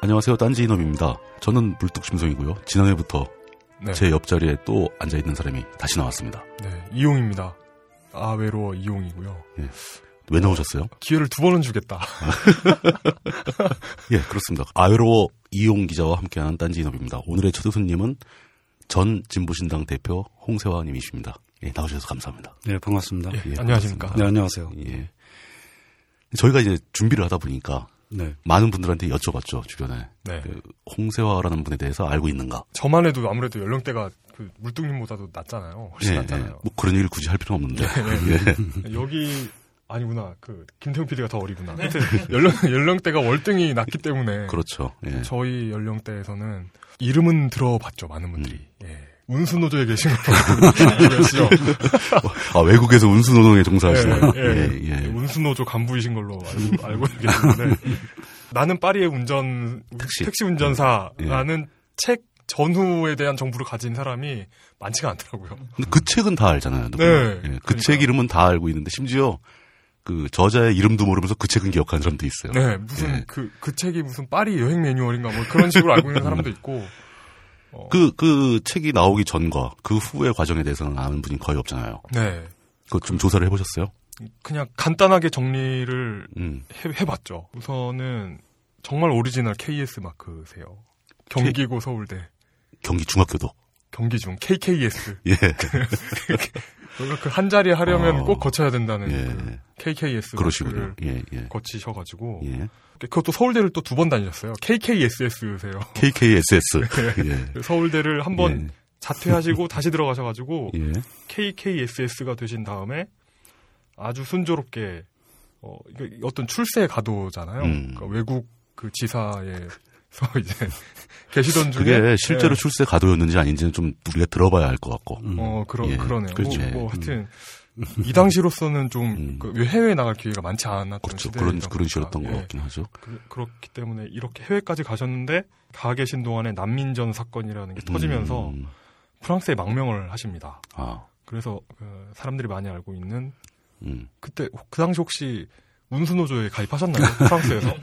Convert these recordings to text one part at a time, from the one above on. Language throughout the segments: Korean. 안녕하세요. 딴지인업입니다. 저는 물뚝심성이고요. 지난해부터 네. 제 옆자리에 또 앉아있는 사람이 다시 나왔습니다. 네, 이용입니다. 아, 외로워, 이용이고요. 왜 나오셨어요? 기회를 두 번은 주겠다. 예, 그렇습니다. 아외로워 이용 기자와 함께하는 딴지인업입니다. 오늘의 첫 손님은 전 진보신당 대표 홍세화님이십니다. 예, 나오셔서 감사합니다. 네, 반갑습니다. 예, 예, 안녕하십니까. 네, 안녕하세요. 예. 저희가 이제 준비를 하다 보니까 네. 많은 분들한테 여쭤봤죠, 주변에. 네. 그 홍세화라는 분에 대해서 알고 있는가. 저만 해도 아무래도 연령대가 그 물뚱님보다도 낮잖아요. 훨씬 예, 예. 낮잖아요. 네. 뭐 그런 얘기를 굳이 할 필요는 없는데. 여기 아니구나. 그 김태훈 PD가 더 어리구나. 하여튼 연령 연령대가 월등히 낮기 때문에 그렇죠. 예. 저희 연령대에서는 이름은 들어봤죠. 많은 분들이. 예. 운수 노조에 계신 걸로 알고 아, 외국에서 운수노동에 종사하시나요? 예, 예. 예, 예. 운수 노조 간부이신 걸로 알고, 알고 계시는데 나는 파리의 운전 택시. 예. 택시 운전사라는 책 전후에 대한 정보를 가진 사람이 많지가 않더라고요. 근데 그 책은 다 알잖아요. 누구나. 네. 예, 그 그러니까요. 책 이름은 다 알고 있는데 심지어 그 저자의 이름도 모르면서 그 책은 기억하는 사람도 있어요. 네, 무슨 예. 그, 그 책이 무슨 파리 여행 매뉴얼인가 뭐 그런 식으로 알고 있는 사람도 있고. 어, 그, 그 책이 나오기 전과 그 후의 과정에 대해서는 아는 분이 거의 없잖아요. 네. 그거 좀 조사를 해보셨어요? 그냥 간단하게 정리를 음. 해, 해봤죠. 우선은 정말 오리지널 KS 마크세요. 경기고 서울대. 경기 중학교도. 경기 중 KKS. 예. 그 한 자리 하려면 어. 꼭 거쳐야 된다는 예. 그 KKS 그러시군요. 마크를 예, 예. 거치셔가지고 예. 그것도 서울대를 또 두 번 다니셨어요. KKSS세요. 그 KKSS. 예. 서울대를 네. 한 번 자퇴하시고 다시 들어가셔가지고 예. 예. KKSS가 되신 다음에 아주 순조롭게 어, 이거 어떤 출세 가도잖아요. 음. 그러니까 외국 그 지사에서 이제 계시던 중에 그게 실제로 예, 출세 가도였는지 아닌지는 좀 우리가 들어봐야 알 것 같고. 어 그러 예, 그러네요. 그렇죠. 뭐, 뭐 하여튼 이 당시로서는 음. 좀그 해외 나갈 기회가 많지 않았던 그렇죠. 시대다 그런, 그런 식이었던 것 예. 같긴 하죠. 그, 그렇기 때문에 이렇게 해외까지 가셨는데 가 계신 동안에 난민전 사건이라는 게 터지면서 음. 프랑스에 망명을 하십니다. 아. 그래서 그 사람들이 많이 알고 있는 음. 그때 혹- 그 당시 혹시 운수노조에 가입하셨나요? 프랑스에서?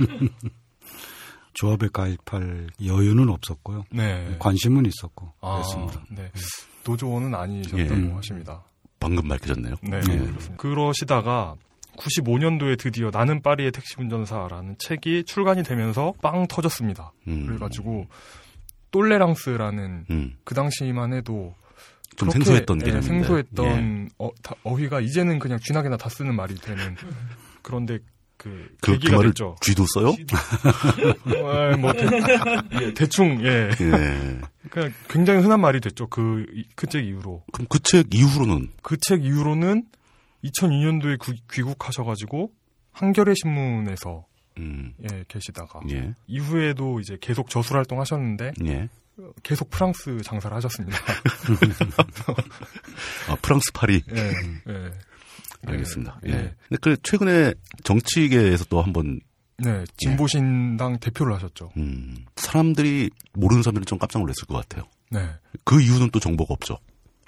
조합에 가입할 여유는 없었고요. 음. 네. 관심은 있었고. 아, 그랬습니다. 네. 노조원은 아니셨다고 예. 하십니다. 방금 밝혀졌네요. 네. 예. 그렇습니다. 그러시다가 95년도에 드디어 나는 파리의 택시 운전사라는 책이 출간이 되면서 빵 터졌습니다. 음. 그래가지고 똘레랑스라는 음. 그 당시만 해도 좀 그렇게, 생소했던 예, 개념인데. 예. 생소했던 어, 다- 어휘가 이제는 그냥 쥐나게나 다 쓰는 말이 되는 그런데 그 그, 그 계기가 말을 됐죠. 쥐도 써요? 어, 뭐 대, 충 예. 예. 그냥 굉장히 흔한 말이 됐죠. 그 그 책 이후로 그럼 그 책 이후로는 그 책 이후로는 2002년도에 귀국하셔가지고 한겨레 신문에서 음. 예, 계시다가 예. 이후에도 이제 계속 저술 활동하셨는데 예. 계속 프랑스 장사를 하셨습니다. 아, 프랑스 파리. 예, 예. 알겠습니다. 예. 예. 근데 그 최근에 정치계에서 또 한번 네, 진보신당 대표를 하셨죠. 음, 사람들이 모르는 사람들은 좀 깜짝 놀랐을 것 같아요. 네. 그 이유는 또 정보가 없죠.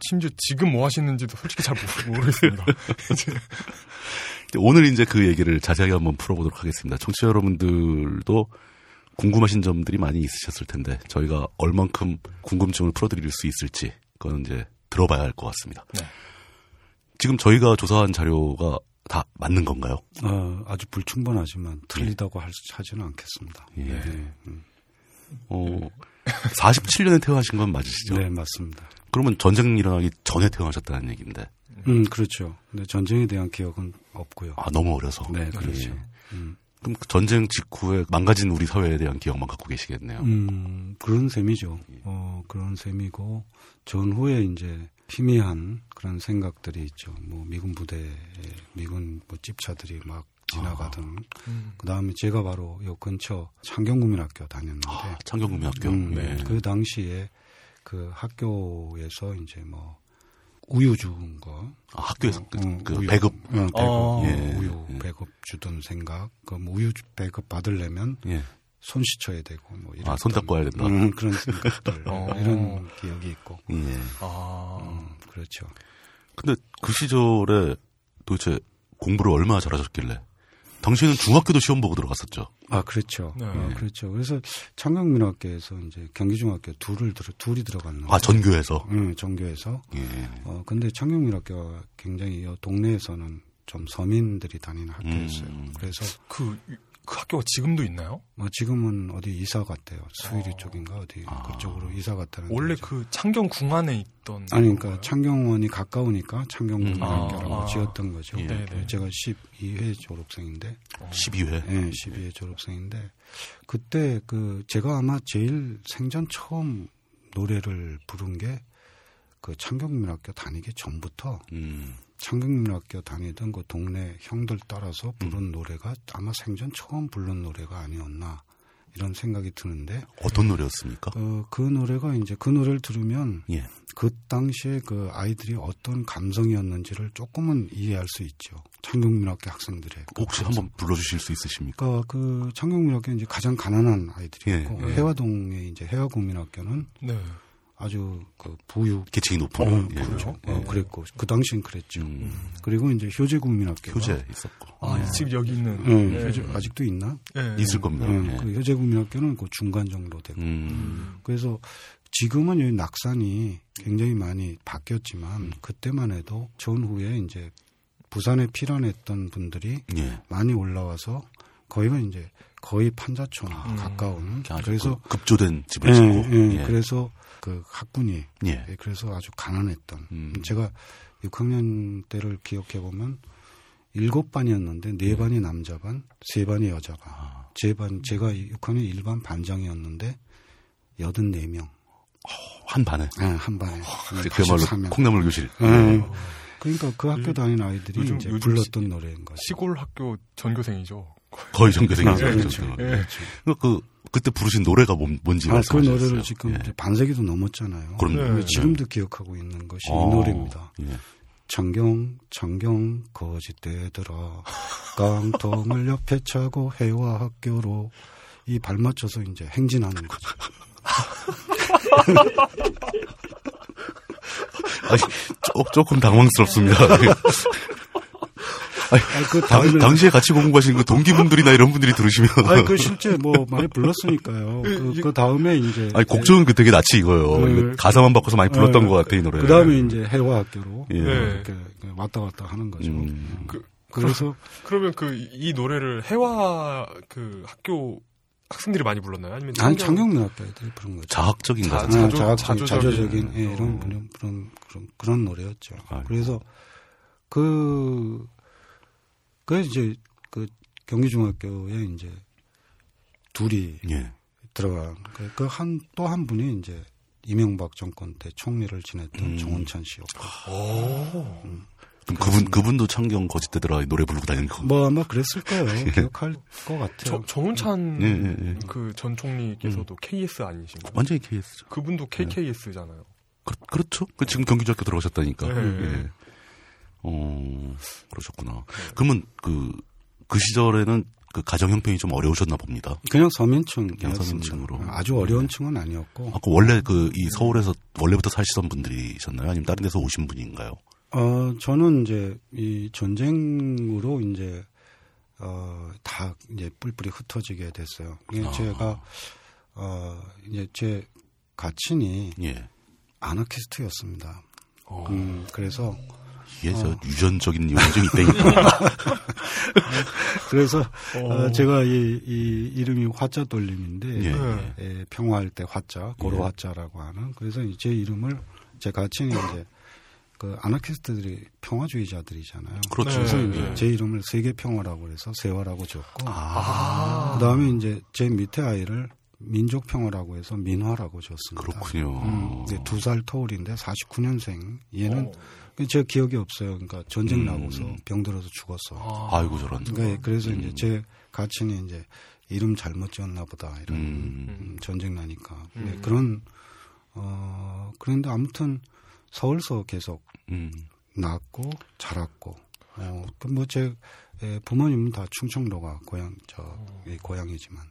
심지어 지금 뭐 하시는지도 솔직히 잘 모르- 모르겠습니다. 근데 오늘 이제 그 얘기를 자세하게 한번 풀어보도록 하겠습니다. 청취자 여러분들도 궁금하신 점들이 많이 있으셨을 텐데 저희가 얼만큼 궁금증을 풀어드릴 수 있을지 그건 이제 들어봐야 할 것 같습니다. 네. 지금 저희가 조사한 자료가 다 맞는 건가요? 어, 아주 불충분하지만 틀리다고 할, 수- 하지는 않겠습니다. 예. 네, 음. 어, 47년에 퇴원하신 건 맞으시죠? 네, 맞습니다. 그러면 전쟁 일어나기 전에 퇴원하셨다는 얘기인데 음, 그렇죠. 근데 전쟁에 대한 기억은 없고요. 아 너무 어려서 네, 그렇죠. 예. 음. 그럼 그 전쟁 직후에 망가진 우리 사회에 대한 기억만 갖고 계시겠네요. 음, 그런 셈이죠. 어, 그런 셈이고, 전후에 이제 희미한 그런 생각들이 있죠. 뭐, 미군 부대에 미군 뭐 찝차들이 막 지나가던. 음. 그 다음에 제가 바로 요 근처 창경국민학교 다녔는데, 아, 창경구민학교. 네. 음, 예. 그 당시에 그 학교에서 이제 뭐, 우유 준 거, 아, 학교에서 그, 음, 그 우유. 배급. 어, 배급, 어. 예, 우유 예. 배급 주던 생각, 그 우유 배급 받으려면 예. 손 씻어야 되고 뭐 이런 아, 손 닦고 와야 된다. 음, 그런 생각들 어. 이런 기억이 있고 예. 아, 음, 그렇죠. 근데 그 시절에 도대체 공부를 얼마나 잘하셨길래 당시에는 중학교도 시험 보고 들어갔었죠. 아, 그렇죠. 네. 어, 그렇죠. 그래서 창경민학교에서 이제 경기중학교 둘을 들어, 둘이 음, 들어갔는데. 아 전교에서. 응, 전교에서. 예. 어, 근데 창경민학교가 굉장히 이 동네에서는 좀 서민들이 다니는 학교였어요. 음. 그래서 그, 그 학교가 지금도 있나요? 뭐 지금은 어디 이사 갔대요. 수일이 어. 쪽인가 어디 아. 음, 그쪽으로 이사 갔다는. 원래 거죠. 그 창경 궁안에 있던 아니 그러니까 건가요? 창경원이 가까우니까 창경중학교라고 음, 아. 지었던 거죠. 예. 네네. 네. 제가 12회 졸업생인데, 12회. 예, 12회 졸업생인데 그때 그 제가 아마 제일 생전 처음 노래를 부른 게 그 창경민학교 다니기 전부터 음. 창경민학교 다니던 그 동네 형들 따라서 부른 노래가 아마 생전 처음 부른 노래가 아니었나 이런 생각이 드는데 어떤 노래였습니까? 어, 그 노래가 이제 그 노래를 들으면 예. 그 당시에 그 아이들이 어떤 감성이었는지를 조금은 이해할 수 있죠. 창경민학교 학생들의. 그 혹시 감성. 한번 불러주실 수 있으십니까? 그러니까 그 창경민학교 이제 가장 가난한 아이들이고 예, 예. 해화동의 이제 해화국민학교는 네. 아주 그 보육 계층이 높은. 어, 예. 그렇죠. 예. 어, 그랬고 그 당시엔 그랬죠. 음. 그리고 이제 효재국민학교 교재 있었고. 아, 예. 지금 여기 있는. 예, 예. 효재, 아직도 있나? 예. 있을 겁니다. 예, 예. 그 효재국민학교는 그 중간 정도 되고 음. 그래서 지금은 여기 낙산이 굉장히 많이 바뀌었지만 음. 그때만 해도 전후에 이제 부산에 피란했던 분들이 예. 많이 올라와서 거기가 이제 거의 판자촌 가까운 음. 아주 그래서 그 급조된 집을 예, 짓고. 예, 예. 그래서 그 학군이 예. 예, 그래서 아주 가난했던 음. 제가 6학년 때를 기억해 보면 일곱 반이었는데 네 반이 남자 반, 세 반이 여자 반. 아. 제 반 제가 6학년 일반 반장이었는데 84명. 한 반에. 예, 한 반에. 아, 그야말로 네. 음. 84명. 콩나물 교실. 예. 그러니까 그 학교 다니는 아이들이 요즘- 이제 요즘 불렀던 노래인 거죠. 시골 학교 전교생이죠. 거의 전교생이죠. 아, 그렇죠. 예. 그 그때 부르신 노래가 뭔, 지 아, 그 말씀하셨어요. 노래를 지금 예. 이제 반세기도 넘었잖아요. 그럼요. 네. 근데 지금도 기억하고 있는 것이 어, 이 노래입니다. 예. 창경, 창경, 거짓대들아. 깡통을 옆에 차고 해와 학교로 이 발 맞춰서 이제 행진하는 거죠. 아니, 조, 조금 당황스럽습니다. 네. 아니, 그 당, 다음에. 당시에 같이 공부하시는 그 동기분들이나 이런 분들이 들으시면 예, 아니, 그 실제 뭐 많이 불렀으니까요. 그, 그 다음에 이제. 아니 곡조는 그 되게 낯이 익어요. 네. 근데 가사만 바꿔서 많이 불렀던 네. 것 같아 이 노래. 그 다음에 이제 해와 학교로 예. 네. 이렇게 왔다 갔다 하는 거죠. 음. 그- 그래서 그러면 그 이 노래를 해와 그 학교 학생들이 많이 불렀나요? 아니면 아니 창경민학교 애들이 부른 거죠. 자학적인 자- 가사. 자- 자조- 네, 자조, 자조적인- 자조적인 예, 어. 이런 그런 그런 그런, 그런 노래였죠. 아이고. 그래서 그, 그 이제 그 경기중학교에 이제 둘이 예. 들어간 그 한 또 한 분이 이제 이명박 정권 때 총리를 지냈던 음. 정원찬 씨였고 오. 그럼 그분 그분도 창경 거짓대들아 노래 부르고 다니는 거. 뭐 아마 그랬을 거예요 기억할 것 같아요. 저, 정운찬 예, 예, 예. 그 전 총리께서도 KS 아니신가요? 완전히 KS죠. 그분도 KKS잖아요. 그, 그렇죠. 그 지금 경기중학교 들어가셨다니까. 네. 예. 어 그러셨구나. 그러면 그 그 시절에는 그 가정 형편이 좀 어려우셨나 봅니다. 그냥 서민층이었습니다. 서민층으로. 아주 어려운 층은 아니었고 아까 원래 그 이 서울에서 원래부터 사시던 분들이셨나요? 아니면 다른 데서 오신 분인가요? 어, 저는 이제 이 전쟁으로 이제 어, 다 이제 뿔뿔이 흩어지게 됐어요. 이게 아. 제가 어, 이제 제 가친이 예. 아나키스트였습니다. 어. 음, 그래서 이게 저 유전적인 요인증이 있다니까. 그래서 어. 어, 제가 이, 이 이름이 화자 돌림인데 예. 네. 예, 평화할 때 화자, 고로 예. 화자라고 하는 그래서 제 이름을 제 가친이 이제 그 아나키스트들이 평화주의자들이잖아요. 그렇죠. 그래서 네, 이제 네. 제 이름을 세계평화라고 해서 세화라고 지었고 아. 그다음에 이제 제 밑에 아이를 민족평화라고 해서 민화라고 지었습니다. 그렇군요. 음, 네, 두살 터울인데 49년생. 얘는 그 어. 제 기억이 없어요. 그러니까 전쟁 음. 나고서 병들어서 죽었어. 아. 아이고 저런. 그러니까 그래서 이제 음. 제 가치는 이제 이름 잘못 지었나 보다 이런 음. 음, 전쟁 나니까 음. 네, 그런 어 그런데 아무튼 서울서 계속 음. 낳았고 자랐고 어, 그뭐제 예, 부모님 다 충청도가 고향 저 예, 고향이지만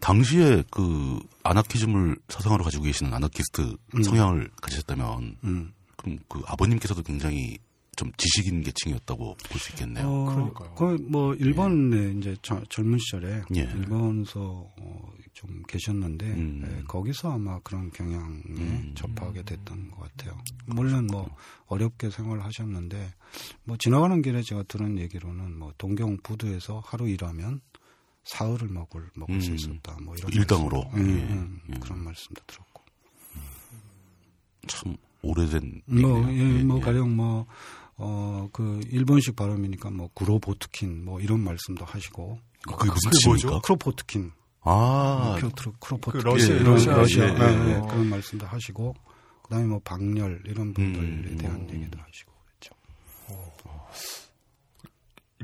당시에 그 아나키즘을 사상으로 가지고 계시는 아나키스트 음. 성향을 가지셨다면 음. 그럼 그 아버님께서도 굉장히 좀 지식인 계층이었다고 볼 수 있겠네요. 어, 그러니까요. 거의 뭐 일본에 이제 저- 젊은 시절에 예. 일본서 어, 좀 계셨는데 음. 예, 거기서 아마 그런 경향에 음. 접하게 됐던 것 같아요. 물론 뭐 어렵게 생활하셨는데 뭐 지나가는 길에 제가 들은 얘기로는 뭐 동경 부두에서 하루 일하면 사흘을 먹을 먹을 수 음. 있었다. 뭐 이런 일당으로. 말씀. 음, 예. 음, 예. 그런 말씀도 들었고. 참 오래된 뭐, 얘기네요. 그 예, 뭐, 가령 뭐, 어, 그, 일본식 발음이니까 뭐, 구로보트킨, 뭐, 이런 말씀도 하시고. 그게 무슨 그게 뭐죠? 뜻입니까? 크로포트킨, 어? 아, 피오트르 크로포트킨. 그 러시아, 이런- 러시아, 러시아. 예, 예, 예. 예, 그런 말씀도 하시고. 그 다음에 뭐, 박렬, 이런 분들에 음, 대한 음. 얘기도 하시고. 그랬죠.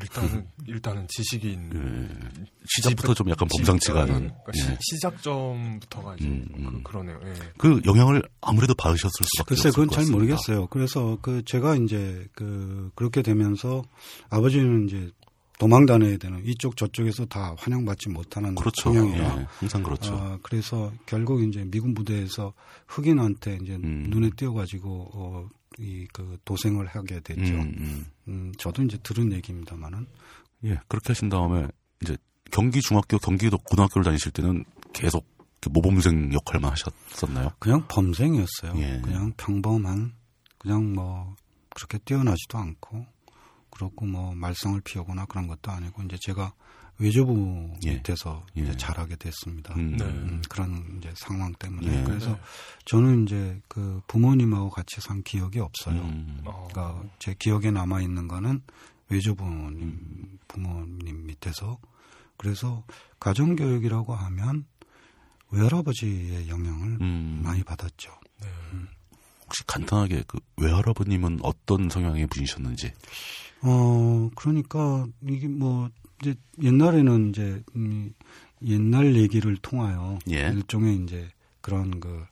일단은 일단은 지식인 그 예. 시작부터 좀 약간 범상치가 음, 않은. 그러니까 예. 시, 시작점부터가 이제 음, 음. 그, 러네요 예. 그 영향을 아무래도 받으셨을 수밖에 글쎄, 없을 그건 것 잘 같습니다. 모르겠어요. 그래서 그, 제가 이제 그, 그렇게 되면서 아버지는 이제 도망 다녀야 되는 이쪽 저쪽에서 다 음, 환영받지 못하는 그렇죠. 성향이라 예, 항상 그렇죠. 아, 그래서 결국 이제 미군 부대에서 흑인한테 이제 음. 눈에 띄어가지고 어, 이 그 도생을 하게 음, 됐죠. 음. 음. 저도 이제 들은 얘기입니다만은 예, 그렇게 하신 다음에 이제 경기 중학교, 경기도 고등학교를 다니실 때는 계속 이렇게 모범생 역할만 하셨었나요? 그냥 범생이었어요. 예. 그냥 평범한 그냥 뭐 그렇게 뛰어나지도 않고 그렇고 뭐 말썽을 피우거나 그런 것도 아니고 이제 제가 외조부 예. 밑에서 이제 예. 자라게 됐습니다. 음. 네. 음, 그런 이제 상황 때문에 예. 그래서 네. 저는 이제 그 부모님하고 같이 산 기억이 없어요. 음. 어, 그러니까 제 기억에 남아 있는 거는 외조부모님 부모님 밑에서 그래서 가정 교육이라고 하면 외할아버지의 영향을 음. 많이 받았죠. 네. 혹시 간단하게 그 외할아버님은 어떤 성향의 분이셨는지. 어 그러니까 이게 뭐 이제 옛날에는 이제 음, 옛날 얘기를 통하여 예. 일종의 이제 그런 그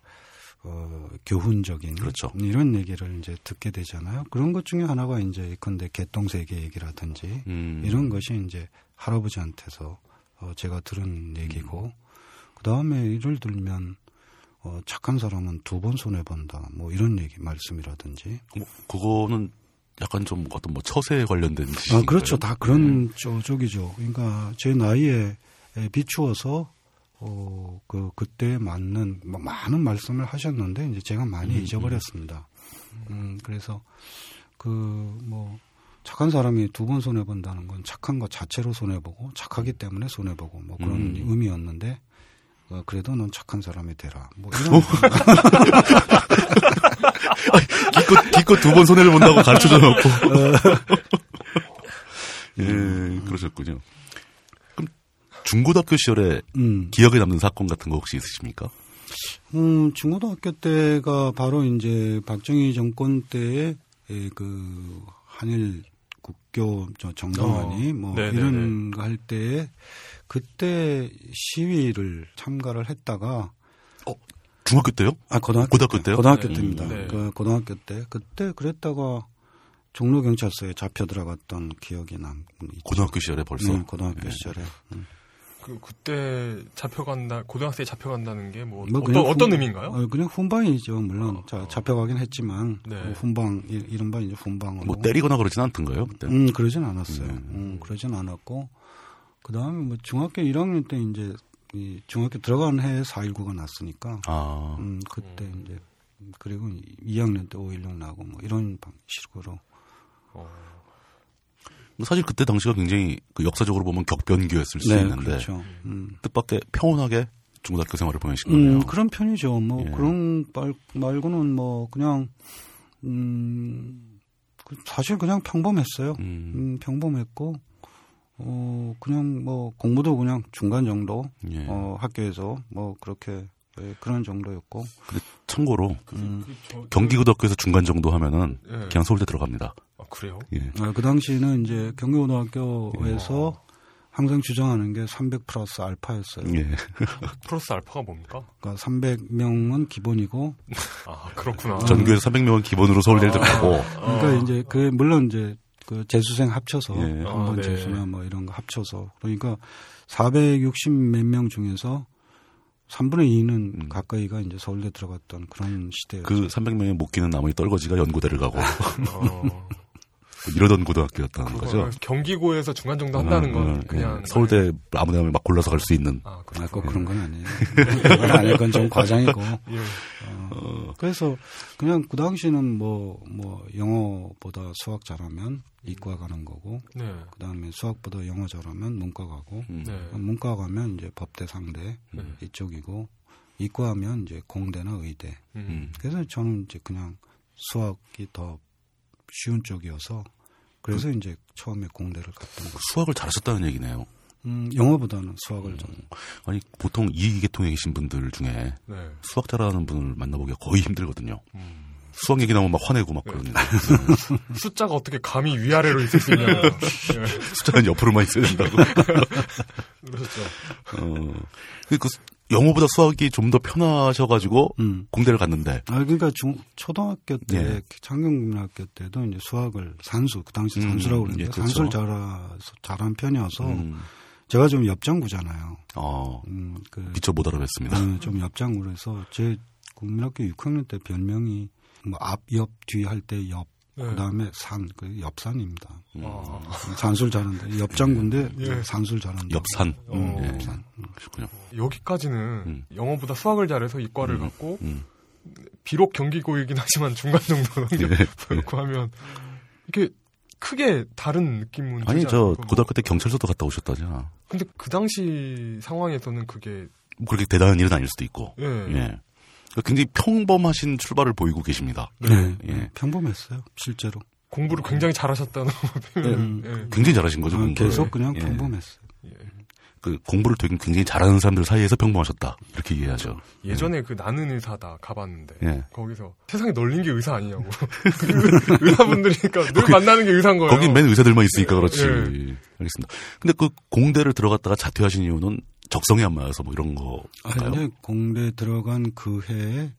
어, 교훈적인 그렇죠. 이런 얘기를 이제 듣게 되잖아요. 그런 것 중에 하나가 이제 예컨대 개똥세계 얘기라든지 음. 이런 것이 이제 할아버지한테서 어, 제가 들은 얘기고 그 다음에 예를 들면 어, 착한 사람은 두 번 손해 본다 뭐 이런 얘기 말씀이라든지 뭐, 그거는 약간 좀 어떤 뭐 처세에 관련된 지식. 아 그렇죠 다 그런 네. 쪽- 쪽이죠 그러니까 제 나이에 비추어서 어, 그 그때 맞는 뭐 많은 말씀을 하셨는데 이제 제가 많이 음, 음. 잊어버렸습니다 음 그래서 그 뭐 착한 사람이 두 번 손해 본다는 건 착한 것 자체로 손해 보고 착하기 때문에 손해 보고 뭐 그런 음. 의미였는데 어, 그래도 넌 착한 사람이 되라 뭐 이런 기껏, 기껏 두 번 손해를 본다고 가르쳐 줘놓고. 예, 그러셨군요. 그럼 중고등학교 시절에 음. 기억에 남는 사건 같은 거 혹시 있으십니까? 음, 중고등학교 때가 바로 이제 박정희 정권 때에 예, 그 한일 국교 저 정당화니 어, 뭐 네네네. 이런 거 할 때에 그때 시위를 참가를 했다가 중학교 때요? 아 고등학교, 고등학교 때, 때요? 음. 고등학교 네. 때입니다. 네. 그 고등학교 때 그때 그랬다가 종로 경찰서에 잡혀 들어갔던 기억이 남. 고등학교 시절에 벌써. 네, 고등학교 예. 시절에 음. 그 그때 잡혀간다 고등학생이 잡혀간다는 게 뭐 뭐 어떤 그냥 어떤 훈- 의미인가요? 어, 그냥 훈방이죠. 물론 어, 자, 어. 잡혀가긴 했지만 네. 뭐 훈방 이- 이른바 이제 훈방으로 뭐 때리거나 그러진 않던가요? 그때? 음, 그러진 않았어요. 음. 음, 그러진 않았고, 그 다음에 뭐 중학교 1학년 때 이제, 이 중학교 들어간 해에 4.19가 났으니까, 아, 음, 그때 이제, 그리고 2학년 때 5.16 나고 뭐 이런 방식으로. 어, 뭐 사실 그때 당시가 굉장히 그 역사적으로 보면 격변기였을 수 있는데 그렇죠. 음. 뜻밖의 평온하게 중고등학교 생활을 보내신 거네요. 음, 그런 편이죠. 뭐 예. 그런 말, 말고는 뭐 그냥, 음, 그 사실 그냥 평범했어요. 음, 음, 평범했고, 어, 그냥 뭐 공부도 그냥 중간 정도. 예. 어, 학교에서 뭐 그렇게 예, 그런 정도였고 참고로 그 음. 경기고등학교에서 중간 정도 하면은 그, 예. 그냥 서울대 들어갑니다. 아, 그래요? 예. 아, 그 당시는 이제 경기고등학교에서 항상 주장하는 게 300 플러스 알파였어요. 예. 플러스 알파가 뭡니까? 그러니까 300명은 기본이고 아 그렇구나. 전교에서 300명은 기본으로 서울대를 들어가고 아. 그러니까 이제 그 물론 이제 그 재수생 합쳐서 예. 한 아, 번 네. 재수나 뭐 이런 거 합쳐서 그러니까 460 몇 명 중에서 3분의 2는 음. 가까이가 이제 서울대 들어갔던 그런 시대였죠. 그 300명이 못 끼는 나머지 떨거지가 연고대를 가고 어, 뭐 이러던 고등학교였다는 거죠. 그걸 경기고에서 중간 정도 한다는 아, 건 아, 그냥 서울대 아무데나 막 골라서 갈 수 있는 아, 아, 꼭 그렇고 그런 건 아니에요. 그건 아닐 건 좀 과장이고. 예. 어, 그래서 그냥 그 당시는 뭐, 뭐, 영어보다 수학 잘하면 이과 가는 거고, 네. 그 다음에 수학보다 영어 잘하면 문과 가고, 음. 네. 문과 가면 이제 법대 상대 네. 이쪽이고, 이과 하면 이제 공대나 의대. 음. 그래서 저는 이제 그냥 수학이 더 쉬운 쪽이어서, 그래서 이제 처음에 공대를 갔던 거. 수학을 잘하셨다는 얘기네요. 음, 영어보다는 수학을 좀. 아니 보통 이 계통에 계신 분들 중에 네. 수학 잘하는 분을 만나보기가 거의 힘들거든요. 음. 수학 얘기 나오면 막 화내고 막 그러는데 숫자가 어떻게 감히 위아래로 있을 수 있냐. 예. 숫자는 옆으로만 있어야 된다고. 그러셨죠. 어. 근데 그 수- 영어보다 수학이 좀 더 편하셔가지고 음. 공대를 갔는데 아 그러니까 중 초등학교 때 예. 창경고등학교 때도 이제 수학을 산수 그 당시 음, 산수라고 그랬는데 예, 그렇죠. 산수를 잘하, 잘한 편이어서 음. 제가 좀 옆장구잖아요. 어, 음, 그, 미처 못 알아뵀습니다. 음, 좀 옆장구로 해서 제 국민학교 6학년 때 별명이 뭐앞옆뒤 할 때 옆 네. 그다음에 산 그 옆산입니다. 음. 아, 산수를 잘하는데 옆장구인데 예. 산수를 잘한다. 네. 옆산. 어. 음, 예. 옆산. 그렇군요. 여기까지는 음. 영어보다 수학을 잘해서 이과를 음. 갔고 음. 비록 경기고이긴 하지만 중간 정도 예. 넘겨보고 하면 이게 크게 다른 느낌은 아니 들지 저 않을까? 고등학교 때 경찰서도 갔다 오셨다잖아. 근데 그 당시 상황에서는 그게 뭐 그렇게 대단한 일은 아닐 수도 있고. 예. 예. 그러니까 굉장히 평범하신 출발을 보이고 계십니다. 네. 예. 평범했어요 실제로. 공부를 굉장히 잘하셨다는 표현. 예. 굉장히 잘하신 거죠. 아, 공부를. 계속 그냥 네. 예. 평범했어요. 그 공부를 되게 굉장히 잘하는 사람들 사이에서 평범하셨다. 이렇게 이해하죠. 예전에 그 나는 의사다 가봤는데 예. 거기서 세상에 널린 게 의사 아니냐고 의사분들이니까 늘 만나는 게 의사인 거예요. 거긴 맨 의사들만 있으니까 그렇지. 예. 알겠습니다. 근데 그 공대를 들어갔다가 자퇴하신 이유는 적성에 안 맞아서 뭐 이런 아, 거일까요? 이제 공대 들어간 그 해에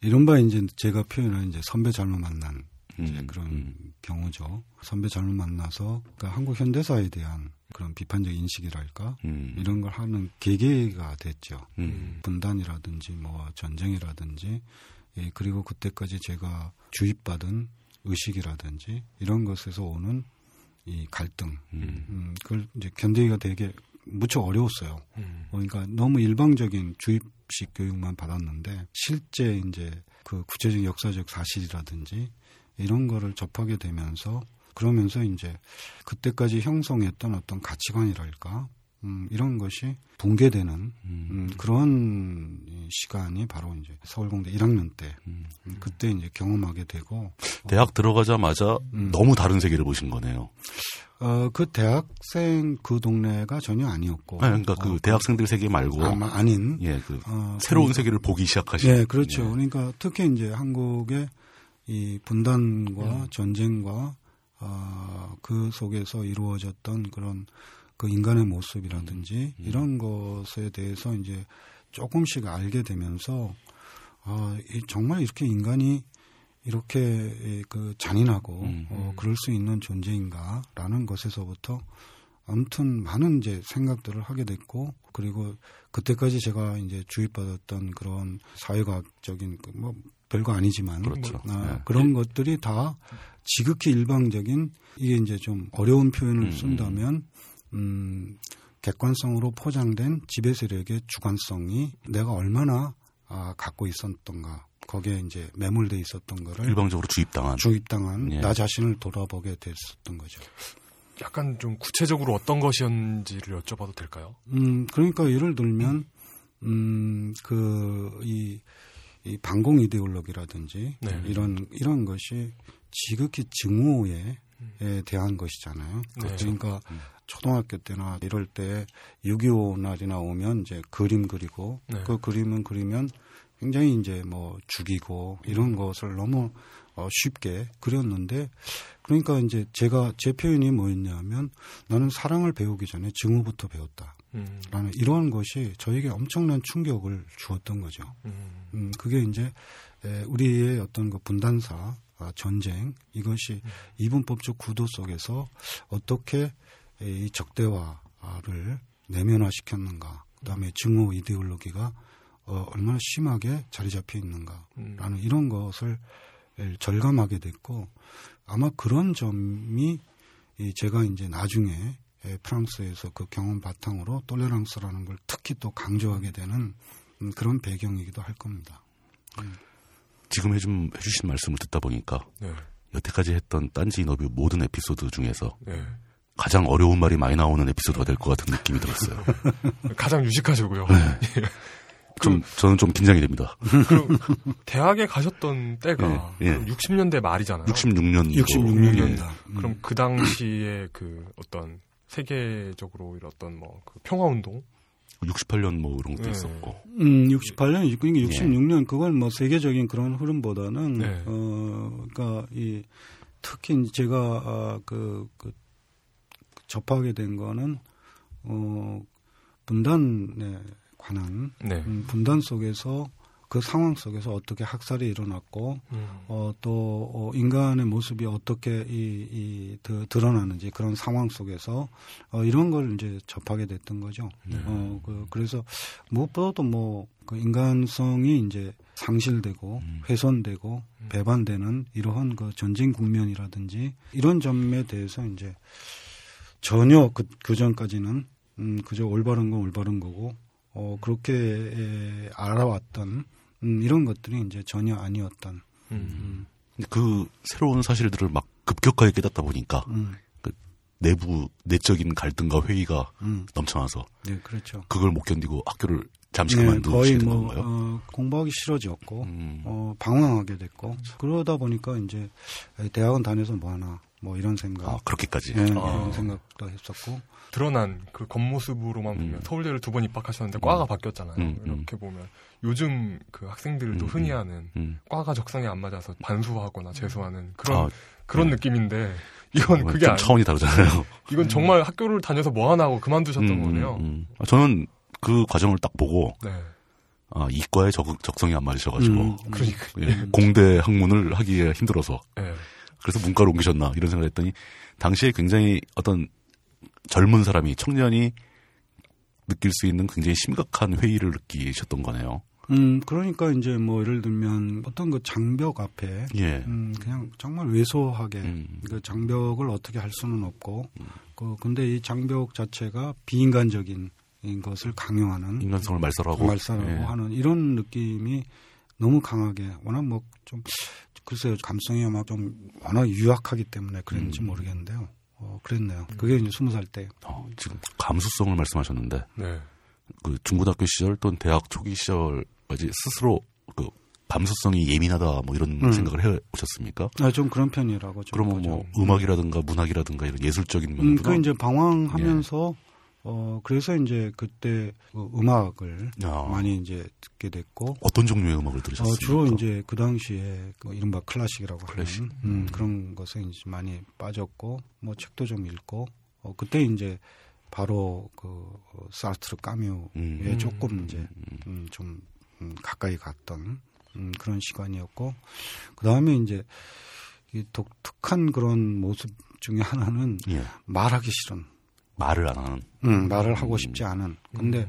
이른바 이제 제가 표현한 이제 선배 잘못 만난 음, 그런 음. 경우죠. 선배 잘못 만나서 그러니까 한국 현대사에 대한 그런 비판적 인식이랄까 음, 이런 걸 하는 계기가 됐죠. 음, 분단이라든지 뭐 전쟁이라든지 예, 그리고 그때까지 제가 주입받은 의식이라든지 이런 것에서 오는 이 갈등 음. 음, 그걸 이제 견디기가 되게 무척 어려웠어요. 음. 그러니까 너무 일방적인 주입식 교육만 받았는데 실제 이제 그 구체적 역사적 사실이라든지 이런 거를 접하게 되면서 그러면서 이제 그때까지 형성했던 어떤 가치관이랄까 음, 이런 것이 붕괴되는 음, 음, 그런 이 시간이 바로 이제 서울공대 1학년 때 음. 음, 그때 이제 경험하게 되고 대학 들어가자마자 음. 너무 다른 세계를 보신 거네요. 어, 그 대학생 그 동네가 전혀 아니었고 아니, 그러니까 그 어, 대학생들 세계 말고 아마 아닌 예, 그 어, 새로운 세계를 보기 시작하신. 네, 그렇죠. 그러니까 특히 이제 한국의 이 분단과 음. 전쟁과 아, 그 속에서 이루어졌던 그런 그 인간의 음, 모습이라든지 이런 것에 대해서 이제 조금씩 알게 되면서 아, 이- 정말 이렇게 인간이 이렇게 이- 그 잔인하고 음. 어, 그럴 수 있는 존재인가라는 것에서부터 아무튼 많은 이제 생각들을 하게 됐고 그리고 그때까지 제가 이제 주입받았던 그런 사회과학적인 그뭐 별거 아니지만 그렇죠. 아, 예. 그런 것들이 다 지극히 일방적인 이게 이제 좀 어려운 표현을 음, 쓴다면 음, 객관성으로 포장된 지배 세력의 주관성이 내가 얼마나 아, 갖고 있었던가 거기에 이제 매몰돼 있었던 거를 예. 일방적으로 주입당한. 주입당한 예. 나 자신을 돌아보게 됐었던 거죠. 약간 좀 구체적으로 어떤 것이었는지를 여쭤봐도 될까요? 음, 그러니까 예를 들면, 음, 그, 이, 이 반공 이데올로기라든지 네. 이런, 이런 것이 지극히 증오에 에 대한 것이잖아요. 음. 그렇죠. 그러니까 초등학교 때나 이럴 때 6.25 날이나 오면 이제 그림 그리고 네. 그 그림은 그리면 굉장히 이제 뭐 죽이고 이런 것을 너무 어, 쉽게 그렸는데 그러니까 이제 제가 제 표현이 뭐였냐면 나는 사랑을 배우기 전에 증오부터 배웠다. 음, 라는 이러한 것이 저에게 엄청난 충격을 주었던 거죠. 음, 음, 그게 이제 에, 우리의 어떤 그 분단사 아, 전쟁 이것이 이분법적 구도 속에서 어떻게 에, 이 적대화를 내면화시켰는가, 그다음에 증오 이데올로기가 어, 얼마나 심하게 자리 잡혀 있는가라는 음. 이런 것을 절감하게 됐고 아마 그런 점이 이 제가 이제 나중에 에, 프랑스에서 그 경험 바탕으로 똘레랑스라는 걸 특히 또 강조하게 되는 음, 그런 배경이기도 할 겁니다. 지금 해준, 해주신 말씀을 듣다 보니까 네. 여태까지 했던 딴지 인터뷰 모든 에피소드 중에서 네. 가장 어려운 말이 많이 나오는 에피소드가 될 것 같은 느낌이 들었어요. 그 가장 유식하시고요. 네. 좀, 저는 좀 긴장이 됩니다. 그럼 대학에 가셨던 때가 예, 예. 60년대 말이잖아요. 66년. 예, 66년이다. 음. 그럼 그 당시에 그 어떤 세계적으로 이런 어떤 뭐 그 평화 운동 68년 뭐 이런 것도 네. 있었고. 음, 68년, 그러니까 66년 그건 뭐 세계적인 그런 흐름보다는 네. 어, 그러니까 이 특히 이제 제가 아, 그, 그 접하게 된 거는 어 분단에 네, 관한 네. 음, 분단 속에서 그 상황 속에서 어떻게 학살이 일어났고 음. 어, 또 어, 인간의 모습이 어떻게 이, 이 드, 드러나는지 그런 상황 속에서 어, 이런 걸 이제 접하게 됐던 거죠. 어, 그, 그래서 무엇보다도 뭐 그 인간성이 이제 상실되고 훼손되고 배반되는 이러한 그 전쟁 국면이라든지 이런 점에 대해서 이제 전혀 그, 그 전까지는 음, 그저 올바른 건 올바른 거고 어, 그렇게 에, 알아왔던 음, 이런 것들이 이제 전혀 아니었던 음. 근데 그 새로운 사실들을 막 급격하게 깨닫다 보니까 음, 그 내부 내적인 갈등과 회의가 음. 넘쳐나서 네, 그렇죠. 그걸 못 견디고 학교를 잠시 네, 그만두시게 된 뭐 건가요? 어, 공부하기 싫어졌고 음. 그렇죠. 어, 방황하게 됐고 그러다 보니까 이제 에이, 대학원 다녀서 뭐 하나 뭐 이런 생각, 아, 그렇게까지. 네. 예, 아. 이런 생각도 했었고 드러난 그 겉모습으로만 보면 음. 서울대를 두 번 입학하셨는데 과가 바뀌었잖아요. 음, 음. 이렇게 보면 요즘 그 학생들도 음, 흔히 음. 하는 음. 과가 적성에 안 맞아서 반수하거나 재수하는 그런 아, 그런 느낌인데 이건 뭔가 그게 좀 아니 차원이 다르잖아요. 이건 정말 학교를 다녀서 뭐 하나 하고 그만두셨던 음, 거네요. 음. 아, 저는 그 과정을 딱 보고 네. 아, 이과에 적, 적성이 안 맞으셔가지고 음, 그러니까 예, 공대 학문을 하기에 힘들어서 네. 그래서 문과로 옮기셨나 이런 생각을 했더니 당시에 굉장히 어떤 젊은 사람이 청년이 느낄 수 있는 굉장히 심각한 회의를 느끼셨던 거네요. 음 그러니까 이제 뭐 예를 들면 어떤 그 장벽 앞에 예. 음, 그냥 정말 왜소하게 음. 그 장벽을 어떻게 할 수는 없고 그 근데 이 장벽 자체가 비인간적인 것을 강요하는 인간성을 말살하고 음, 말살하고 예. 하는 이런 느낌이 너무 강하게 워낙 뭐 좀 글쎄요 감성이 아마 좀 워낙 유약하기 때문에 그랬는지 음. 모르겠는데요. 어 그랬네요. 그게 이제 스무 살 때. 어, 지금 감수성을 말씀하셨는데 네. 그 중고등학교 시절 또는 대학 초기 시절까지 스스로 그 감수성이 예민하다 뭐 이런 음. 생각을 해 오셨습니까? 아 좀 그런 편이라고 좀 그러면 보죠. 뭐 음악이라든가 문학이라든가 이런 예술적인 음, 면보다 그 이제 방황하면서 예. 어 그래서 이제 그때 그 음악을 아, 많이 이제 듣게 됐고 어떤 종류의 음악을 어, 들으셨습니까? 주로 이제 그 당시에 그 이른바 클래식이라고 클래식. 하는 음, 그런 것에 이제 많이 빠졌고 뭐 책도 좀 읽고 어, 그때 이제 바로 그 어, 사르트르 까뮤에 음. 조금 이제 음, 좀 음, 가까이 갔던 음, 그런 시간이었고 그 다음에 이제 이 독특한 그런 모습 중에 하나는 예. 말하기 싫은 말을 안 하는 음, 말을 하고 싶지 않은. 근데 음.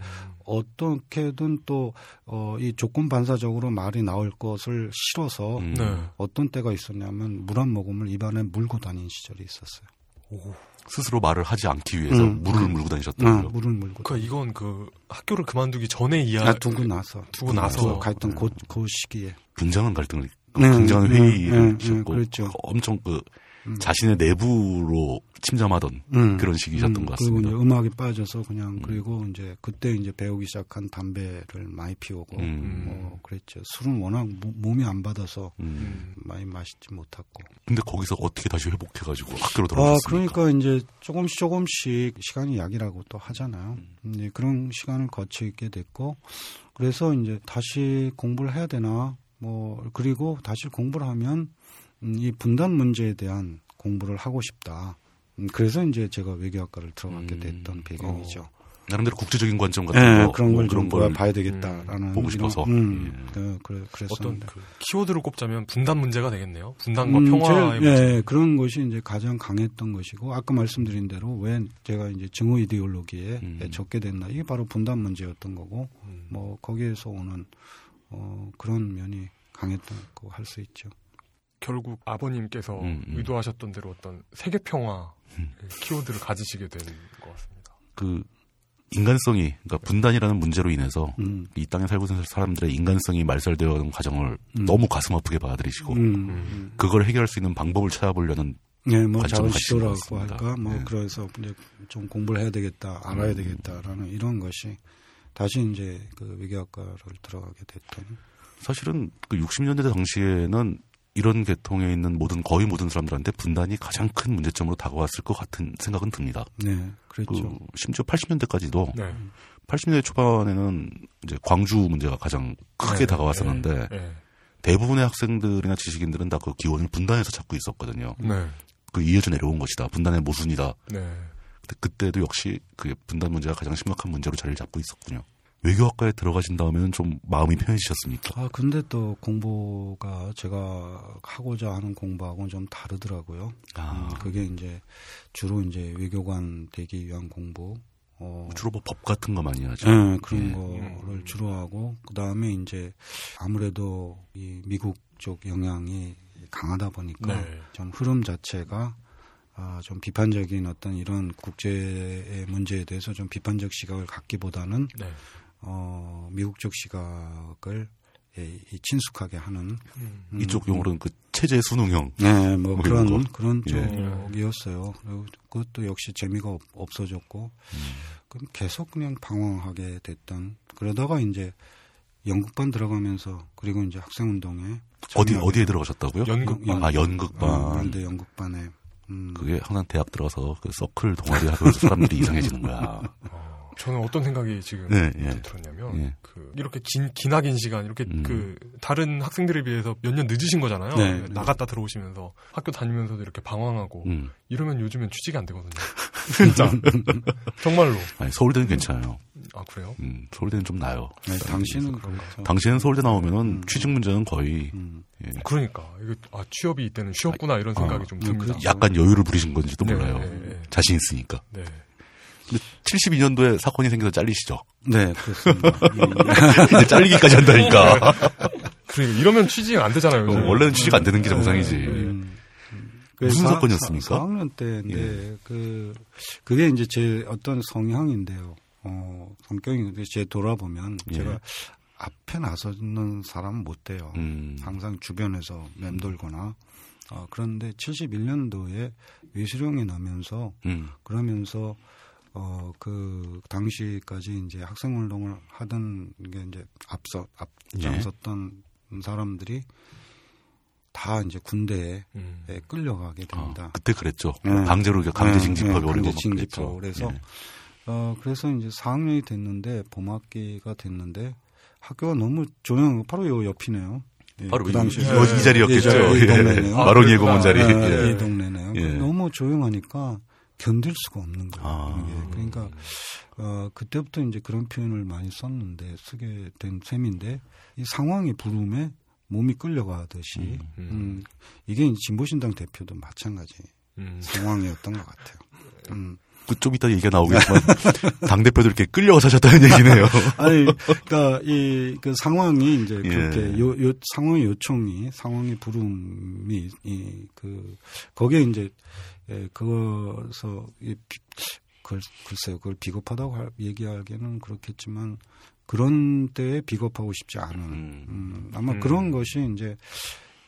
어떻게든 또, 어, 이 조건 반사적으로 말이 나올 것을 싫어서 음. 네. 어떤 때가 있었냐면 물 한 모금을 입안에 물고 다닌 시절이 있었어요. 스스로 말을 하지 않기 위해서 음. 물을 물고 다니셨다고요. 아, 물을 물고. 그러니까 이건 그 학교를 그만두기 전에 이야 아, 두고 나서. 두고 나서. 두고 갔던 그, 그 시기에. 굉장한 갈등을 네, 굉장한 네, 네, 네. 그 회의를 네, 주셨고 그랬죠. 엄청 그 자신의 내부로 침잠하던 음. 그런 시기셨던 음, 것 그리고 같습니다. 이제 음악에 빠져서 그냥 그리고 이제 그때 이제 배우기 시작한 담배를 많이 피우고 음. 뭐 그랬죠. 술은 워낙 모- 몸이 안 받아서 음. 많이 마시지 못했고. 근데 거기서 어떻게 다시 회복해가지고 학교로 아, 돌아왔습니까? 그러니까 이제 조금씩 조금씩 시간이 약이라고 또 하잖아요. 음. 이제 그런 시간을 거치게 됐고, 그래서 이제 다시 공부를 해야 되나, 뭐, 그리고 다시 공부를 하면 음, 이 분단 문제에 대한 공부를 하고 싶다. 음, 그래서 이제 제가 외교학과를 들어가게 음. 됐던 배경이죠. 나름대로 국제적인 관점 같은 예, 거, 그런 뭐 걸 좀 그런 걸 봐야 되겠다라는 보고 이런, 싶어서. 음, 예. 그, 그, 어떤 그랬었는데. 그 키워드를 꼽자면 분단 문제가 되겠네요. 뭐 분단과 음, 평화의 제일, 예, 그런 것이 이제 가장 강했던 것이고 아까 말씀드린 대로 왜 제가 이제 증오 이데올로기에 음. 예, 적게 됐나 이게 바로 분단 문제였던 거고 음. 뭐 거기에서 오는 어, 그런 면이 강했다고 할 수 있죠. 결국 아버님께서 음, 음. 의도하셨던 대로 어떤 세계 평화 그 키워드를 가지시게 된 것 같습니다. 그 인간성이 그러니까 분단이라는 문제로 인해서 음. 이 땅에 살고 있는 사람들의 인간성이 말살되어가는 과정을 음. 너무 가슴 아프게 받아들이시고 음. 음. 그걸 해결할 수 있는 방법을 찾아보려는 네, 뭐 관점 가지신 작은 것 시도라고 같습니다. 할까, 뭐 네. 음. 그래서 이제 좀 공부를 해야 되겠다, 알아야 되겠다라는 이런 것이 다시 이제 그 외교학과를 들어가게 됐던. 사실은 그 60년대 당시에는 이런 계통에 있는 모든 거의 모든 사람들한테 분단이 가장 큰 문제점으로 다가왔을 것 같은 생각은 듭니다. 네, 그 그랬죠. 심지어 80년대까지도 네. 80년대 초반에는 이제 광주 문제가 가장 크게 네, 다가왔었는데 네. 네. 대부분의 학생들이나 지식인들은 다 그 기원을 분단에서 찾고 있었거든요. 네. 그 이어져 내려온 것이다. 분단의 모순이다. 네. 근데 그때도 역시 그 분단 문제가 가장 심각한 문제로 자리를 잡고 있었군요. 외교학과에 들어가신 다음에는 좀 마음이 편해지셨습니까? 아, 근데 또 공부가 제가 하고자 하는 공부하고는 좀 다르더라고요. 아. 음, 그게 이제 주로 이제 외교관 되기 위한 공부. 어, 주로 뭐 법 같은 거 많이 하죠. 예, 그런 예. 거를 주로 하고 그 다음에 이제 아무래도 이 미국 쪽 영향이 강하다 보니까 네. 좀 흐름 자체가 아, 좀 비판적인 어떤 이런 국제의 문제에 대해서 좀 비판적 시각을 갖기보다는 네. 어, 미국 쪽 시각을 예, 이 친숙하게 하는 음. 음, 이쪽 용어로는 그 체제 순응형. 네, 뭐 뭐 그런 이런 그런 예. 쪽이었어요. 그리고 그것도 역시 재미가 없- 없어졌고, 음. 그럼 계속 그냥 방황하게 됐던. 그러다가 이제 연극반 들어가면서 그리고 이제 학생운동에 어디 참여하게- 어디에 들어가셨다고요? 연극 연- 아 어, 연극반. 그런데 연극반에 음, 그게 항상 대학 들어가서 그 서클 동아리 하면서 사람들이 이상해지는 거야. 어, 저는 어떤 생각이 지금 네, 예. 들었냐면 예. 그 이렇게 긴 기나긴 시간 이렇게 음. 그 다른 학생들에 비해서 몇 년 늦으신 거잖아요. 네. 나갔다 들어오시면서 학교 다니면서도 이렇게 방황하고 음. 이러면 요즘엔 취직이 안 되거든요. 진짜 정말로 아니 서울대는 괜찮아요. 아 그래요? 음, 서울대는 좀 나요. 네, 당신은 그렇죠. 당시에는 서울대 나오면은 취직 문제는 거의 음, 예, 그러니까 이거 아 취업이 이때는 쉬었구나 이런 아, 생각이 좀 음, 듭니다. 그렇죠. 약간 여유를 부리신 건지도 네, 몰라요. 네, 네. 자신 있으니까. 네. 72년도에 사건이 생겨서 잘리시죠. 네, 그렇습니다. 예. 이제 잘리기까지 한다니까. 그러니까 이러면 취직 안 되잖아요. 네. 요즘. 어, 원래는 취직 안 되는 게 네. 정상이지. 음. 무슨 사- 사건이었습니까? 예. 사- 4학년 때인데 그 그게 이제 제 어떤 성향인데요. 어, 성격인데 제 돌아보면 예. 제가 앞에 나서는 사람은 못 돼요. 음. 항상 주변에서 맴돌거나 어, 그런데 71년도에 위수령이 나면서 음. 그러면서 어, 그 당시까지 이제 학생 운동을 하던 게 이제 앞서 예. 앞장섰던 사람들이 다 이제 군대에 음. 에 끌려가게 아, 됩니다. 그때 그랬죠. 네. 강제로 이렇게 강제징 네, 집합이 네, 오는 거막 강제징 그랬죠. 집합. 그래서 예. 어 그래서 이제 4학년이 됐는데 봄학기가 됐는데 학교가 너무 조용하고 바로 요 옆이네요. 예, 바로 그 이, 당시에. 이- 예, 이 자리였겠죠. 예, 이 예. 동네네요. 마로니에 아, 공원 자리. 그렇구나. 예. 예, 예. 이 동네네요. 예. 너무 조용하니까 견딜 수가 없는 거예요. 아. 이게. 그러니까 어, 그때부터 이제 그런 표현을 많이 썼는데 쓰게 된 셈인데 이 상황의 부름에 몸이 끌려가듯이 음. 음, 이게 이제 진보신당 대표도 마찬가지 음. 상황이었던 것 같아요. 음. 그 좀 이따 얘기가 나오겠지만 당대표도 이렇게 끌려가 사셨다는 얘기네요. 아니, 그러니까 이 그 상황이 이제 예. 그렇게 요, 요 상황의 요청이 상황의 부름이 이 그 거기에 이제 예, 그거서 이 비- 글, 글쎄요 그걸 비겁하다고 할- 얘기하기는 그렇겠지만 그런 때에 비겁하고 싶지 않은 음. 음, 아마 음. 그런 것이 이제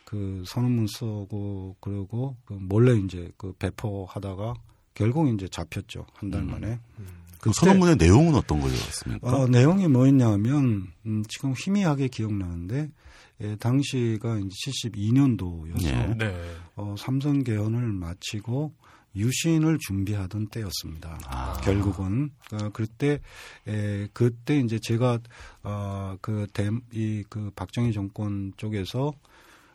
그 선언문 쓰고 그러고 그 몰래 이제 그 배포하다가 결국 이제 잡혔죠 한 달 음. 만에. 음. 그 선언문의 내용은 어떤 거였습니까? 어, 내용이 뭐였냐면 음, 지금 희미하게 기억나는데 예, 당시가 이제 72년도여서 예. 네. 어, 삼선 개헌을 마치고 유신을 준비하던 때였습니다. 아. 결국은 어, 그때 에, 그때 이제 제가 어, 그이그 박정희 정권 쪽에서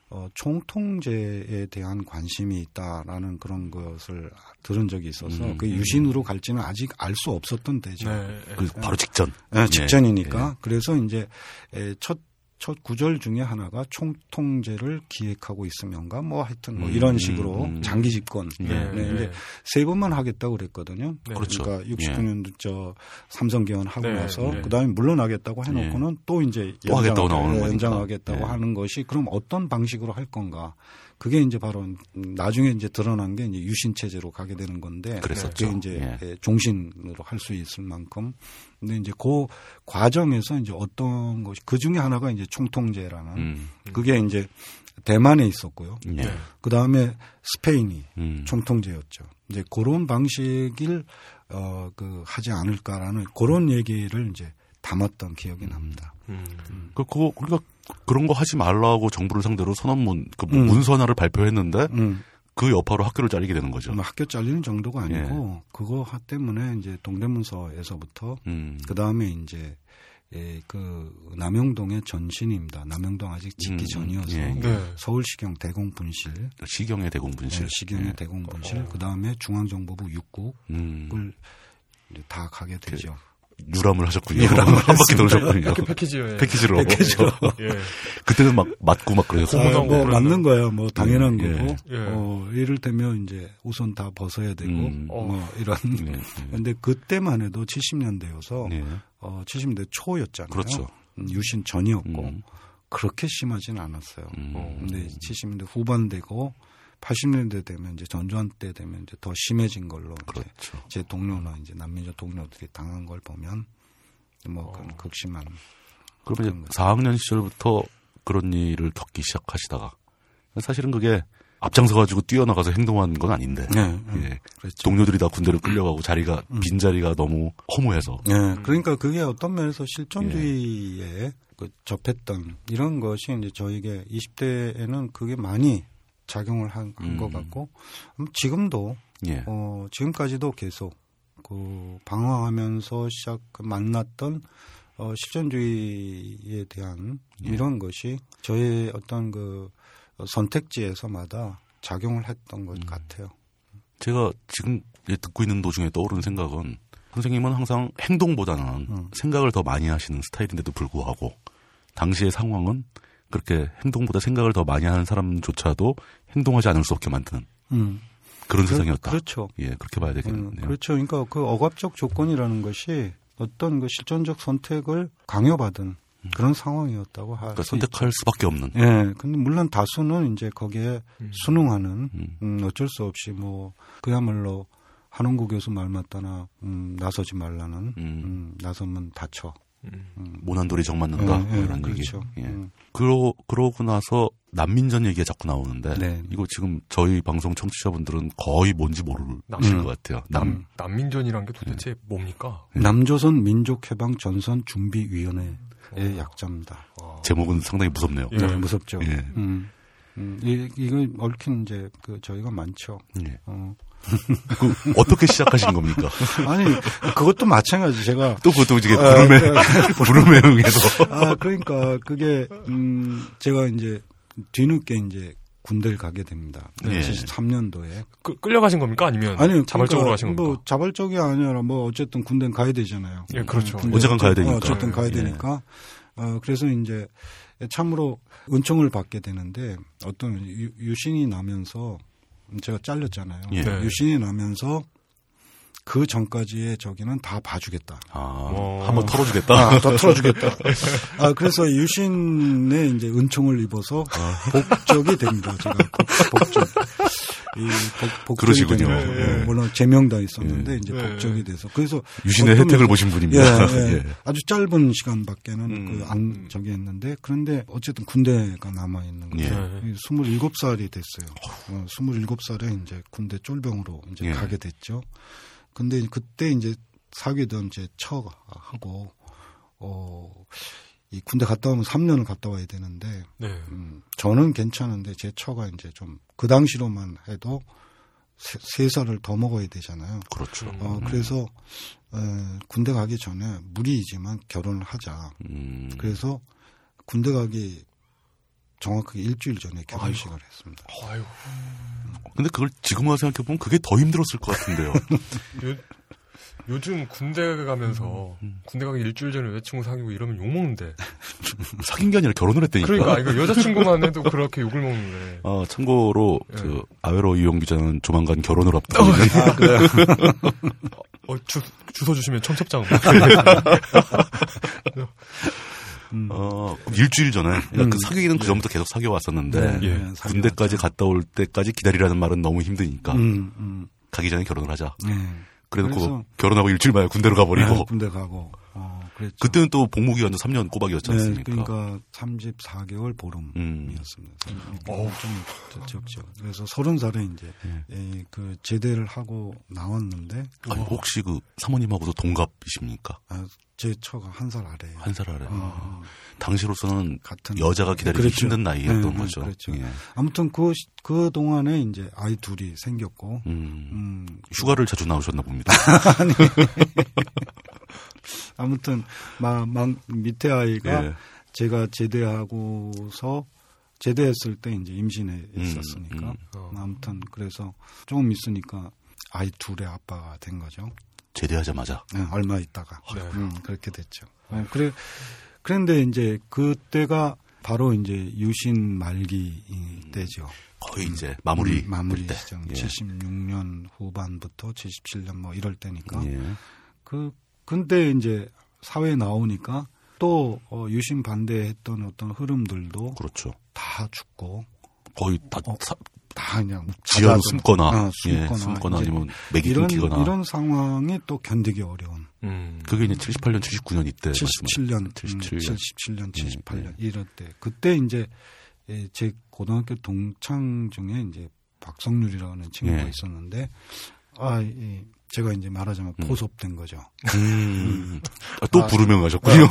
어, 총통제에 대한 관심이 있다라는 그런 것을 들은 적이 있어서 음. 그 유신으로 갈지는 아직 알 수 없었던 때죠. 네. 네. 그 바로 직전. 아, 예. 직전이니까. 그래서 이제 에, 첫, 첫 구절 중에 하나가 총통제를 기획하고 있으면가 뭐 하여튼 뭐 음, 이런 식으로 음, 음. 장기 집권. 예. 네. 네, 네. 근데 세 번만 하겠다고 그랬거든요. 네. 그렇죠. 러니까 69년도 저 삼성 개헌 하고 네, 나서 네. 그다음에 물러나겠다고 해놓고는 또 이제 예. 또 하겠다고 연장- 나오는 거니까. 연장하겠다고 네. 하는 것이 그럼 어떤 방식으로 할 건가 그게 이제 바로 나중에 이제 드러난 게 이제 유신 체제로 가게 되는 건데 그랬었죠. 그게 이제 예. 예, 종신으로 할 수 있을 만큼 근데 이제 그 과정에서 이제 어떤 것이 그 중에 하나가 이제 총통제라는 음. 그게 이제 대만에 있었고요. 네. 예. 그 다음에 스페인이 음. 총통제였죠. 이제 그런 방식을 어, 그 하지 않을까라는 그런 얘기를 이제 담았던 기억이 납니다. 음. 그, 그거, 그러니까 그런 거 하지 말라고 정부를 상대로 선언문, 그뭐 음. 문서나를 발표했는데 음, 그 여파로 학교를 자르게 되는 거죠. 뭐 학교 잘리는 정도가 예. 아니고 그거 하- 때문에 이제 동대문서에서부터 음. 그 다음에 이제 예, 그 남영동의 전신입니다. 남영동 아직 짓기 음, 전이어서 예, 네. 서울시경 대공분실, 그러니까 시경의 대공분실. 네, 시경의 예. 대공분실, 그 다음에 중앙정보부 육국을 음. 그 이제 다 가게 되죠. 유람을 하셨군요. 한 바퀴 돌으셨군요. 학교 그 패키지에 패키지로. 예. 그때는 막 맞고 막 음. 공부 그러셨어요. 공부도 아, 뭐 그러면. 맞는 거예요. 뭐 당연한 예. 거고. 예. 어, 이를테면 이제 옷은 다 벗어야 되고 음. 뭐 이런. 예, 예. 근데 그때만 해도 70년대여서 예. 어, 70년대 초였잖아요. 그렇죠. 음, 유신 전이었고 음. 그렇게 심하진 않았어요. 음. 근데 70년대 후반 되고 80년대 되면 이제 전두환 때 되면 이제 더 심해진 걸로 이제 그렇죠. 제 동료나 이제 난민족 동료들이 당한 걸 보면 뭐 그런 어. 극심한 그러면 그런 이제 4학년 시절부터 그런 일을 겪기 시작하시다가 사실은 그게 앞장서 가지고 뛰어나가서 행동한 건 아닌데 네, 음, 예. 그랬죠. 동료들이 다 군대를 끌려가고 자리가 빈 자리가 너무 허무해서 예, 그러니까 그게 어떤 면에서 실존주의에 예. 그 접했던 이런 것이 이제 저에게 20대에는 그게 많이 작용을 한 것 음. 같고 음, 지금도 예. 어, 지금까지도 계속 그 방황하면서 시작 그 만났던 어, 실존주의에 대한 예. 이런 것이 저의 어떤 그 선택지에서마다 작용을 했던 음. 것 같아요. 제가 지금 이제 듣고 있는 도중에 떠오르는 생각은 선생님은 항상 행동보다는 음. 생각을 더 많이 하시는 스타일인데도 불구하고 당시의 상황은 그렇게 행동보다 생각을 더 많이 하는 사람조차도 행동하지 않을 수 없게 만드는 음. 그런 그- 세상이었다. 그렇죠. 예, 그렇게 봐야 음, 되겠네요. 그렇죠. 그러니까 그 억압적 조건이라는 것이 어떤 그 실존적 선택을 강요받은 그런 상황이었다고 할 음. 그러니까 수 있- 선택할 수밖에 없는. 예, 근데 물론 다수는 이제 거기에 순응하는 음. 음, 어쩔 수 없이 뭐 그야말로 한홍구 교수 말 맞다나 음, 나서지 말라는 음. 음, 나서면 다쳐. 음. 모난돌이 정 맞는다 예, 뭐 예, 이런 그렇죠. 얘기. 예. 음. 그러 그러고 나서 난민전 얘기가 자꾸 나오는데 네. 이거 지금 저희 방송 청취자분들은 거의 뭔지 모르실 남- 것 같아요. 남 음. 난민전이란 게 도대체 뭡니까? 예. 남조선 민족해방 전선 준비 위원회의 약자입니다. 와. 제목은 상당히 무섭네요. 예. 네, 무섭죠. 예. 음. 음, 이, 이거 얽힌 이제 그 저희가 많죠. 예. 어. 그 어떻게 시작하신 겁니까? 아니 그것도 마찬가지 제가 또 그것도 이제 아, 부름의 부름의 응에서 아 그러니까 그게 음 제가 이제 뒤늦게 이제 군대를 가게 됩니다. 예. 73년도에 그, 끌려가신 겁니까? 아니면 아니 자발적으로 그러니까 가신 겁니까? 뭐 자발적이 아니라 뭐 어쨌든 군대는 가야 되잖아요. 예, 그렇죠. 군대 어쨌건 가야 어쨌- 되니까. 어, 어쨌든 가야 예. 되니까. 어, 그래서 이제 참으로 은총을 받게 되는데 어떤 유- 유신이 나면서 제가 잘렸잖아요. 예. 네. 유신이 나면서 그 전까지의 저기는 다 봐주겠다. 아, 어. 한번 털어주겠다. 아, 다 틀어주겠다. 아, 그래서 유신의 이제 은총을 입어서 아. 복적이 됩니다. 제가 복, 복적. 이 복, 복적이 그러시군요. 되는 거고, 예. 물론 제명당 있었는데 예. 이제 예. 복적이 돼서 그래서 유신의 어쩌면- 혜택을 보신 예, 분입니다. 예. 예. 아주 짧은 시간밖에는 음. 그안 저기 했는데 그런데 어쨌든 군대가 남아 있는 거죠. 예. 네. 이 27살이 됐어요. 어, 27살에 이제 군대 쫄병으로 이제 예. 가게 됐죠. 근데 그때 이제 사귀던 제 처하고 어, 이 군대 갔다 오면 3년을 갔다 와야 되는데 네. 음, 저는 괜찮은데 제 처가 이제 좀 그 당시로만 해도 세, 세 살을 더 먹어야 되잖아요. 그렇죠. 어, 그래서 어, 군대 가기 전에 무리이지만 결혼을 하자. 음, 그래서 군대 가기 정확하게 일주일 전에 결혼식을 했습니다. 아유. 근데 그걸 지금 와서 생각해 보면 그게 더 힘들었을 것 같은데요. 요, 요즘 군대 음, 가면서 군대 가기 일주일 전에 여자친구 사귀고 이러면 욕 먹는데. 사귄 게 아니라 결혼을 했다니까. 그러니까 이거 여자친구만 해도 그렇게 욕을 먹는데. 어, 참고로 예. 그 아웨로 이용 기자는 조만간 결혼을 어, 앞두고 있는 예. 네. 그러니까. 어, 주, 주소 주시면 청첩장. 어, 그럼 일주일 전에 그러니까 음. 그 사귀기는 그 전부터 계속 사귀어 왔었는데 네. 예. 군대까지 갔다 올 때까지 기다리라는 말은 너무 힘드니까 음, 음. 가기 전에 결혼을 하자. 예. 그래놓고 그래서- 결혼하고 일주일 만에 군대로 가버리고 네, 군대 가고. 어, 그랬죠. 그때는 또 복무기 완전 3년 꼬박이었지 네, 않습니까? 그러니까 34개월 음. 보름이었습니다. 어우, 좀 적죠. 그래서 30살에 이제 예, 그 제대를 하고 나왔는데 네. 아니 혹시 그 사모님하고도 동갑이십니까? 아, 제 처가 한 살 아래예요. 한 살 아래. 당시로서는 같은 여자가 기다리기 어. 그렇죠. 힘든 나이였던 네, 네, 거죠. 그렇죠. 예. 아무튼 그 그 동안에 이제 아이 둘이 생겼고 음, 음, 휴가를 자주 나오셨나 봅니다. 아무튼 막, 막 밑에 아이가 예. 제가 제대하고서 제대했을 때 이제 임신해 있었으니까 음, 어. 아무튼 그래서 조금 있으니까 아이 둘의 아빠가 된 거죠. 제대하자마자 네, 얼마 있다가 아, 네. 음, 그렇게 됐죠. 네, 그래 그런데 이제 그때가 바로 이제 유신 말기 이 때죠. 거의 이제 마무리 음, 마무리 될 때. 시점 예. 76년 후반부터 77년 뭐 이럴 때니까 예. 그 근데 이제 사회에 나오니까 또 어, 유신 반대했던 어떤 흐름들도 그렇죠. 다 죽고 거의 다 사- 다 그냥 지하로 가다듬- 숨거나, 어, 예, 숨거나, 숨거나 이제 아니면 맥이 이런 끊기거나. 이런 상황이 또 견디기 어려운 음. 그게 이제 78년, 79년 이때 77년, 77 년. 네, 77년, 78년 이럴 때 그때 이제 예, 제 고등학교 동창 중에 이제 박성률이라는 친구가 예. 있었는데 아 이, 제가 이제 말하자면 음. 포섭된 거죠. 음. 아, 또 부르면 가셨군요.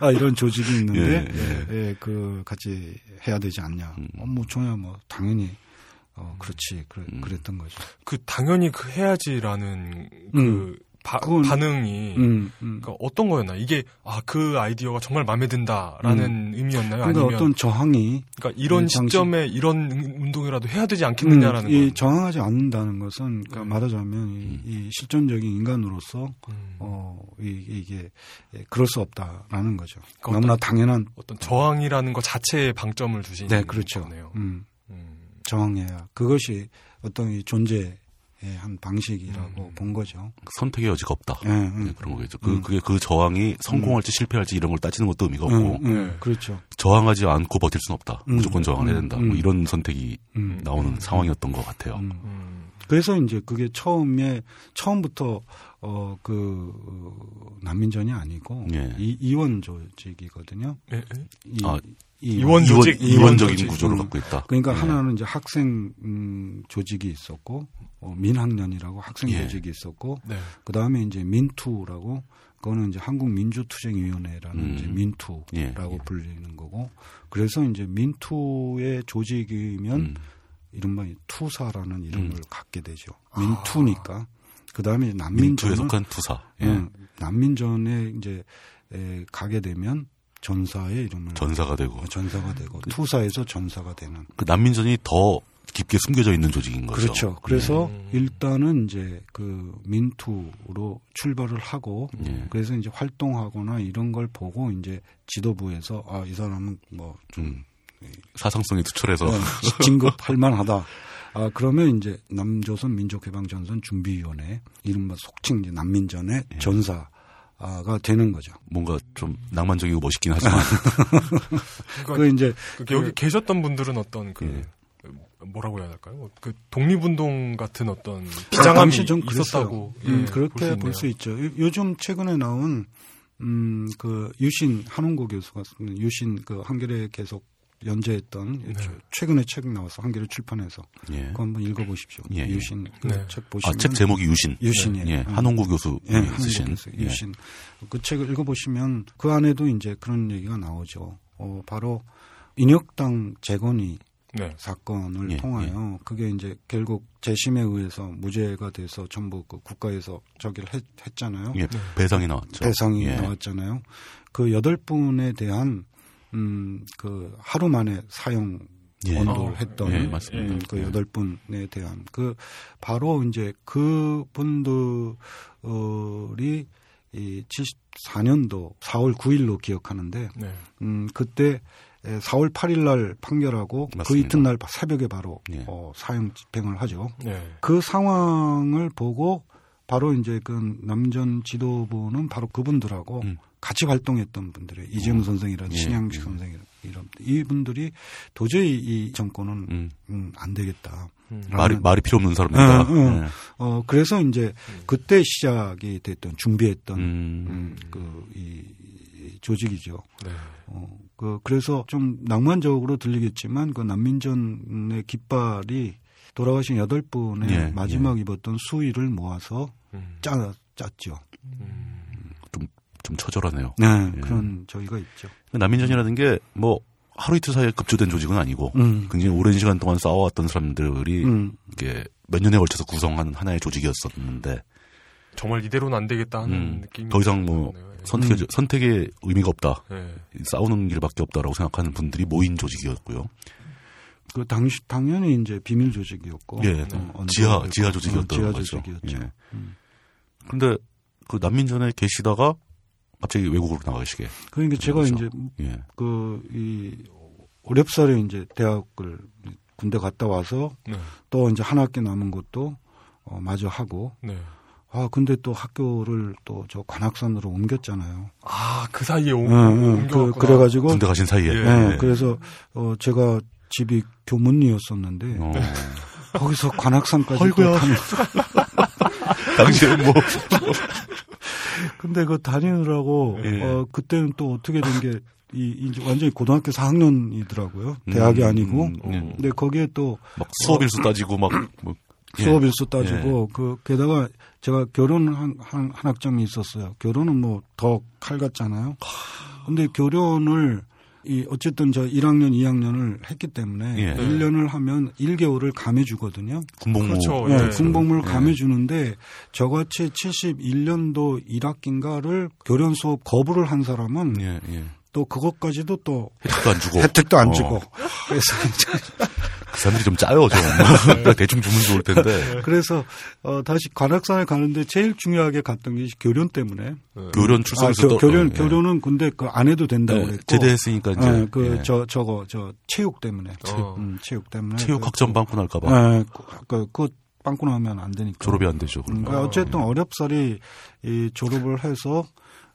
아 이런 조직이 있는데 예, 예, 그 같이 해야 되지 않냐. 음. 어, 뭐 종야 뭐 당연히 어 그렇지 그래, 음. 그랬던 거죠. 그 당연히 그 해야지라는 그 음. 바, 그건- 능이 음, 음. 그러니까 어떤 거였나 이게 아 그 아이디어가 정말 마음에 든다라는 의미였나요? 그러니까 아니면 어떤 저항이 그러니까 이런 음, 당시- 시점에 이런 운동이라도 해야 되지 음, 않겠느냐라는 이 거. 저항하지 않는다는 것은 그러니까 음. 말하자면 이, 음. 이 실존적인 인간으로서 음, 어 이, 이게 예, 그럴 수 없다라는 거죠. 그러니까 너무나 당연한 어떤 저항이라는 것 자체에 방점을 두신 네 그렇죠. 거네요. 음, 음, 저항해야 그것이 어떤 이 존재의 한 방식이라고 음. 본 거죠. 선택의 여지가 없다. 예, 음. 네, 그런 거겠죠. 그, 음. 그게 그 저항이 성공할지 실패할지 이런 걸 따지는 것도 의미가 없고, 음, 네. 음, 그렇죠. 저항하지 않고 버틸 수는 없다. 음. 무조건 저항을 해야 음. 된다. 음. 뭐 이런 선택이 음. 나오는 상황이었던 것 같아요. 음. 음, 그래서 이제 그게 처음에 처음부터 어 그 난민전이 아니고 네. 예. 이, 이원 조직이거든요. 예, 예? 이, 아, 이- 이원, 이원 조직, 적인 이원 조직. 구조를 음. 갖고 있다. 그러니까 예. 하나는 이제 학생 음, 조직이 있었고 어, 민학년이라고 학생 예. 조직이 있었고 네. 그 다음에 이제 민투라고 그거는 이제 한국민주투쟁위원회라는 음. 이제 민투라고 예. 불리는 거고 그래서 이제 민투의 조직이면 음. 이른바 이 투사라는 이름을 갖게 되죠. 아. 민투니까. 그 다음에 민투에 난민전은 속한 투사. 예. 음, 난민전에 이제 에, 가게 되면 전사의 이름을 전사가 그 되고. 어, 전사가 되고 투사에서 전사가 되는 그 난민전이 더 깊게 숨겨져 있는 조직인 거죠. 네. 그렇죠. 그래서 음. 일단은 이제 그 민투로 출발을 하고 예. 그래서 이제 활동하거나 이런 걸 보고 이제 지도부에서 아 이 사람은 뭐좀 음. 사상성에 투철해서 네. 진급할 만하다. 아, 그러면 이제 남조선 민족해방전선 준비위원회, 이른바 속칭 이제 난민전의 네. 전사가 되는 거죠. 뭔가 좀 낭만적이고 멋있긴 하지만 그러니까 그 예. 이제 그 여기 계셨던 분들은 어떤 그 뭐라고 해야 할까요? 그 독립운동 같은 어떤 비장함이 아, 당시 좀 그랬어요. 있었다고 음, 예, 그렇게 볼수 볼 수 있네요. 있죠. 요- 요즘 최근에 나온 음, 그 유신 한홍구 교수가 쓴 유신 그 한겨레 계속 연재했던 네. 최- 최근에 책 나와서 한겨레 출판해서 예. 그거 한번 읽어보십시오. 예, 예. 유신 그 네. 책 보시면 아책 제목이 유신. 유신이에요. 예. 음. 한홍구 교수 예, 예, 쓰신 한국에서 유신 그 책을 읽어보시면 그 안에도 이제 그런 얘기가 나오죠. 어, 바로 인혁당 재건이 네. 사건을 예, 통하여 그게 이제 결국 재심에 의해서 무죄가 돼서 전부 그 국가에서 저기를 했, 잖아요 예. 네. 예. 배상이 나왔죠. 배상이 예. 나왔잖아요. 그 여덟 분에 대한 음, 그 하루 만에 사형 예. 원도를 어, 했던 예, 맞습니다. 음, 그 예. 여덟 분에 대한 그 바로 이제 그 분들이 이 74년도 4월 9일로 기억하는데 네. 음 그때 에, 4월 8일 날 판결하고 그 맞습니다. 이튿날 새벽에 바로 예. 어, 사형 집행을 하죠. 네. 그 상황을 보고 바로 이제 그 남전 지도부는 바로 그분들하고 음. 같이 활동했던 분들이 이재용 선생이라든지 예, 신양식 예. 선생 이런 이분들이 도저히 이 정권은 음. 음, 안 되겠다. 음. 말이 라는- 말이 필요 없는 사람이다. 응, 응. 네. 어 그래서 이제 그때 시작이 됐던 준비했던 음. 음, 그이 조직이죠. 네. 어, 그, 그래서 좀 낭만적으로 들리겠지만 그 난민전의 깃발이 돌아가신 여덟 분의 예, 마지막 입었던 수의를 모아서 음. 짜, 짰죠. 음. 좀 처절하네요. 네, 예. 그런 저희가 있죠. 난민전이라는 게 뭐 하루 이틀 사이에 급조된 조직은 아니고 음, 굉장히 오랜 시간 동안 싸워왔던 사람들이 음, 이게 몇 년에 걸쳐서 구성하는 하나의 조직이었었는데 정말 이대로는 안 되겠다 하는 음. 느낌이 더 이상 뭐 드네요. 예. 선택의 음. 선택의 의미가 없다. 예. 싸우는 길밖에 없다라고 생각하는 분들이 모인 조직이었고요. 어, 그 당시, 당연히 이제 비밀 조직이었고. 어, 예. 언론도 지하 있고, 어, 지하 조직이었던 지하 거죠. 조직이었죠. 예. 음. 근데 그 난민전에 계시다가 갑자기 외국으로 나가시게. 그러니까 제가 그렇죠. 이제 예. 그, 이, 어렵사리 이제 대학을 군대 갔다 와서 네. 또 이제 한 학기 남은 것도 어, 마저 하고 네. 아, 근데 또 학교를 또 저 관악산으로 옮겼잖아요. 아, 그 사이에 오, 응, 응. 그, 옮겨갔구나. 그래가지고, 군대 가신 사이에. 예. 네, 예. 그래서, 어, 제가 집이 교문리였었는데, 어. 거기서 관악산까지 또 아이고야. 다니, 당시에는 뭐 근데 그 다니느라고, 예. 어, 그때는 또 어떻게 된 게, 이, 이제 완전히 고등학교 4학년이더라고요. 대학이 음, 아니고. 음, 예. 근데 거기에 또 막 수업 일수 따지고 막 뭐, 예. 수업 일수 따지고, 그, 게다가 제가 결혼한, 한, 한 학점이 있었어요. 결혼은 뭐 더 칼 같잖아요. 근데 결혼을, 이, 어쨌든 저 1학년, 2학년을 했기 때문에 예. 1년을 하면 1개월을 감해주거든요. 군복무. 그렇죠. 예, 예. 군복무를 예. 감해주는데 저같이 71년도 1학기인가를 결혼 수업 거부를 한 사람은 예, 예. 또 그것까지도 또 혜택도 안 주고. 혜택도 안 어, 주고. 그래서 이제 그 사람들이 좀 짜요, 좀. 대충 주면 좋을 텐데. 그래서 어, 다시 관악산에 가는데 제일 중요하게 갔던 게 교련 때문에 네. 교련 아, 출석에서 교, 교련, 교련은 근데 그 안 해도 된다고 그랬고. 예. 네. 제대했으니까 이제 예, 그, 예. 어. 저, 저거, 저, 체육 때문에. 체육. 음, 체육 때문에. 체육 학점 빵꾸 날까 봐 예, 그, 그, 그거 빵꾸 나면 안 되니까. 졸업이 안 되죠. 그러면. 음, 그러니까 어쨌든 어렵사리 이 졸업을 해서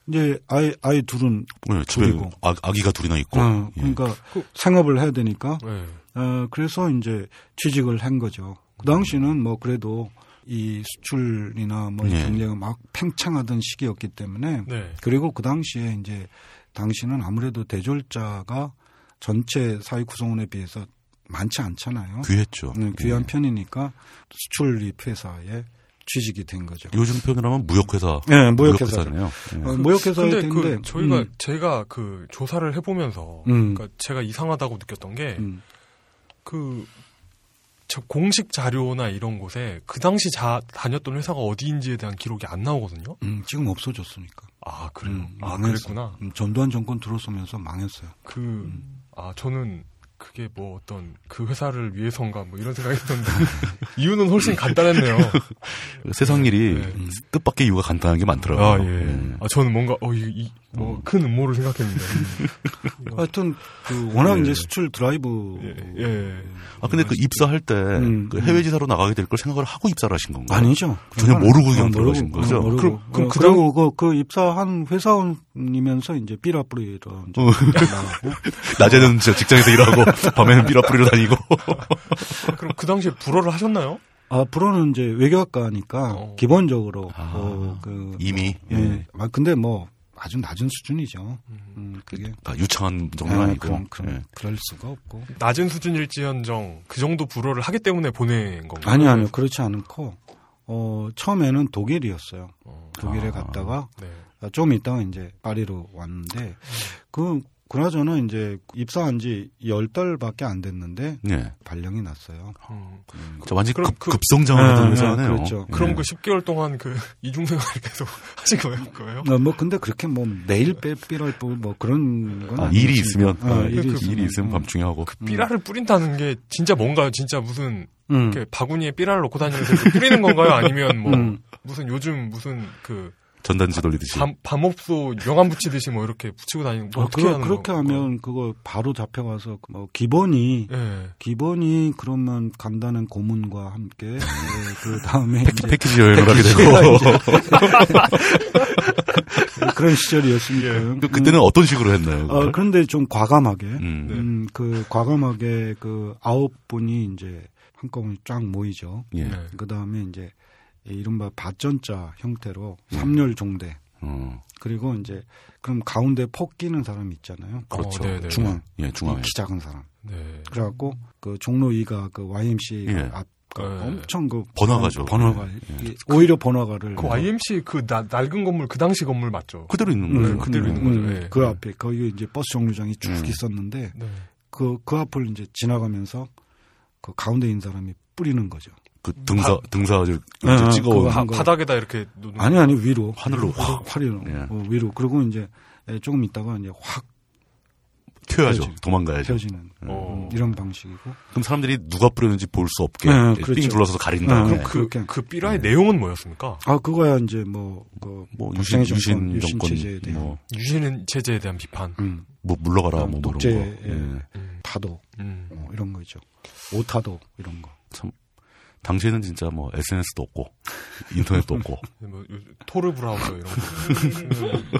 이제 아이, 아이 둘은. 예, 집에 그리고. 아, 아기가 둘이나 있고. 어, 예. 그러니까 생업을 해야 되니까. 네. 어, 그래서 이제 취직을 한 거죠. 그 당시는 뭐 그래도 이 수출이나 뭐 예. 경제가 막 팽창하던 시기였기 때문에 네. 그리고 그 당시에 이제 당시는 아무래도 대졸자가 전체 사회 구성원에 비해서 많지 않잖아요. 귀했죠. 네, 귀한 예. 편이니까 수출입 회사에 취직이 된 거죠. 예. 요즘 표현을 하면 무역회사. 네, 무역회사죠. 무역회사네요. 예. 어, 무역회사에 근데 됐는데 그 저희가 음, 제가 그 조사를 해보면서 음. 그러니까 제가 이상하다고 느꼈던 게 음, 그, 저 공식 자료나 이런 곳에 그 당시 자, 다녔던 회사가 어디인지에 대한 기록이 안 나오거든요. 음, 지금 없어졌으니까. 아, 그래요? 음, 아, 망했어. 그랬구나. 음, 전두환 정권 들어서면서 망했어요. 그, 아, 저는 그게 뭐 어떤 그 회사를 위해서인가 뭐 이런 생각이 했던데 이유는 훨씬 간단했네요. 세상 일이 네. 뜻밖의 이유가 간단한 게 많더라고요. 아, 예. 아, 저는 뭔가, 어, 이, 이 뭐, 큰 음모를 생각했는데. 하여튼 그 워낙 예. 이제 수출 드라이브 어. 예, 예. 아, 근데 그 입사할 때 음, 그 해외 지사로 나가게 될 걸 생각을 하고 입사를 하신 건가요? 아니죠. 전혀 그건 모르고 아니죠. 그냥 어, 들어가신 모르고, 거죠? 어, 모르고. 그럼- 그럼 어, 그 그리고 그, 그 입사한 회사원이면서 이제 삐라뿌리로 이제 나가고 어, 낮에는 저 직장에서 일하고 밤에는 삐라뿌리로 다니고. 아, 그럼 그 당시에 불어를 하셨나요? 아 불어는 이제 외교학과니까 어. 기본적으로 아. 어, 그 이미 예. 예. 아 근데 뭐 아주 낮은 수준이죠. 음, 그게 아, 유창한 정도는 아, 아니고. 그럼, 그럼 예. 그럴 수가 없고 낮은 수준일지언정 그 정도 불어를 하기 때문에 보낸 건가요? 아니 아니요 그렇지 않고 어 처음에는 독일이었어요. 어, 독일에 아. 갔다가 네. 아, 좀 있다가 이제 파리로 왔는데 그 그나저나 이제 입사한 지 열달밖에안 됐는데 예. 발령이 났어요. 음. 저 완전 그럼 급, 그- 급성장을 하던 네, 회사네요. 그렇죠. 예. 그럼 그 10개월 동안 그 이중생활을 계속 하신 거예요? 그거예요? 어, 뭐 근데 그렇게 뭐 매일 빼삐랄 뭐 그런 건 아, 아니었으니까. 일이 있으면 어, 예. 일이 일이, 있으면. 있으면 밤중에 하고. 음. 삐라를 뿌린다는 게 진짜 뭔가요? 진짜 무슨 음. 이렇게 바구니에 삐라를 넣고 다니면서 이렇게 뿌리는 건가요? 아니면 뭐 음. 무슨 요즘 무슨 그 전단지 돌리듯이. 밤, 밤업소 명함 붙이듯이 뭐 이렇게 붙이고 다니는 뭐 아, 어떻게 그러, 하는 그렇게 거- 하면 그거 바로 잡혀가서 뭐 기본이 예. 기본이 그러면 간단한 고문과 함께 예, 그 다음에 패키, 이제 패키지 여행을 하게 패키지가 되고. 그런 시절이었으니까요. 그, 때는 어떤 식으로 했나요? 어, 그걸? 그런데 좀 과감하게 음. 네. 음, 그 과감하게 그 아홉 분이 이제 한꺼번에 쫙 모이죠. 예. 네. 그 다음에 이제 이른바 밭전자 형태로 음. 삼열 종대 어, 그리고 이제 그럼 가운데 폭 끼는 사람 있잖아요. 그렇죠. 어, 네네. 중앙 예, 중앙에. 키 작은 사람. 네. 그래갖고 그 종로 2가 그 YMC 예. 앞 예. 엄청 그 번화가죠. 예. 번화가 이게 오히려 번화가를 그 YMC 그 나- 낡은 건물 그 당시 건물 맞죠? 그대로 있는 음, 거예요. 네, 그대로 있는 거죠. 예. 그 앞에 거기 이제 버스 정류장이 쭉 음. 있었는데 네. 그 그 앞을 이제 지나가면서 그 가운데 있는 사람이 뿌리는 거죠. 그 등사, 등사 아주 아, 찍어. 그거 온 바, 한 거. 바닥에다 이렇게 놓는 아니 아니 위로 하늘로 확. 화리로 예. 어, 위로 그리고 이제 예, 조금 있다가 이제 확 튀어야죠. 펴지. 도망가야죠. 예. 펴지는 어. 음, 이런 방식이고 그럼 사람들이 누가 뿌렸는지 볼 수 없게 네, 삥 그렇죠. 둘러서 가린 네, 다음에 그럼 그, 그렇게. 그 삐라의 내용은 뭐였습니까? 아 그거야 이제 뭐그 뭐 유신, 박정희 정권, 유신 유신 체제에 정권 대한 뭐, 유신 체제에 대한 비판. 음, 뭐 물러가라 뭐 독재 그런 거. 예. 예. 음. 타도 음. 뭐 이런 거죠. 오타도 이런 거. 당시에는 진짜 뭐 SNS도 없고 인터넷도 없고 뭐, 요- 토르 브라우저 이런 거.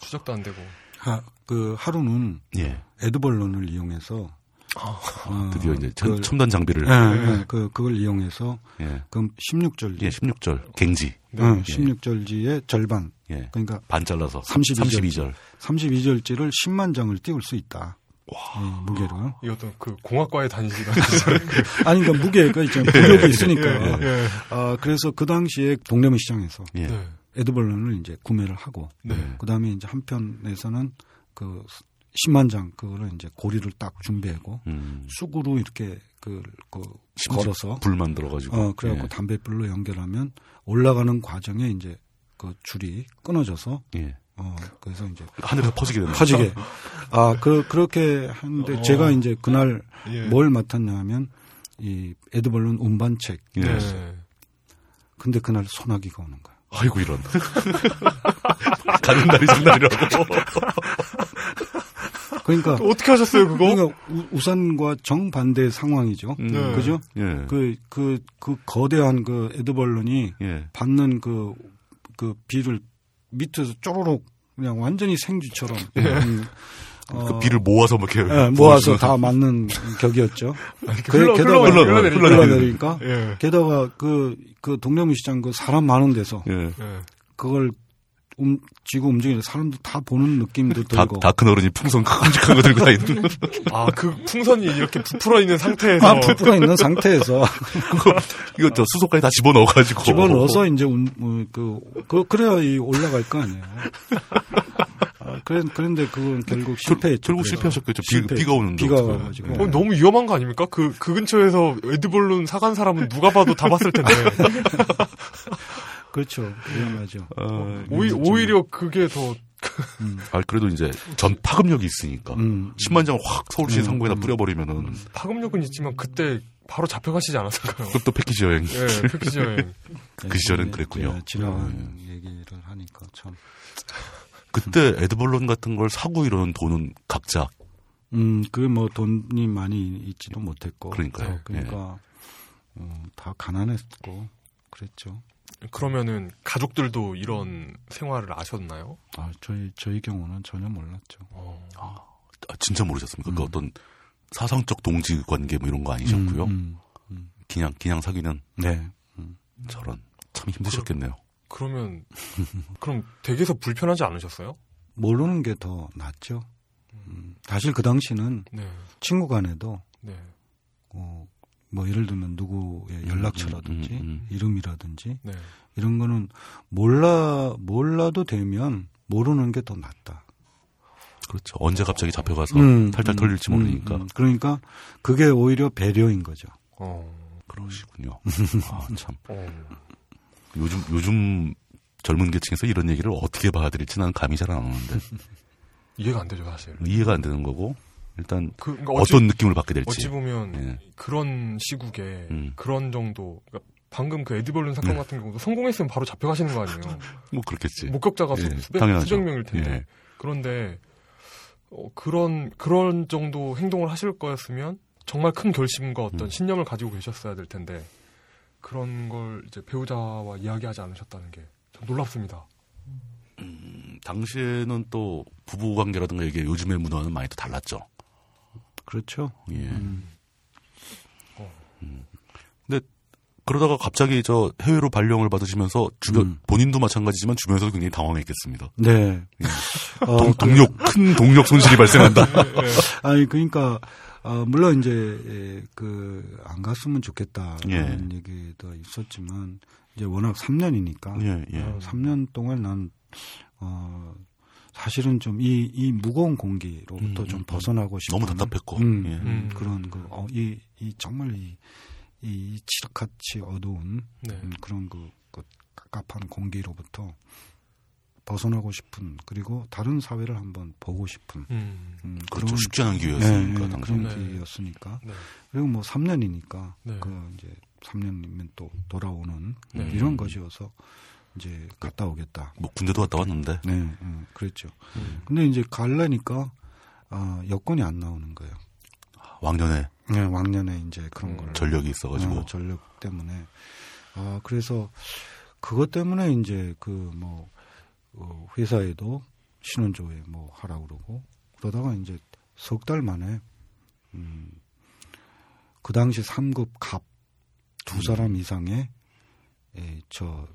추적도 안 되고. 하, 그 하루는 예. 아, 에드벌런을 이용해서 아. 어, 아, 드디어 이제 첨- 그걸, 첨단 장비를 예, 예, 그 그걸 이용해서 예. 그럼 16절지 예, 예, 16절 갱지 네. 16절지의 절반 예. 그러니까 반 잘라서 32절. 32절 32절지를 10만 장을 띄울 수 있다. 예, 무게로. 이것도 그 공학과에 다니시던 시절에. 아니 그러니까 무게가 있잖아요. 예, 무게도 있으니까. 예, 예. 아, 그래서 그 당시에 동대문 시장에서 예. 네. 에드벌런을 이제 구매를 하고 네. 그다음에 이제 한편에서는 그 10만 장 그거를 이제 고리를 딱 준비하고 음. 쑥으로 이렇게 그, 그 심지- 걸어서 불 예. 만들어 가지고 어, 그래갖고 담배불로 연결하면 올라가는 과정에 이제 그 줄이 끊어져서 예. 예. 어, 그래서 이제 하늘에서 퍼지게 되는 터지게 아, 그 그렇게 하는데 어. 제가 이제 그날 예. 뭘 맡았냐면 이 에드벌룬 운반책. 예. 네. 근데 그날 소나기가 오는 거야. 아이고 이런 가는 날이 장날이라고 그러니까 어떻게 하셨어요, 그거? 그러니까 우- 우산과 정반대 상황이죠. 네. 그죠? 예. 그 그 그 거대한 그 에드벌룬이 예. 받는 그, 그 비를 밑에서 쪼로록 그냥 완전히 생쥐처럼 음, 그 어, 비를 모아서 막 이렇게 예, 모아서 다 맞는 격이었죠. 이렇게 그- 흘러- 게다가 흘러- 흘러- 흘러내리니까. 흘러내리니까 예. 게다가 그, 그 동대문 시장 그 사람 많은 데서 예. 예. 그걸 움, 쥐고 움직이는 사람들 다 보는 느낌도 다, 들고. 다 큰 어른이 풍선 큼직한 거 들고 다니는 아, 그 풍선이 이렇게 아, 부풀어 있는 상태에서. 다 부풀어 있는 상태에서 그거 이거 저 수소까지 다 집어넣어가지고 집어넣어서 이제 운, 어, 그, 그, 그래야 이 올라갈 거 아니에요. 아, 그래, 그런데 그건 결국 실패했죠. 결국 그래서. 실패하셨겠죠. 실패. 비, 비가 오는데 예. 비가 어떡해요. 와가지고. 어, 너무 위험한 거 아닙니까? 그, 그 근처에서 에드벌룬 사간 사람은 누가 봐도 다 봤을 텐데. 그렇죠. 위험하죠. 아, 오히, 오히려 예. 그게 더, 아, 그래도 이제 전 파급력이 있으니까 음. 10만 장을 확 서울시 음, 상공에다 음. 뿌려버리면은 파급력은 있지만 그때 바로 잡혀가시지 않았을까요? 그것도 패키지 여행. 예, 패키지 여행. 그 시절엔 그랬군요. 음. 예, 지나간 얘기를 하니까 참. 그때 에드벌론 같은 걸 사고 이러는 돈은 각자 음, 그 뭐 돈이 많이 있지도 못했고. 그러니까요. 예. 그러니까 어, 다 가난했고 그랬죠. 그러면은 가족들도 이런 생활을 아셨나요? 아, 저희 저희 경우는 전혀 몰랐죠. 어. 아, 진짜 모르셨습니까? 그 음. 어떤 사상적 동지 관계 뭐 이런 거 아니셨고요. 음, 음, 그냥 그냥 사귀는 음. 네. 저런 참 힘드셨겠네요. 그러면, 그럼 댁에서 불편하지 않으셨어요? 모르는 게 더 낫죠. 음, 사실 그 당시는 네. 친구 간에도 네. 어, 뭐 예를 들면 누구의 연락처라든지 음, 음, 음. 이름이라든지 네. 이런 거는 몰라 몰라도 되면 모르는 게 더 낫다. 그렇죠. 언제 갑자기 잡혀가서 음, 탈탈 음, 털릴지 음, 모르니까 음. 그러니까 그게 오히려 배려인 거죠. 어. 그러시군요. 아, 참 어. 요즘 요즘 젊은 계층에서 이런 얘기를 어떻게 받아들일지 난 감이 잘 안 오는데 이해가 안 되죠, 사실. 이해가 안 되는 거고 일단 그, 그러니까 어찌, 어떤 느낌을 받게 될지 어찌 보면 예. 그런 시국에 음. 그런 정도 그러니까 방금 그 에드벌룬 사건 같은 경우도 성공했으면 바로 잡혀가시는 거 아니에요. 뭐 그렇겠지. 목격자가 예, 수- 수백 당연하죠. 수백 명일 텐데 예. 그런데 어, 그런 그런 정도 행동을 하실 거였으면 정말 큰 결심과 어떤 음. 신념을 가지고 계셨어야 될 텐데 그런 걸 이제 배우자와 이야기하지 않으셨다는 게 좀 놀랍습니다. 음, 당시에는 또 부부 관계라든가 이게 요즘의 문화는 많이 또 달랐죠. 그렇죠. 예. 음. 음. 어. 그러다가 갑자기 저 해외로 발령을 받으시면서 주변 음. 본인도 마찬가지지만 주변에서도 굉장히 당황했겠습니다. 네. 어, 예. 동, 동력 큰 동력 손실이 발생한다. 예, 예. 아니 그러니까 어, 물론 이제 예, 그안 갔으면 예. 좋겠다라는 얘기도 있었지만 이제 워낙 3년이니까 어, 예, 예. 3년 동안 난 어, 사실은 좀 이 이 무거운 공기로부터 음, 좀 음, 벗어나고 싶은 너무 답답했고. 음, 예. 음. 그런 그 어, 이, 이 정말 이, 이 칠흑같이 어두운 네. 음, 그런 그, 그 깝깝한 공기로부터 벗어나고 싶은 그리고 다른 사회를 한번 보고 싶은 음. 음, 그렇죠. 그런- 쉽지 않은 기회였으니까 예, 예, 당시. 그런 네. 기회였으니까 네. 그리고 뭐 3년이니까 네. 그 이제 3년이면 또 돌아오는 네. 이런 것이어서 이제 갔다 오겠다. 뭐 군대도 갔다 왔는데. 네, 음, 그랬죠. 음. 근데 이제 갈라니까 아, 여건이 안 나오는 거예요. 왕년에 네, 왕년에 이제 음. 그런 걸 전력이 있어가지고 어, 전력 때문에 아 그래서 그것 때문에 이제 그 뭐 회사에도 신혼조회 뭐 하라 그러고 그러다가 이제 석 달 만에 음그 그 당시 3급 갑 두 음. 사람 이상의 에, 저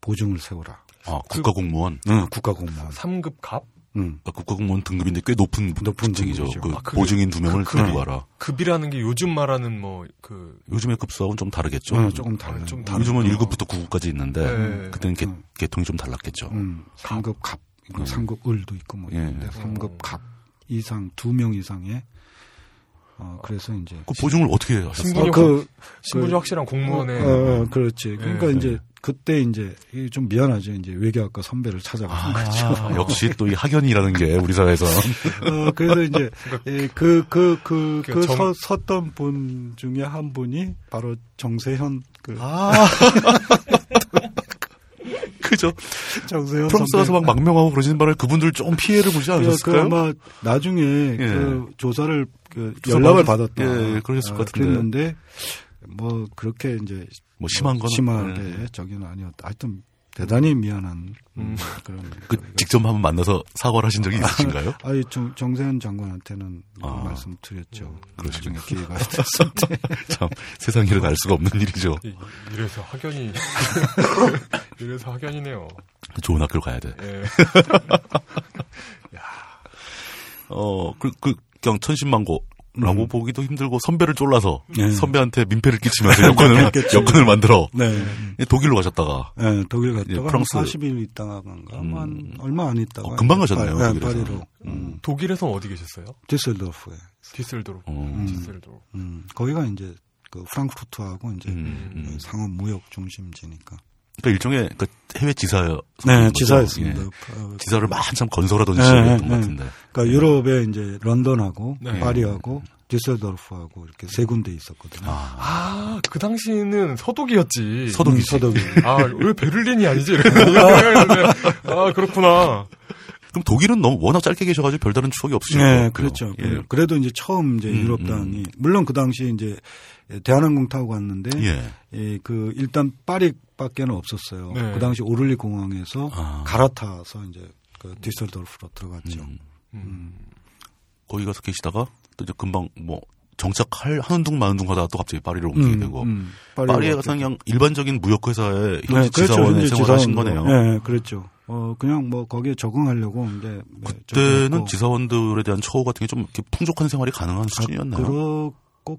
보증을 세워라. 아, 국가공무원 응, 국가공무원. 3급 갑 응. 아, 국가공무원 등급인데 꽤 높은 높은 층이죠. 등급이죠. 그 아, 그게- 보증인 두 명을 그- 그- 들고 가라. 급이라는 게 요즘 말하는 뭐 그 요즘의 급수하고는 좀 다르겠죠. 응, 어, 조금 달라. 좀 다르죠. 요즘은 1급부터 9급까지 있는데 네. 그때는 개, 음. 개통이 좀 달랐겠죠. 음, 3급 갑, 이거 음. 3급 을도 있고 뭐 예. 있는데 삼 3급 갑 음. 이상 두 명 이상의 어 그래서 이제 그 보증을 어떻게 하셨어요? 신분이 어, 그 신분이 그- 확실한 공무원의 어, 어, 그렇지. 그러니까 예. 이제 그때 이제 이게 좀 미안하죠. 이제 외교학과 선배를 찾아가는 아, 거죠. 역시 또 이 학연이라는 게 우리 사회에서 어, 그래서 이제 그그그그 그, 그러니까 그 정- 서- 섰던 분 중에 한 분이 바로 정세현 그 아, 그죠? 정세현 프랑스 가서 막 망명하고 그러시는 바람에 그분들 좀 피해를 보지 그, 그 않으셨을까요? 아마 나중에 그 조사를 그 조사 연락을 받았- 받았다. 예, 예, 그러셨을 것 같은데. 그랬는데 뭐 그렇게 이제 뭐 심한 건 심하게 네. 저기는 아니었다. 하여튼 대단히 미안한 음. 그런. 그 직접 한번 만나서 사과를 하신 적이 있으신가요? 아니 정, 정세현 장관한테는 아. 말씀드렸죠. 그러시군요. 나중에 기회가 있었을 네. 때 참 세상 일은 알 수가 없는 일이죠. 이- 이래서 학연이 이래서 학연이네요. 좋은 학교를 가야 돼. 예. 어, 그, 그 그냥 천신만고라고 음. 보기도 힘들고 선배를 쫄라서 네. 선배한테 민폐를 끼치면서 여건을 여건을 만들어 예, 네. 독일로 가셨다가 네, 독일 예, 갔다가 한 프랑스. 40일 있다가 간가 음. 뭐한 얼마 안 있다가 어, 금방 이제 가셨네요, 파- 네, 독일에서. 파리로 음. 독일에서 어디 계셨어요? 디셀도프에 디셀도르프. 어. 디셀도르프. 음. 거기가 이제 그 프랑크푸르트하고 이제 음, 음. 상업 무역 중심지니까 그러니까 일종의 그 해외 지사였 예. 네 지사였습니다. 어, 지사를 한참 건설하던 네, 시절이었던 네. 것 같은데. 그러니까 유럽에 이제 런던하고 네. 파리하고 디셀도르프하고 이렇게 세 군데 있었거든요. 아, 아, 그 당시에는 서독이었지. 서독이지. 음, 서독이. 음. 아, 왜 베를린이 아니지? 이렇게 생각했는데. 아, 그렇구나. 그럼 독일은 너무 워낙 짧게 계셔가지고 별다른 추억이 없으실 것 네, 같고요. 그렇죠. 예. 그래도 이제 처음 이제 음, 유럽당이 물론 그 당시에 이제 대한항공 타고 갔는데 예. 예, 그 일단 파리밖에는 없었어요. 네. 그 당시 오를리 공항에서 아. 갈아타서 이제 그 디셀도르프로 들어갔죠. 음. 음. 거기 가서 계시다가 또 이제 금방 뭐 정착할 하는 둥 마는 둥 하다가 또 갑자기 파리로 음, 옮기게 되고 음. 파리에 가서 그냥 일반적인 무역회사의 네, 현지 그렇죠. 지사원에 현지 생활하신 지사원으로. 거네요. 네, 그렇죠. 어 그냥 뭐 거기에 적응하려고 네, 이제 그때는 적응했고. 지사원들에 대한 처우 같은 게 좀 이렇게 풍족한 생활이 가능한 뭐 아, 수준이었나요? 그렇고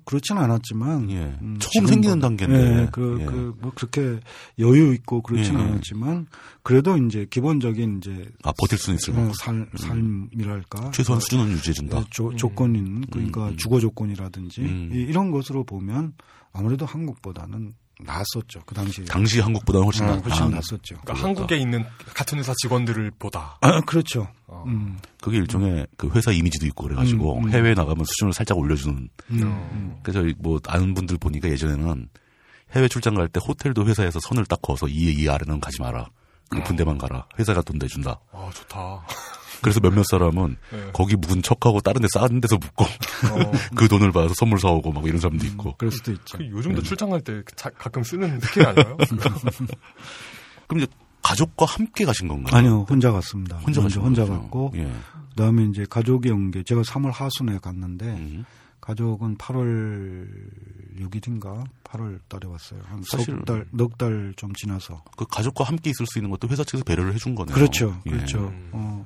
그렇진 않았지만 예. 음, 처음 지금과- 생기는 단계인데. 예, 그, 예. 그, 뭐, 그렇게 여유 있고 그렇진 예. 않았지만, 그래도 이제 기본적인 이제 아, 버틸 수는 있을 어, 만큼. 살, 삶이랄까. 음. 최소한 수준은 유지해준다. 어, 조, 조건인, 그러니까 주거 조건이라든지, 음. 이, 런 것으로 보면 아무래도 한국보다는 낫었죠. 그 당시에. 당시 한국보다는 훨씬 아, 나- 훨씬 나은- 낫었죠. 그러니까 한국에 있는 같은 회사 직원들을 보다. 아, 그렇죠. 어. 음, 그게 일종의 그 회사 이미지도 있고 그래가지고 음, 음. 해외에 나가면 수준을 살짝 올려주는 음, 어. 음. 그래서 뭐 아는 분들 보니까 예전에는 해외 출장 갈 때 호텔도 회사에서 선을 딱 그어서 이에 이 아래는 가지 마라. 네. 높은 데만 가라. 회사가 돈 내준다. 아 좋다. 그래서 몇몇 사람은 네. 거기 묵은 척하고 다른 데 싸는 데서 묵고 음. 어, 그 돈을 받아서 선물 사오고 막 이런 사람도 있고. 그럴 수도 있죠. 그 요즘도 출장 갈때 가끔 쓰는 스킬 아니에요? 그렇죠. 그럼 이제 가족과 함께 가신 건가요? 아니요, 혼자 갔습니다. 혼자 가신 먼저 혼자 거죠? 갔고, 예. 그다음에 이제 가족이 온 게 제가 3월 하순에 갔는데 음. 가족은 8월 6일인가 8월 달에 왔어요. 한 사실- 넉달 넉 달 좀 지나서. 그 가족과 함께 있을 수 있는 것도 회사 측에서 배려를 해준 거네요. 그렇죠, 예. 그렇죠. 음. 어,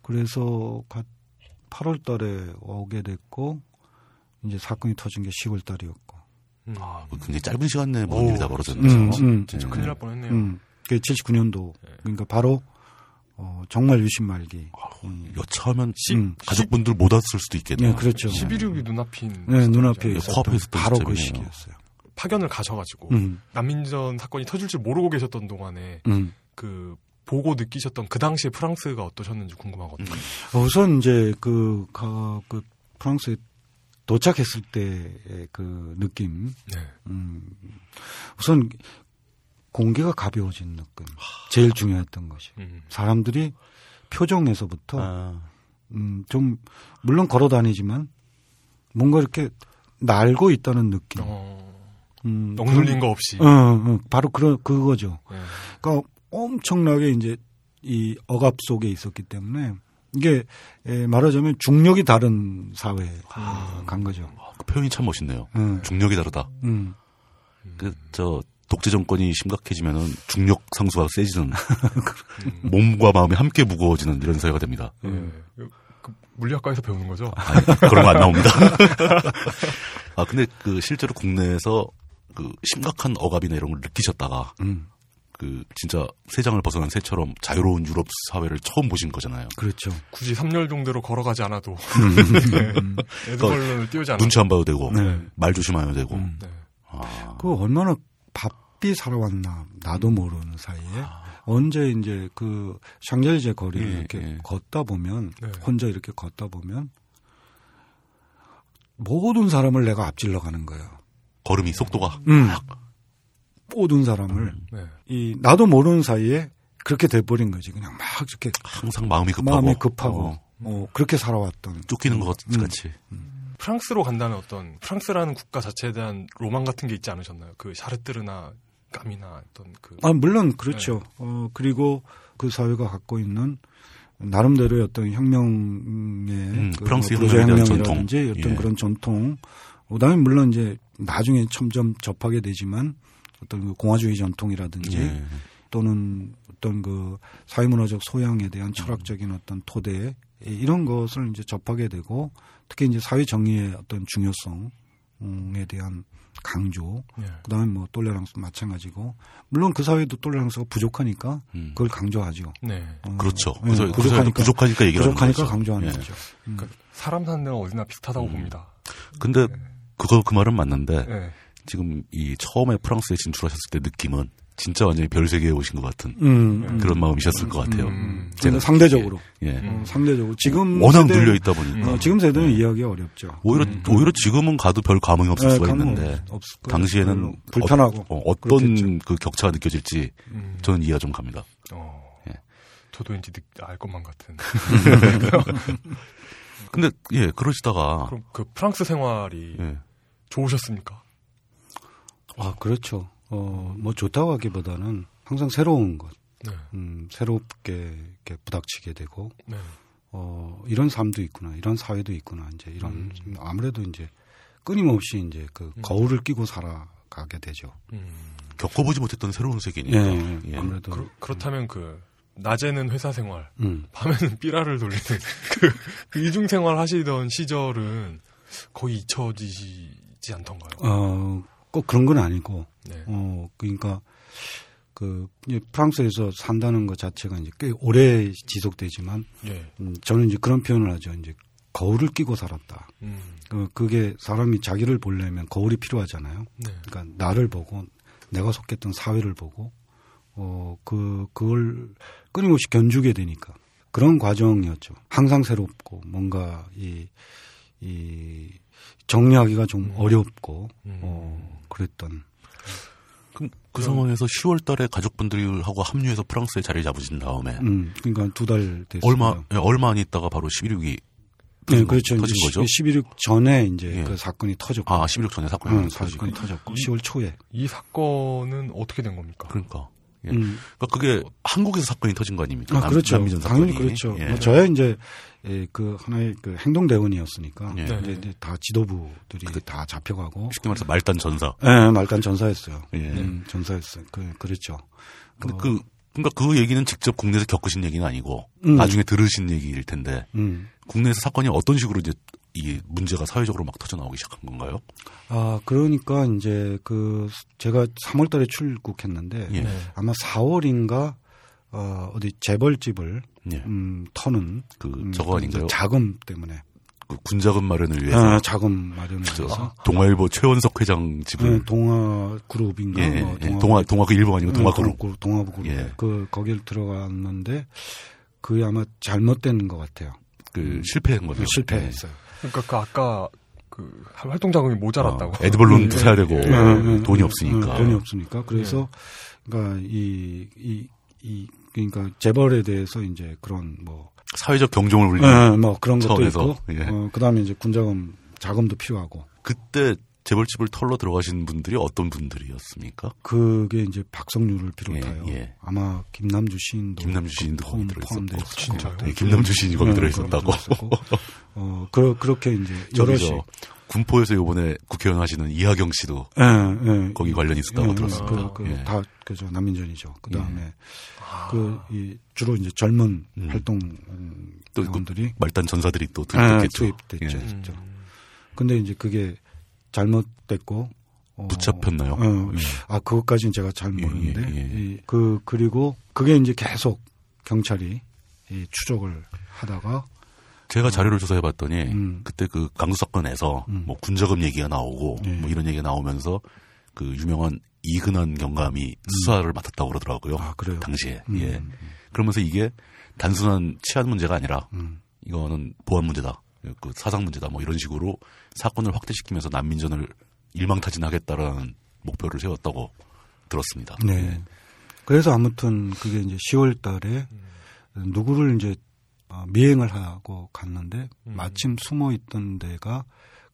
그래서 가, 8월 달에 오게 됐고 이제 사건이 터진 게 10월 달이었고. 음. 아, 뭐 굉장히 짧은 시간 내에 모든 오. 일이 다 벌어졌네요. 음, 음. 진짜 큰일 날 뻔했네요. 음, 그 79년도 네. 그러니까 바로 어, 정말 유신 말기. 아, 음. 여차하면 시- 음. 가족분들 못 왔을 수도 있겠네요. 예, 그렇죠. 11.6이 눈앞인 네, 눈앞에 예, 있었던 코앞에 있었던 바로 그 시점이네요. 뭐. 시기였어요. 파견을 가셔가지고 음, 난민전 사건이 터질 줄 모르고 계셨던 동안에 음. 그 보고 느끼셨던 그 당시에 프랑스가 어떠셨는지 궁금하거든요. 음. 우선 이제 그, 가, 그 프랑스에 도착했을 때의 그 느낌. 네. 음, 우선 공기가 가벼워진 느낌. 제일 중요했던 것이. 음. 사람들이 표정에서부터 아, 음, 좀 물론 걸어 다니지만 뭔가 이렇게 날고 있다는 느낌. 어, 음, 억눌린 거 없이. 그런- 어, 어, 바로 그런 그거죠. 네. 그러니까 엄청나게 이제 이 억압 속에 있었기 때문에 이게 에, 말하자면 중력이 다른 사회에 간 거죠. 그 표현이 참 멋있네요. 음, 중력이 다르다. 음. 그 저 독재 정권이 심각해지면은 중력 상수가 세지는 몸과 마음이 함께 무거워지는 이런 사회가 됩니다. 네. 그 물리학과에서 배우는 거죠? 아니, 그런 거 안 나옵니다. 아 근데 그 실제로 국내에서 그 심각한 억압이나 이런 걸 느끼셨다가 음, 그 진짜 새장을 벗어난 새처럼 자유로운 유럽 사회를 처음 보신 거잖아요. 그렇죠. 굳이 삼열 정도로 걸어가지 않아도 네. 에드벌룬을 띄우지 않아도 눈치 안 봐도 되고 네. 말 조심하면 되고. 음. 네. 아, 그 얼마나 바삐 살아왔나 나도 모르는 사이에 언제 이제 그 샹젤리제 거리를 예, 이렇게 예. 걷다 보면 네. 혼자 이렇게 걷다 보면 모든 사람을 내가 앞질러 가는 거예요. 걸음이 속도가 음. 모든 사람을 네. 이 나도 모르는 사이에 그렇게 돼버린 거지. 그냥 막 이렇게 항상 마음이 급하고 마음이 급하고 아, 음. 어, 어, 그렇게 살아왔던. 쫓기는 것 같이. 프랑스로 간다는 어떤 프랑스라는 국가 자체에 대한 로망 같은 게 있지 않으셨나요? 그 샤르뜨르나 까미나 어떤 그 아 물론 그렇죠. 네. 어 그리고 그 사회가 갖고 있는 나름대로의 어떤 혁명의 그 음, 프랑스 프로제 혁명에 대한 혁명이라든지 전통. 어떤 예. 그런 전통. 그다음에 물론 이제 나중에 점점 접하게 되지만 어떤 그 공화주의 전통이라든지 예. 또는 어떤 그 사회문화적 소양에 음. 대한 철학적인 어떤 토대 예, 이런 것을 이제 접하게 되고 특히 이제 사회 정의의 어떤 중요성에 대한 강조 네. 그다음에 뭐 똘레랑스 마찬가지고 물론 그 사회도 똘레랑스가 부족하니까 음. 그걸 강조하죠. 네. 어, 그렇죠. 예, 그래서 부족하니까, 부족하니까 부족하니까 얘기를 하는 부족하니까 거죠. 강조하는 예. 거죠. 그러니까 사람 사는 데가 어디나 비슷하다고 봅니다. 네. 근데 그거 그 말은 맞는데 네. 지금 이 처음에 프랑스에 진출하셨을 때 느낌은 진짜 완전히 별 세계에 오신 것 같은 음, 음. 예. 그런 마음이셨을 것 같아요. 음. 제가 근데 상대적으로 예. 음, 상대적으로 지금 워낙 세대는- 눌려 있다 음. 예. 보니까 어, 지금 세대는 이해하기 어렵죠. 오히려 오히려 지금은 가도 별 감흥이 없을 음. 네, 수가 감흥 있는데 없- 없을 거예요. 별로 당시에는 불편하고 어, 어떤 그렇겠죠. 그 격차가 느껴질지 음. 저는 이해가 좀 갑니다. 어. 예. 저도 왠지 느- 알 것만 같은. 근데 예 그러시다가 그럼 그 프랑스 생활이 예. 좋으셨습니까? 아 그렇죠. 어뭐 좋다고 하기보다는 항상 새로운 것, 네. 음, 새롭게 이렇게 부닥치게 되고 네. 어, 이런 삶도 있구나, 이런 사회도 있구나, 이제 음. 이런, 아무래도 이제 끊임없이 이제 그 거울을 끼고 살아가게 되죠. 어, 음. 겪어보지 못했던 새로운 세계니까 예. 아무래도. 그렇, 그렇다면 그 낮에는 회사 생활, 음. 밤에는 삐라를 돌리는 그, 그 이중 생활 하시던 시절은 거의 잊혀지지 않던가요? 어, 꼭 그런 건 아니고, 네. 어, 그러니까 그 이제 프랑스에서 산다는 것 자체가 이제 꽤 오래 지속되지만, 예. 음, 저는 이제 그런 표현을 하죠. 이제 거울을 끼고 살았다. 음. 어, 그게 사람이 자기를 보려면 거울이 필요하잖아요. 네. 그러니까 나를 보고 내가 속했던 사회를 보고 어 그 그걸 끊임없이 견주게 되니까 그런 과정이었죠. 항상 새롭고 뭔가 이, 이 정리하기가 좀 어렵고 음. 어 그랬던 그럼 그 상황에서 10월 달에 가족분들하고 합류해서 프랑스에 자리를 잡으신 다음에 음, 그러니까 두 달 됐어요. 얼마 예, 얼마 안 있다가 바로 11.6이 네, 그렇죠. 터진 이제 거죠? 11일 전에 이제 예. 그 사건이 터졌고, 아, 16 전에 사건이 응, 터지고. 음, 사건이 터졌고, 10월 초에. 이 사건은 어떻게 된 겁니까? 그러니까. 예. 음. 그러니까 그게 한국에서 사건이 터진 거 아닙니까? 아, 남- 그렇죠. 남미전 사건이. 당연히 그렇죠. 예. 뭐 저야 이제 예, 그 하나의 그 행동 대원이었으니까 예. 그 근데 이제 다 지도부들이 다 잡혀가고, 쉽게 말해서 말단 전사. 예, 말단 전사였어요. 예. 음, 전사였어요. 그 그렇죠. 근데 어, 그 그러니까 그 얘기는 직접 국내에서 겪으신 얘기는 아니고 음. 나중에 들으신 얘기일 텐데 음. 국내에서 사건이 어떤 식으로 이제 이 문제가 사회적으로 막 터져 나오기 시작한 건가요? 아, 그러니까 이제 그 제가 3월 달에 출국했는데 예. 네. 아마 4월인가 어, 어디 재벌집을 예. 음, 터는 그 음, 저거 아닌가요? 이제 자금 때문에 그 군자금 마련을 위해서 아, 자금 마련을 저 해서 동아일보 최원석 회장 집을 네, 동아 그룹인가 예, 뭐 예, 동아 동아 그 일본 아니고 동아 그룹 그룹 음, 동아 그룹 예. 그 거기를 들어갔는데 그게 아마 잘못된 것 같아요. 그 실패한 거죠. 네. 예. 실패했어요. 그러니까 그 아까 그 활동 자금이 모자랐다고. 네. 어, 에드벌론도 사야 되고 예, 예, 돈이 예, 없으니까. 예. 예, 돈이 없으니까. 그래서 그러니까 이 이 이 그러니까 재벌에 대해서 이제 그런 뭐 사회적 경종을 울리는 예, 뭐 그런 것도 차원에서, 있고 예. 어, 그다음에 이제 군자금 자금도 필요하고 그때 재벌집을 털러 들어가신 분들이 어떤 분들이었습니까? 그게 이제 박성률을 비롯하여 예, 예. 아마 김남주 시인도 김남주 시인도 거기 포함, 들어있었고. 포함돼 있었고. 진짜요? 예, 김남주 시인이 거기 네, 들어있었다고. 거기 들어있었고. 어, 그, 그렇게 이제 여러 시. 저기죠. 군포에서 요번에 국회의원 하시는 이하경 씨도 예, 예. 거기 관련 이 있었다고 예, 들었습니다. 그, 그, 예. 아. 다, 그죠. 남인전이죠. 그 다음에, 그, 이, 주로 이제 젊은 음. 활동, 또그 또 분들이 말단 전사들이 또 예, 들켰겠죠. 음. 투입됐죠. 예. 진짜. 음. 근데 이제 그게 잘못됐고, 어, 붙잡혔나요? 어, 예. 아, 그것까지는 제가 잘 예, 모르는데. 예, 예. 이, 그, 그리고 그게 이제 계속 경찰이 이 추적을 하다가 제가 자료를 조사해봤더니 음. 그때 그 강도 사건에서 음. 뭐 군자금 얘기가 나오고 예. 뭐 이런 얘기가 나오면서 그 유명한 이근한 경감이 수사를 맡았다고 그러더라고요. 아, 그래요? 당시에. 음, 예. 음. 그러면서 이게 단순한 치안 문제가 아니라 음. 이거는 보안 문제다. 그 사상 문제다. 뭐 이런 식으로 사건을 확대시키면서 난민전을 일망타진하겠다라는 목표를 세웠다고 들었습니다. 예. 네. 그래서 아무튼 그게 이제 10월 달에 음. 누구를 이제 어, 미행을 하고 갔는데 음. 마침 숨어 있던 데가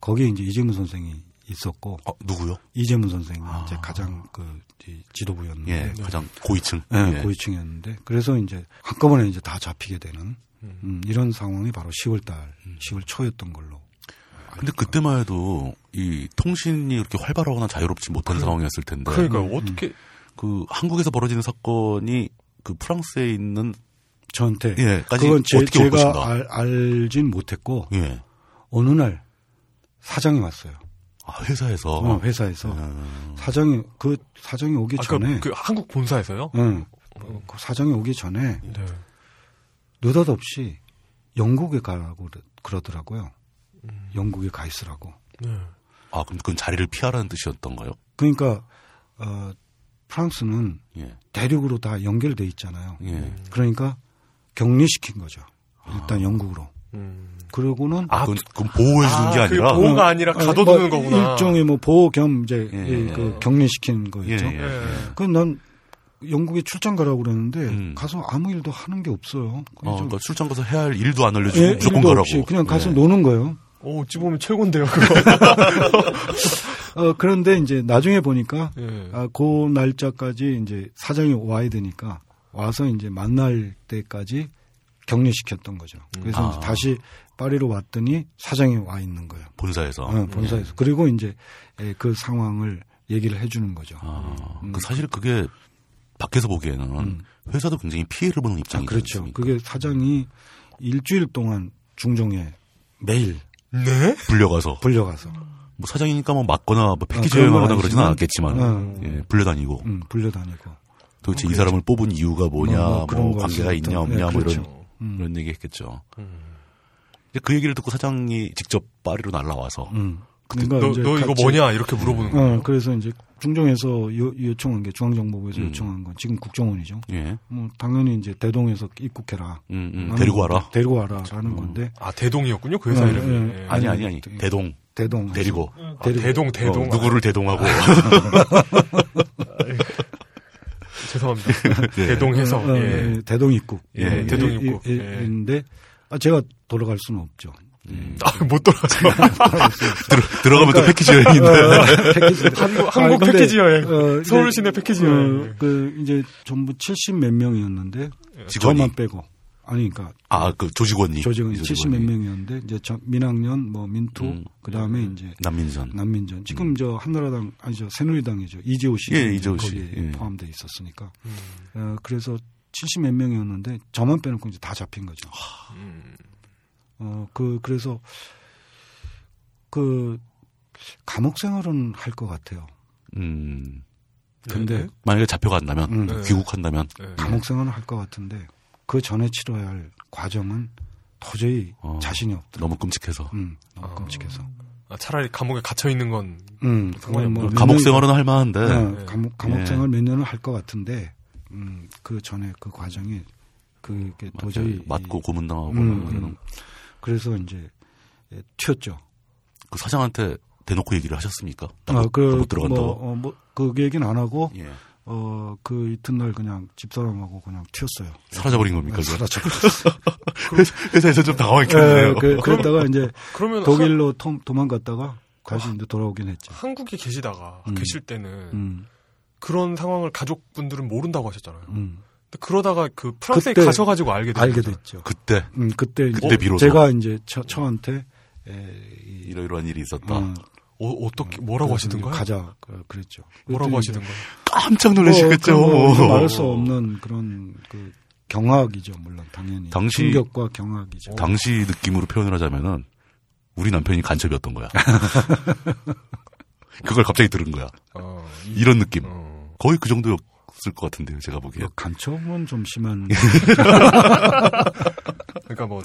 거기에 이제 이재문 선생이 있었고 어, 누구요? 이재문 선생이 아. 이제 가장 그 이- 지도부였는데 예, 가장 고위층. 예, 예. 네. 고위층이었는데 그래서 이제 한꺼번에 이제 다 잡히게 되는 음, 이런 상황이 바로 10월 달 음. 10월 초였던 걸로 근데 그때만 해도 이 통신이 그렇게 활발하거나 자유롭지 못한 상황이었을 텐데 그러니까 어떻게 그 한국에서 벌어지는 사건이 그 프랑스에 있는 저한테 예까지 네. 그건 제, 어떻게 올 제가 것인가? 알, 알진 못했고 예, 어느 날 사장이 왔어요 아, 회사에서 어, 회사에서 사장이 그 사장이 오기 아까 전에 그 한국 본사에서요? 응, 어, 그 사장이 오기 전에 예. 네. 느닷없이 영국에 가라고 그러- 그러더라고요. 음. 영국에 가 있으라고. 네. 아 그럼 그건 자리를 피하라는 뜻이었던가요? 그러니까 어, 프랑스는 예, 대륙으로 다 연결돼 있잖아요. 예. 그러니까 격리시킨 거죠. 일단 영국으로. 음. 그러고는 어, 아, 그건, 그건 보호해 주는 게 아, 그게 아니라 보호가 아니라 가둬두는 뭐 거구나. 일종의 뭐 보호 겸 이제 예, 이 예. 그 격리시킨 거였죠. 네. 예, 예. 그난 영국에 출장 가라고 그랬는데 음. 가서 아무 일도 하는 게 없어요. 어, 그냥 좀 그러니까 출장 가서 해야 할 일도 안 알려주고 예, 무조건 일도 가라고. 없이 그냥 가서 예. 노는 거예요. 어, 어찌 보면 최고인데요, 그거. 어, 그런데 이제 나중에 보니까 네. 예. 아, 그 날짜까지 이제 사장이 와야 되니까 와서 이제 만날 때까지 격리시켰던 거죠. 그래서 이제 아. 다시 파리로 왔더니 사장이 와 있는 거예요. 본사에서. 어, 본사에서. 그리고 이제 예, 그 상황을 얘기를 해주는 거죠. 아, 음. 그 사실 그게 밖에서 보기에는 회사도 굉장히 피해를 보는 입장이죠. 음. 그렇죠. 그게 사장이 일주일 동안 중정에 매일 네? 불려가서 불려가서 음. 뭐 사장이니까 뭐 맞거나 뭐 폐기 아, 그런 조형하거나 건 그러진 아니지만, 않았겠지만 음. 예, 불려다니고 음, 불려다니고 도대체 이 사람을 뽑은 이유가 뭐냐, 그렇죠. 뭐, 뭐, 뭐 그런 거 관계가 있었던- 있냐 없냐 예, 뭐 그렇죠. 이런 이런 얘기했겠죠. 이제 그 얘기를 듣고 사장이 직접 파리로 날라와서 음. 너, 그러니까 이제 너 이거 같이- 뭐냐? 이렇게 물어보는 거예요. 어, 그래서 이제 중정에서 요, 요청한 게 음. 중앙정보부에서 요청한 건 지금 국정원이죠. 예, 뭐 당연히 이제 대동에서 입국해라. 음, 음, 라는 데리고 건데, 와라. 음. 데리고 와라라는 건데 아, 대동이었군요, 그 회사 어, 이름이. 예. 예. 아니 아니, 아니 아니 그- 대동 대동 어, 데리고 아, 대동, 대동. 어, 누구를 대동하고 아, 죄송합니다. 대동해서. 네. 어, 예. 예, 대동 입국. 예, 대동 입국. 예, 예. 인데 아, 제가 돌아갈 수는 없죠. 아, 못 돌아가죠. 음. 들어가면 그러니까 또 패키지 여행인데. 어, 패키지. 한국, 아, 한국 근데, 패키지 여행. 어, 이제, 서울 시내 패키지 어, 여행. 그 이제 전부 70 몇 명이었는데 예. 직원이. 저만 빼고 아니 그러니까 아, 그 조직원이. 조직은 이 70 몇 명이었는데 이제 저- 민학년 뭐 민투 음. 그다음에 이제 난민선. 난민전 지금 저 한나라당 아니죠 새누리당이죠 이재호 씨 예, 이재호 씨. 거기에 예. 포함돼 있었으니까 어, 그래서 70 몇 명이었는데 저만 빼놓고 이제 다 잡힌 거죠. 음. 어 그 그래서 그 감옥 생활은 할 것 같아요. 음. 예. 근데 만약에 잡혀간다면, 음. 네. 귀국한다면, 네. 감옥 생활은 할 것 같은데 그 전에 치러야 할 과정은 도저히 어. 자신이 없더라고. 너무 끔찍해서. 음, 너무 아. 끔찍해서. 아, 차라리 감옥에 갇혀 있는 건 음, 상관이 그건 없구나. 뭐몇 어, 감옥 년이- 생활은 할 만한데, 네, 예. 감옥 예. 감옥 생활 몇 년을 할 것 같은데 음, 그 전에 그 과정이 그게 도저히 맞고 이- 고문당하고, 음, 막 이런. 음. 그래서 이제 예, 튀었죠. 그 사장한테 대놓고 얘기를 하셨습니까? 나 아, 못, 그, 나못 들어간다고. 뭐, 어, 뭐, 그 얘기는 안 하고 예. 어, 그 이튿날 그냥 집사람하고 그냥 튀었어요. 아, 사라져버린 겁니까? 그거? 사라져. 회사에서 좀 당황했겠네요. 그, 그랬다가 이제 그러면 한, 독일로 통- 도망갔다가 다시 이제 돌아오긴 했죠. 네. 한국에 계시다가 음. 계실 때는 음, 그런 상황을 가족분들은 모른다고 하셨잖아요. 음. 근데 그러다가 그 프랑스에 그때 가셔가지고 알게 됐죠. 알게 됐죠. 그때 음, 그때 이제 그때 비로소. 제가 이제 처, 처한테 에, 이, 이러이러한 일이 있었다. 어, 어, 어떻게 뭐라고 하시던가요? 가자 그- 그랬죠. 뭐라고 그랬더니 하시던가요? 깜짝 이제 놀라시겠죠. 뭐, 그 뭐, 말할 수 어. 없는 그런 그 경악이죠, 물론 당연히. 당시- 어, 충격과 경악이죠. 당시 느낌으로 표현을 하자면은 우리 남편이 간첩이었던 거야. 그걸 갑자기 들은 거야. 어, 이- 이런 느낌. 어. 거의 그 정도였을 것 같은데요, 제가 보기에. 뭐 간첩은 좀 심한 그러니까 뭐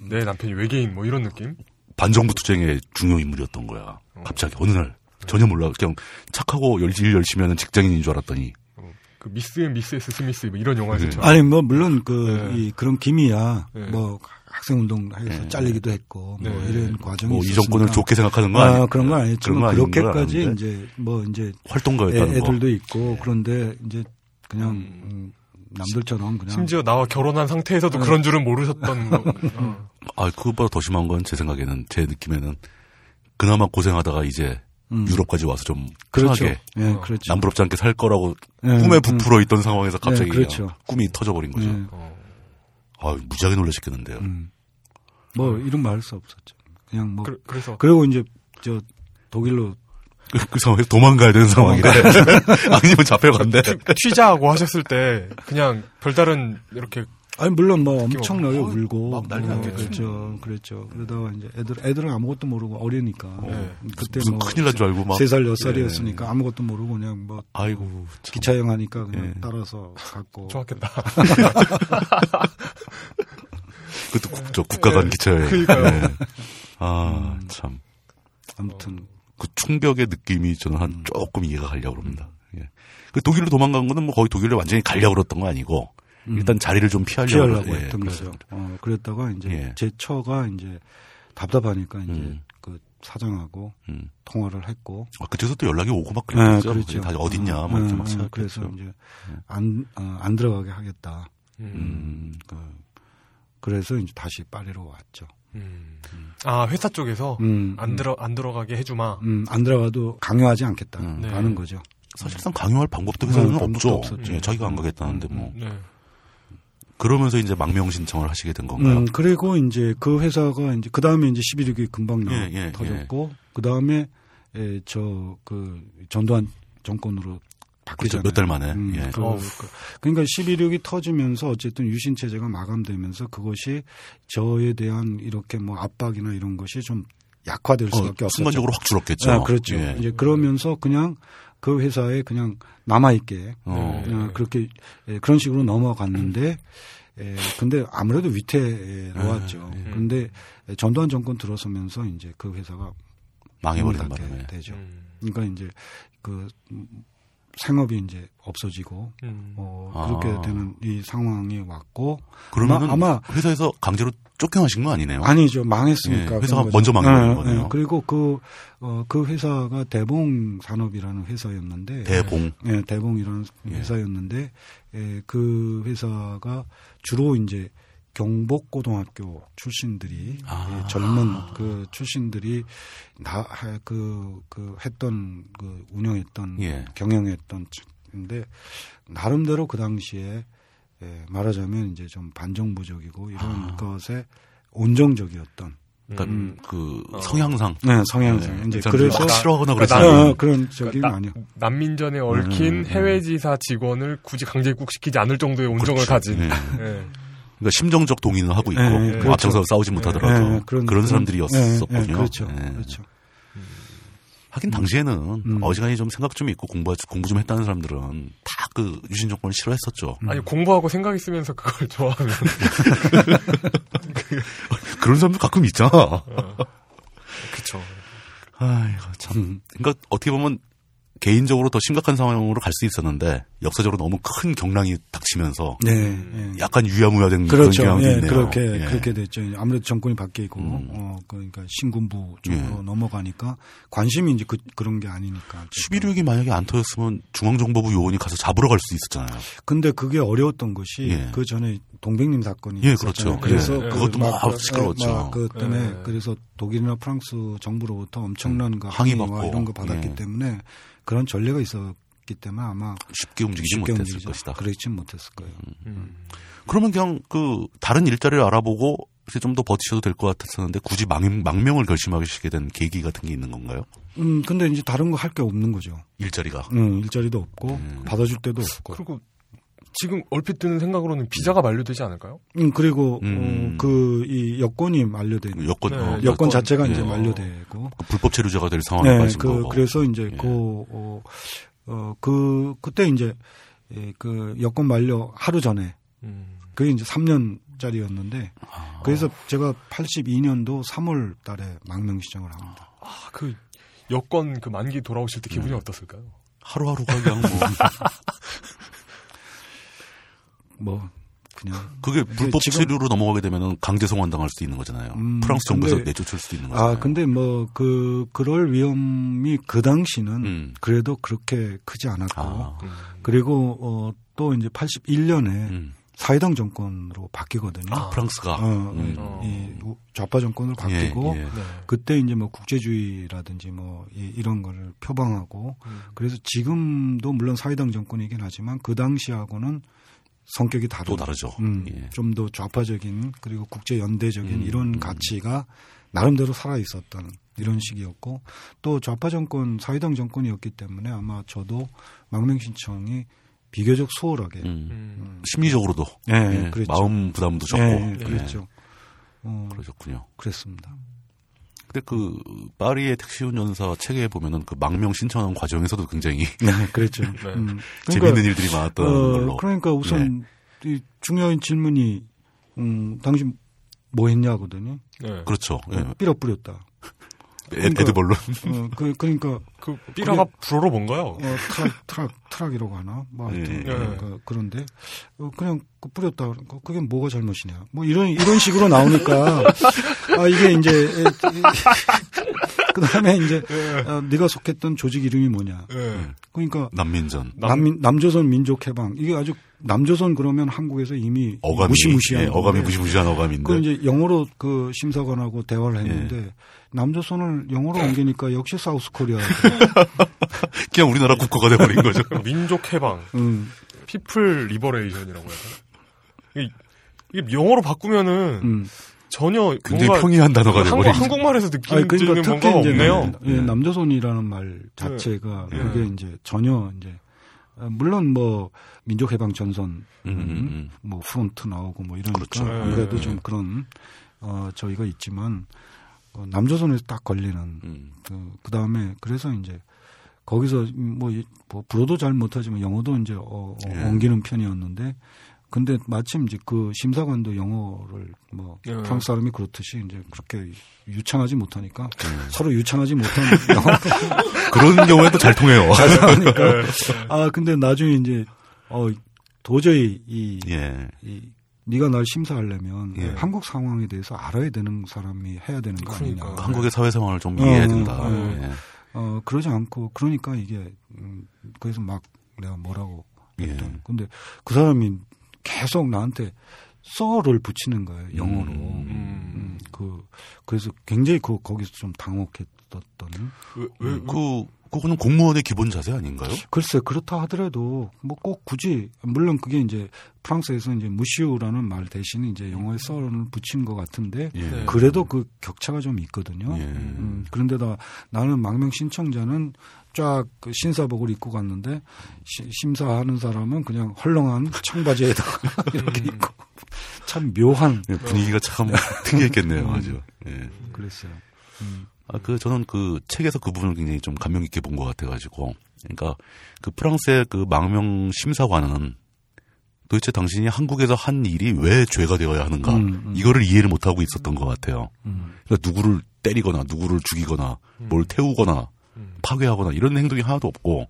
내 남편이 외계인 뭐 이런 느낌? 반정부 투쟁의 중요 인물이었던 거야. 갑자기 어느 날 전혀 몰라. 그냥 착하고 열일 열심히 하는 직장인인 줄 알았더니 어, 그 미스 앤 미세스 스미스 뭐 이런 영화에서 아니 뭐 물론 그 네. 이 그런 기미야 네. 뭐 학생 운동 해서 잘리기도 했고 뭐 네. 이런 과정이 뭐 이 있었으니까. 정권을 좋게 생각하는 건 아, 아니- 그런 건 그런 건 아니었지만 아닌 걸 그렇게까지 아는데 이제 뭐 이제 애, 활동가였다는 거. 들도 있고 그런데 이제 그냥 음, 남들처럼 그냥 심지어 나와 결혼한 네. 상태에서도 그런 줄은 모르셨던 거. 음. 어. 아, 그것보다 더 심한 건 제 생각에는 제 느낌에는 그나마 고생하다가 이제 음. 유럽까지 와서 좀 그렇죠. 편하게 예, 어. 그렇죠. 남부럽지 않게 살 거라고 예, 꿈에 음. 부풀어 있던 상황에서 갑자기 네, 그렇죠. 그냥 꿈이 터져버린 거죠. 예, 어. 아 무지하게 놀라셨겠는데요. 음. 뭐 이런 말 할 수 없었죠. 그냥 뭐 그, 래서 그, 리고 이제 저 독일로 그, 그 상황에서 도망가야 되는 상황이래. 아니면 잡혀간대. 그러니까 취자하고 하셨을 때 그냥 별다른 이렇게 아니 물론 뭐 엄청나게 어, 울고 막 난리 뭐 났겠지. 그랬죠. 그랬죠. 그러다가 이제 애들 애들은 아무것도 모르고 어리니까 네. 그때 무슨 뭐 큰일 난 줄 알고 막. 예. 세 살 여 살이었으니까 아무것도 모르고 그냥 뭐 아이고 참. 기차형 하니까 그냥 예. 따라서 갔고 좋았겠다. 그것도 국, 저 국가간 기차예요. 그러니까요. 음. 아 참. 아무튼 그 충격의 느낌이 저는 음. 한 조금 이해가 가려고 합니다. 예. 그 독일로 도망간 거는 뭐 거의 독일로 완전히 가려고 그랬던 거 아니고 일단 자리를 좀 피하려고, 음. 피하려고 그래- 예, 했던 거죠. 어, 그랬다가 이제 예. 제 처가 이제 답답하니까 이제 음. 그 사장하고 음. 통화를 했고 아, 그쪽에서 또 연락이 오고 막 네, 그랬죠. 그렇죠. 다 어딨냐 막 이렇게 막 네. 어, 생각했죠. 음. 그래서 이제 안, 어, 안 들어가게 하겠다. 음. 음. 그, 그래서 이제 다시 파리로 왔죠. 음. 아 회사 쪽에서 음, 안 들어 안 들어가게 해주마. 음, 안 들어가도 강요하지 음. 않겠다라는 네. 거죠. 사실상 강요할 방법도 그 사람은 음, 방법도 없죠. 없었죠. 음. 예, 자기가 안 가겠다는데 뭐 네. 그러면서 이제 망명 신청을 하시게 된 건가요? 음, 그리고 이제 그 회사가 이제 그 다음에 이제 11.6이 금방 예, 예, 터졌고 그 다음에 예, 저 그 전두환 정권으로 그렇죠. 바뀌잖아요. 몇 달 만에. 음, 예. 그, 러니까 11.6이 터지면서 어쨌든 유신 체제가 마감되면서 그것이 저에 대한 이렇게 뭐 압박이나 이런 것이 좀 약화될 수밖에 어, 없었죠. 순간적으로 확 줄었겠죠. 아, 그렇죠. 예. 이제 그러면서 그냥 그 회사에 그냥 남아 있게 어. 네. 그냥 그렇게 예, 그런 식으로 넘어갔는데 에, 근데 아무래도 음. 위태로웠죠. 네. 근데 전두환 정권 들어서면서 이제 그 회사가 망해버리는 음, 문을 닫게 음. 바람에. 되죠. 음. 그러니까 이제 그 생업이 이제 없어지고 음. 어, 아. 그렇게 되는 이 상황이 왔고 그러면 아마- 아마 회사에서 강제로 쫓겨나신 건 아니네요. 아니죠 망했으니까 예, 그런 회사가 거죠. 먼저 망하는 예, 거네요. 예, 그리고 그어그 회사가 대봉 산업이라는 회사였는데 음. 대봉. 예, 대봉이라는 예. 회사였는데 예, 그 회사가 주로 이제 경복고등학교 출신들이 아. 예, 젊은 그 출신들이 나그그 했던 그 운영했던 예. 경영했던 인데 나름대로 그 당시에 예, 말하자면 이제 좀 반정부적이고 이런 아. 것에 온정적이었던 그러니까 음. 그 어. 성향상. 네, 성향상 네, 이제 사람들이 그래서 막 싫어하거나 그러니까 그랬잖아요. 어, 그런 적이 그러니까 아니요. 난민전에 얽힌 음, 음. 해외지사 직원을 굳이 강제 입국시키지 않을 정도의 온정을 그렇죠. 가진. 네. 예. 예. 그러니까 심정적 동의는 하고 있고 예, 예, 뭐 그렇죠. 앞장서 싸우지 못하더라도 예, 예, 그런, 예, 사람들이었었군요. 예, 그렇죠, 예. 그렇죠. 하긴 당시에는 음. 어지간히 좀 생각 좀 있고 공부 공부 좀 했다는 사람들은 다 그 유신 정권을 싫어했었죠. 음. 아니 공부하고 생각 있으면서 그걸 좋아하면 그런 사람도 가끔 있잖아. 그쵸. 아이고 참. 음. 그러니까 어떻게 보면 개인적으로 더 심각한 상황으로 갈 수 있었는데 역사적으로 너무 큰 경랑이 닥치면서 네, 예. 약간 음. 유야무야된 그렇죠. 그런 경향이 예, 있네요. 그렇게 예. 그렇게 됐죠. 이제 아무래도 정권이 바뀌고 음. 어 그러니까 신군부 쪽으로 예. 넘어가니까 관심이 이제 그, 그런 게 아니니까. 11.6이 만약에 안 터졌으면 중앙정보부 요원이 가서 잡으러 갈 수 있었잖아요. 근데 그게 어려웠던 것이 예. 그 전에 동백님 사건이 예, 그렇죠. 있었잖아요. 그래서 예. 그 그것도 막- 막 시끄러웠죠. 막그 때문에 예. 그래서 독일이나 프랑스 정부로부터 엄청난 그 음. 항의 항의와 받고. 이런 거 받았기 예. 때문에 그런 전례가 있었기 때문에 아마 쉽게 움직이지 쉽게 못했을 움직이지- 것이다. 그렇진 못했을 거예요. 음. 그러면 그냥 그 다른 일자리를 알아보고 좀 더 버티셔도 될 것 같았었는데 굳이 망, 망명을 결심하시게 된 계기 같은 게 있는 건가요? 음, 근데 이제 다른 거 할 게 없는 거죠. 일자리가. 음, 일자리도 없고 받아줄 데도 없고. 그리고 지금 얼핏 드는 생각으로는 비자가 만료되지 않을까요? 음, 그리고 음. 그 이 여권이 만료된 여권, 네, 어, 여권, 자체가 이제 예. 만료되고 그 불법 체류자가 될 상황에 네, 빠진 그 거고. 그래서 이제 예. 그어그 그때 이제 예, 그 여권 만료 하루 전에 음. 그게 이제 3년짜리였는데 아. 그래서 제가 82년도 3월 달에 망명 신청을 합니다. 아, 그 여권 그 만기 돌아오실 때 기분이 어떻을까요? 하루하루가 그냥 뭐 뭐 그냥 그게 불법 지금- 체류로 넘어가게 되면 강제 송환당할 수도 있는 거잖아요. 음, 프랑스 정부에서 근데- 내쫓을 수도 있는 거잖아요. 아 근데 뭐 그 그럴 위험이 그 당시는 음. 그래도 그렇게 크지 않았고 아, 음. 그리고 어또 이제 81년에 음. 사회당 정권으로 바뀌거든요. 아, 프랑스가 어, 음. 어. 이 좌파 정권으로 바뀌고 예, 예. 네. 그때 이제 뭐 국제주의라든지 뭐 이- 이런 거를 표방하고 음. 그래서 지금도 물론 사회당 정권이긴 하지만 그 당시하고는 성격이 다르고 또 다르죠. 예. 음. 좀 더 좌파적인 그리고 국제 연대적인 음, 이런 음. 가치가 나름대로 살아 있었던 이런 시기였고 또 좌파 정권 사회당 정권이었기 때문에 아마 저도 망명 신청이 비교적 수월하게 음. 음. 심리적으로도 예, 예, 예, 그랬죠. 마음 부담도 적고 예, 예, 예, 그렇죠. 그랬죠. 어, 그러셨군요. 그랬습니다. 근데 그 파리의 택시 운전사 책에 보면은 그 망명 신청한 과정에서도 굉장히 네, 그랬죠. 네. 음. 재밌는 일들이 많았던 걸로. 네. 어, 그러니까 우선 이 중요한 질문이 음, 당신 뭐 했냐거든요. 네. 그렇죠. 예. 삐러 뿌렸다. 에- 그러니까- 에드벌룬. 어, 그, 그러니까 그 삐라가 불어로 뭔가요? 어, 트락 트락 트락이라고 하나 뭐 하여튼 예, 그러니까 그런데 어, 그냥 그 뿌렸다 그러니까 그게 뭐가 잘못이냐 뭐 이런 이런 식으로 나오니까 아 이게 이제 에, 에, 그다음에 이제 어, 네가 속했던 조직 이름이 뭐냐 예. 그러니까 난민전. 남- 남, 남조선 민족 해방 이게 아주 남조선 그러면 한국에서 이미 어감이 무시무시한 예, 어감이 건데. 무시무시한 어감인데. 그 이제 영어로 그 심사관하고 예. 대화를 했는데 남조선을 영어로 옮기니까 역시 사우스 코리아. 그냥 우리나라 국가가 돼버린 거죠. 민족 해방, 음, 피플 리버레이션이라고 해야 되나? 이게- 이게 영어로 바꾸면은 음. 전혀 굉장히 뭔가 평이한 단어가 한국, 돼버린. 거죠. 한국말에서 아니, 느끼는 그러니까 뭔가가 특히 이제 없네요. 예. 남- 예, 남조선이라는 말 자체가 네. 그게 네. 이제 전혀 이제 어, 물론 뭐 민족해방 전선 음, 음, 음. 뭐 프론트 나오고 뭐 이러니까 그렇죠. 네. 아무래도 좀 그런 어 저희가 있지만 어, 남조선에서 딱 걸리는 음. 그 다음에 그래서 이제 거기서 뭐, 이- 뭐 불어도 잘 못하지만 영어도 이제 어, 어, 예. 옮기는 편이었는데 근데 마침 이제 그 심사관도 영어를 뭐 예. 한국 사람이 그렇듯이 이제 그렇게 유창하지 못하니까 예. 서로 유창하지 못한 영어 음. 그런 경우에도 잘 통해요. 네. 하니까 아 근데 나중에 이제 어 도저히 이, 예. 이 네가 날 심사하려면 예. 한국 상황에 대해서 알아야 되는 사람이 해야 되는 거 아니냐. 그러니까. 한국의 사회 상황을 좀 어, 이해해야 된다. 어, 어. 예. 어 그러지 않고 그러니까 이게 음, 그래서 막 내가 뭐라고 예. 했던. 근데 그 사람이 계속 나한테 써를 붙이는 거예요 영어로. 음. 음. 음, 그 그래서 굉장히 그 거기서 좀 당혹했었던. 왜, 왜, 그 그거는 공무원의 기본 자세 아닌가요? 글쎄 그렇다 하더라도 뭐 꼭 굳이 물론 그게 이제 프랑스에서 이제 무시우라는 말 대신에 이제 영어에 써를 붙인 것 같은데 예. 네. 그래도 그 격차가 좀 있거든요. 예. 음, 그런데다 나는 망명 신청자는 쫙그 신사복을 입고 갔는데 시- 심사하는 사람은 그냥 헐렁한 청바지에다가 이렇게 음. 입고 참 묘한 예, 분위기가 네. 참 음. 특이했겠네요. 아주. 예. 그랬어요. 아, 그, 저는 그 책에서 그 부분을 굉장히 좀 감명 깊게 본 것 같아가지고. 그러니까 그 프랑스의 그 망명 심사관은 도대체 당신이 한국에서 한 일이 왜 죄가 되어야 하는가. 음, 음. 이거를 이해를 못하고 있었던 것 같아요. 음. 그러니까 누구를 때리거나 누구를 죽이거나 뭘 태우거나 음. 파괴하거나 이런 행동이 하나도 없고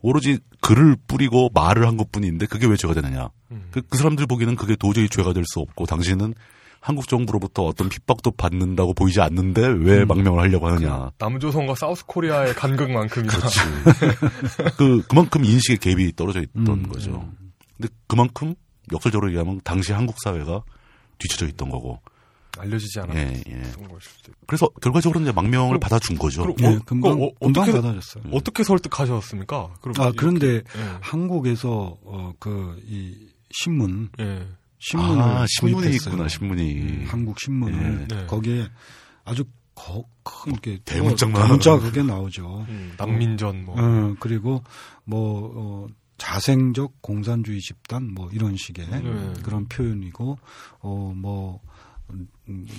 오로지 글을 뿌리고 말을 한 것뿐인데 그게 왜 죄가 되느냐. 음. 그, 그 사람들 보기에는 그게 도저히 죄가 될 수 없고 당신은 한국 정부로부터 어떤 핍박도 받는다고 보이지 않는데 음. 왜 망명을 하려고 하느냐. 남조선과 사우스 코리아의 간극만큼이나 그 그만큼 인식의 갭이 떨어져 있던 음, 거죠. 근데 그만큼 역설적으로 얘기하면 당시 한국 사회가 뒤쳐져 있던 거고. 알려지지 않았던 예, 예. 걸 수도 있고. 그래서 결과적으로 이제 망명을 그럼- 받아준 거죠. 그럼- 네, 어, 금방, 어, 어, 금방 어떻게- 받아줬어요. 어떻게 설득하셨습니까? 그럼 아 이- 그런데 예. 한국에서 어, 어그이 신문 예. 신문을 아, 신문이 구입했어요. 있구나, 신문이. 한국 신문을 예. 네. 거기에 아주 거, 큰 이렇게 어, 대문짝만 문자 그게 나오죠. 음, 난민전 뭐. 어, 그리고 뭐 어, 자생적 공산주의 집단 뭐 이런 식의 네. 그런 표현이고 어뭐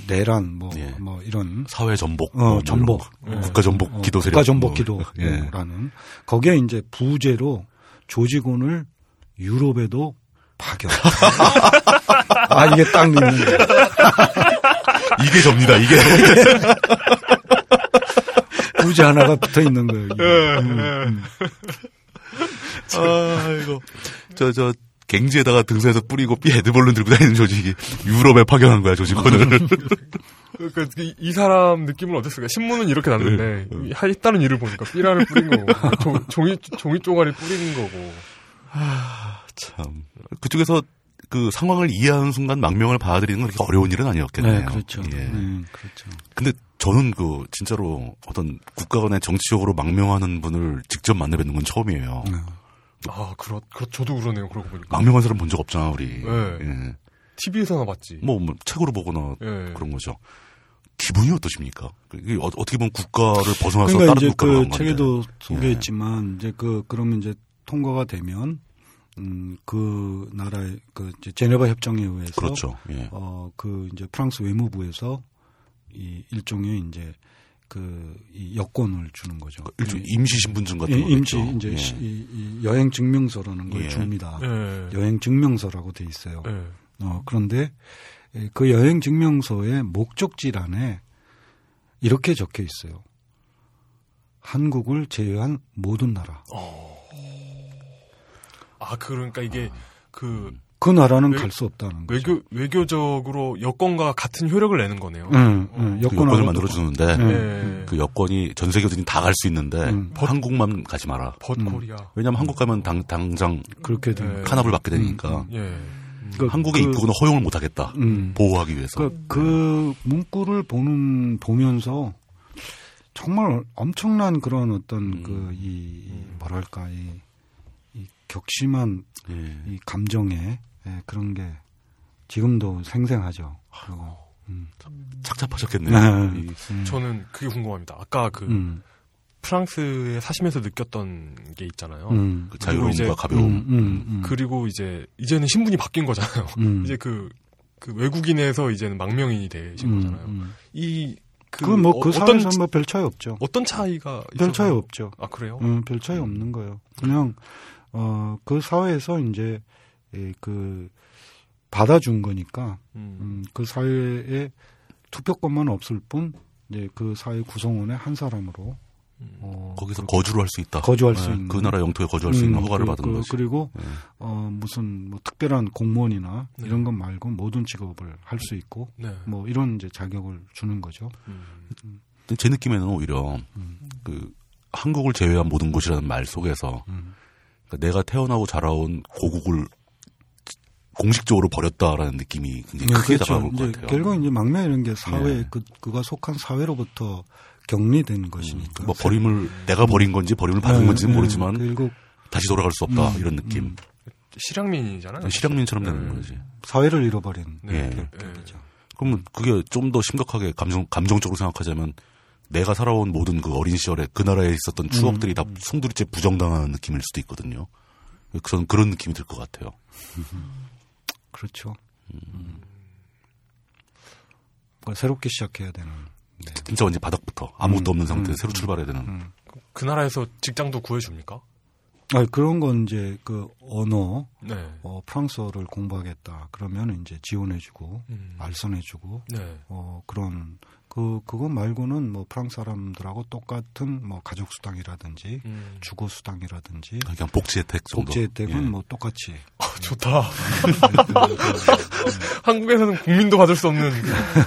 내란 뭐 뭐 예. 이런 사회 전복, 어, 뭐 이런 전복. 거. 예. 국가 전복 어, 기도 세력, 국가 전복 뭐. 예. 기도라는 거기에 이제 부제로 조직원을 유럽에도 파견. 아 이게 딱 있는 거예요. 이게 접니다. 이게 부제 하나가 붙어 있는 거예요. 이게. 음, 음. 아, 이거. 저, 저, 갱지에다가 등산에서 뿌리고 삐 헤드볼로 들고 다니는 조직이 유럽에 파견한 거야, 조직원을. 그, 그, 이- 이 사람 느낌은 어땠을까? 신문은 이렇게 났는데, 이 하- 했다는 일을 보니까 삐라를 뿌린 거고, 조- 종이, 종이 쪼가리 뿌리는 거고. 참. 그쪽에서 그 상황을 이해하는 순간 망명을 받아들이는 건 그렇게 어려운 일은 아니었겠네요. 네, 그렇죠. 예. 네, 그렇죠. 근데 저는 그, 진짜로 어떤 국가 간의 정치적으로 망명하는 분을 직접 만나뵙는 건 처음이에요. 네. 아, 그렇, 그렇, 저도 그러네요. 그러고 보니까. 망명한 사람 본 적 없잖아, 우리. 네. 예. TV에서나 봤지. 뭐, 뭐, 책으로 보거나 예. 음. 그런 거죠. 기분이 어떠십니까? 그게 어, 떻게 보면 국가를 벗어나서 그러니까 다른 이제 국가로 그 간 건데. 책에도 예. 소개했지만 이제 그 그러면 이제 통과가 되면 음그 나라의 그 이제 제네바 협정에 의해서 그렇죠. 예. 어그 이제 프랑스 외무부에서 이 일종의 이제 그이 여권을 주는 거죠. 일종 임시 신분증 같은 이- 거 음. 예, 임시 겠죠 그 이제 시- 이, 이 여행 증명서라는 걸 예. 줍니다. 예. 예. 여행 증명서라고 돼 있어요. 예. 어, 그런데 에, 그 여행 증명서의 목적지란에 이렇게 적혀 있어요. 한국을 제외한 모든 나라. 어, 아, 그러니까 이게, 그, 그 나라는 외- 갈 수 없다는 거죠. 외교, 외교적으로 여권과 같은 효력을 내는 거네요. 응, 여권을 응, 음, 여권하고도- 네. 만들어 주는데 예. 그 여권이 전 세계든 다 갈 수 있는데 음. 한국만 가지 마라. 벗 코리아. 왜냐하면 한국 가면 당, 당장 그렇게 된 예. 탄압을 받게 되니까 예. 음. 그- 한국의 그- 입국은 허용을 못하겠다. 음. 보호하기 위해서. 그, 그 문구를 보는 보면서 정말 엄청난 그런 어떤 음. 그 이 뭐랄까 이, 이 격심한 예. 이 감정에 예, 그런 게 지금도 생생하죠. 그리고 착잡하셨겠네요. 네. 이- 저는 그게 궁금합니다. 아까 그, 음, 프랑스에 사시면서 느꼈던 게 있잖아요. 음, 그 어, 그리고 이제- 자유로움과 가벼움. 음, 음, 음. 그리고 이제, 이제는 신분이 바뀐 거잖아요. 음. 이제 그, 그 외국인에서 이제는 망명인이 되신 음, 거잖아요. 음. 이, 그, 그건 뭐그 어, 사회에서는 어떤, 뭐별 차이 없죠. 어떤 차이가. 별 있었나요? 차이 없죠. 아, 그래요? 음, 별 어, 차이 없는 거예요. 그냥 어, 그 사회에서 이제 예, 그 받아준 거니까 음. 음, 그 사회에 투표권만 없을 뿐 이제 그 사회 구성원의 한 사람으로 음. 어, 거기서 거주를 할 수 있다. 거주할 수 네, 있는. 그 나라 영토에 거주할 수 있는 음, 허가를 그- 받은 그- 거지. 그리고 네. 어, 무슨 뭐 특별한 공무원이나 네. 이런 것 말고 모든 직업을 할 수 있고 네. 뭐 이런 이제 자격을 주는 거죠. 음. 근데 제 느낌에는 오히려 그 한국을 제외한 모든 곳이라는 말 속에서 음. 그러니까 내가 태어나고 자라온 고국을 공식적으로 버렸다라는 느낌이 굉장히 크게 그렇죠. 다가올 이제 것 같아요. 결국 이제 막내라는 게 사회 네. 그 그가 속한 사회로부터 격리된 것이니까. 뭐 버림을 내가 버린 건지 버림을 받은 네, 건지는 네. 모르지만 결국 다시 돌아갈 수 없다 음, 이런 느낌. 실향민이잖아요. 실향민처럼 되는 네. 거지. 사회를 잃어버린 예. 결이죠. 그러면 그게 좀 더 심각하게 감정 감정적으로 생각하자면 내가 살아온 모든 그 어린 시절에 그 나라에 음, 있었던 추억들이 다 송두리째 부정당하는 느낌일 수도 있거든요. 그런 그런 느낌이 들 것 같아요. 그렇죠. 음. 그러니까 새롭게 시작해야 되는. 진짜 언제 바닥부터 아무것도 음, 없는 상태에서 음, 새로 출발해야 되는. 음. 그 나라에서 직장도 구해줍니까? 아 그런 건 이제 그 언어 네. 어, 프랑스어를 공부하겠다 그러면 이제 지원해주고 음. 알선해주고 네. 어 그런 그 그거 말고는 뭐 프랑스 사람들하고 똑같은 뭐 가족 수당이라든지 음. 주거 수당이라든지 아, 그냥 복지 혜택 정도. 복지 혜택은 예. 뭐 똑같이 아, 좋다. 한국에서는 국민도 받을 수 없는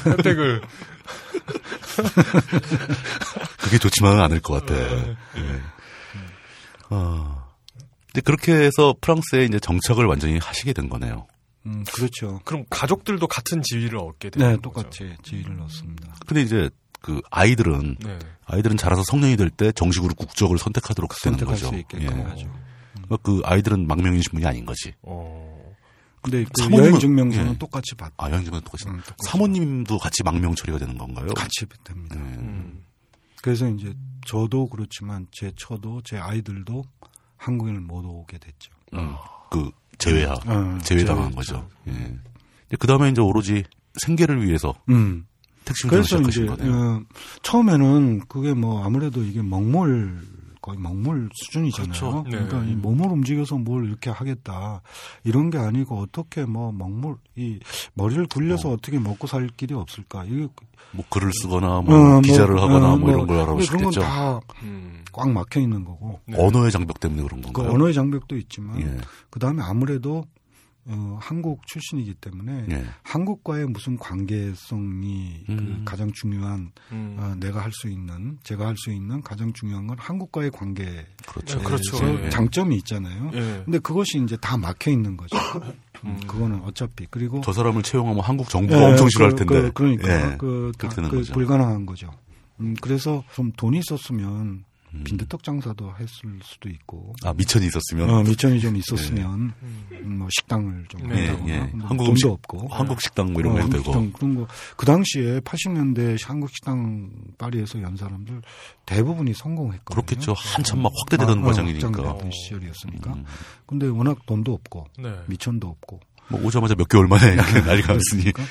그 혜택을. 그게 좋지만은 않을 것 같아. 음. 예. 아. 근데 그렇게 해서 프랑스에 이제 정착을 완전히 하시게 된 거네요. 음 그렇죠. 그럼 가족들도 같은 지위를 얻게 되는 네 거죠. 똑같이 음. 지위를 얻습니다. 근데 이제 그 아이들은 네. 아이들은 자라서 성년이 될 때 정식으로 국적을 선택하도록 되는 선택할 거죠. 수 있게끔 예. 하죠. 그러니까 그 아이들은 망명인 신분이 아닌 거지. 어. 근데 그 사모님은- 여행 증명서는 예. 똑같이 받 아 여행자만 똑같이. 음, 똑같이 사모님도 같이 망명 처리가 되는 건가요? 같이 됩니다. 예. 음. 그래서 이제 저도 그렇지만 제 처도 제 아이들도 한국에는 못 오게 됐죠. 음, 그 제외하 음, 제외당한 거죠. 예. 그 다음에 이제 오로지 생계를 위해서 음. 택시운전을 그래서 시작하신 이제 거네요. 어, 처음에는 그게 뭐 아무래도 이게 먹물 거의 먹물 수준이잖아요. 그렇죠. 네. 그러니까 이 몸을 움직여서 뭘 이렇게 하겠다 이런 게 아니고 어떻게 뭐 먹물 이 머리를 굴려서 어. 떻게 먹고 살 길이 없을까? 이게 뭐 글을 쓰거나 뭐 예. 어, 뭐, 기자를 하거나 어, 뭐 이런 걸 하라고 근데 그런 시켰죠. 건 다 꽉 음. 막혀 있는 거고. 네. 언어의 장벽 때문에 그런 그 건가요? 언어의 장벽도 있지만 예, 그 다음에 아무래도 어, 한국 출신이기 때문에 예. 한국과의 무슨 관계성이 그 음. 가장 중요한 음. 어, 내가 할 수 있는 제가 할 수 있는 가장 중요한 건 한국과의 관계 그렇죠. 네, 그렇죠. 예, 예. 아, 장점이 있잖아요. 예. 근데 그것이 이제 다 막혀 있는 거죠. 음, 그거는 어차피 그리고 저 사람을 채용하면 한국 정부가 엄청 싫어할 그- 텐데. 그, 러니까 예. 그, 다- 그렇게 되는 그 거죠. 불가능한 거죠. 음, 그래서 좀 돈이 있었으면 음. 빈대떡 장사도 했을 수도 있고 아 미천이 있었으면 어, 미천이 좀 있었으면 음, 뭐 식당을 좀 예, 한다거나 예. 뭐 한국 돈도 음식- 없고 한국 식당 뭐 이런 어, 거 해도 한국 되고. 식당 그런 거 그 당시에 80년대 한국 식당 파리에서 연 사람들 대부분이 성공했거든요. 그렇겠죠. 한참 막 확대되던 과정이니까. 아, 어, 확장되던 시절이었으니까. 음. 근데 워낙 돈도 없고 네. 미천도 없고 뭐 오자마자 몇 개월 만에 이렇게 난리가 났으니. 네. 그러니까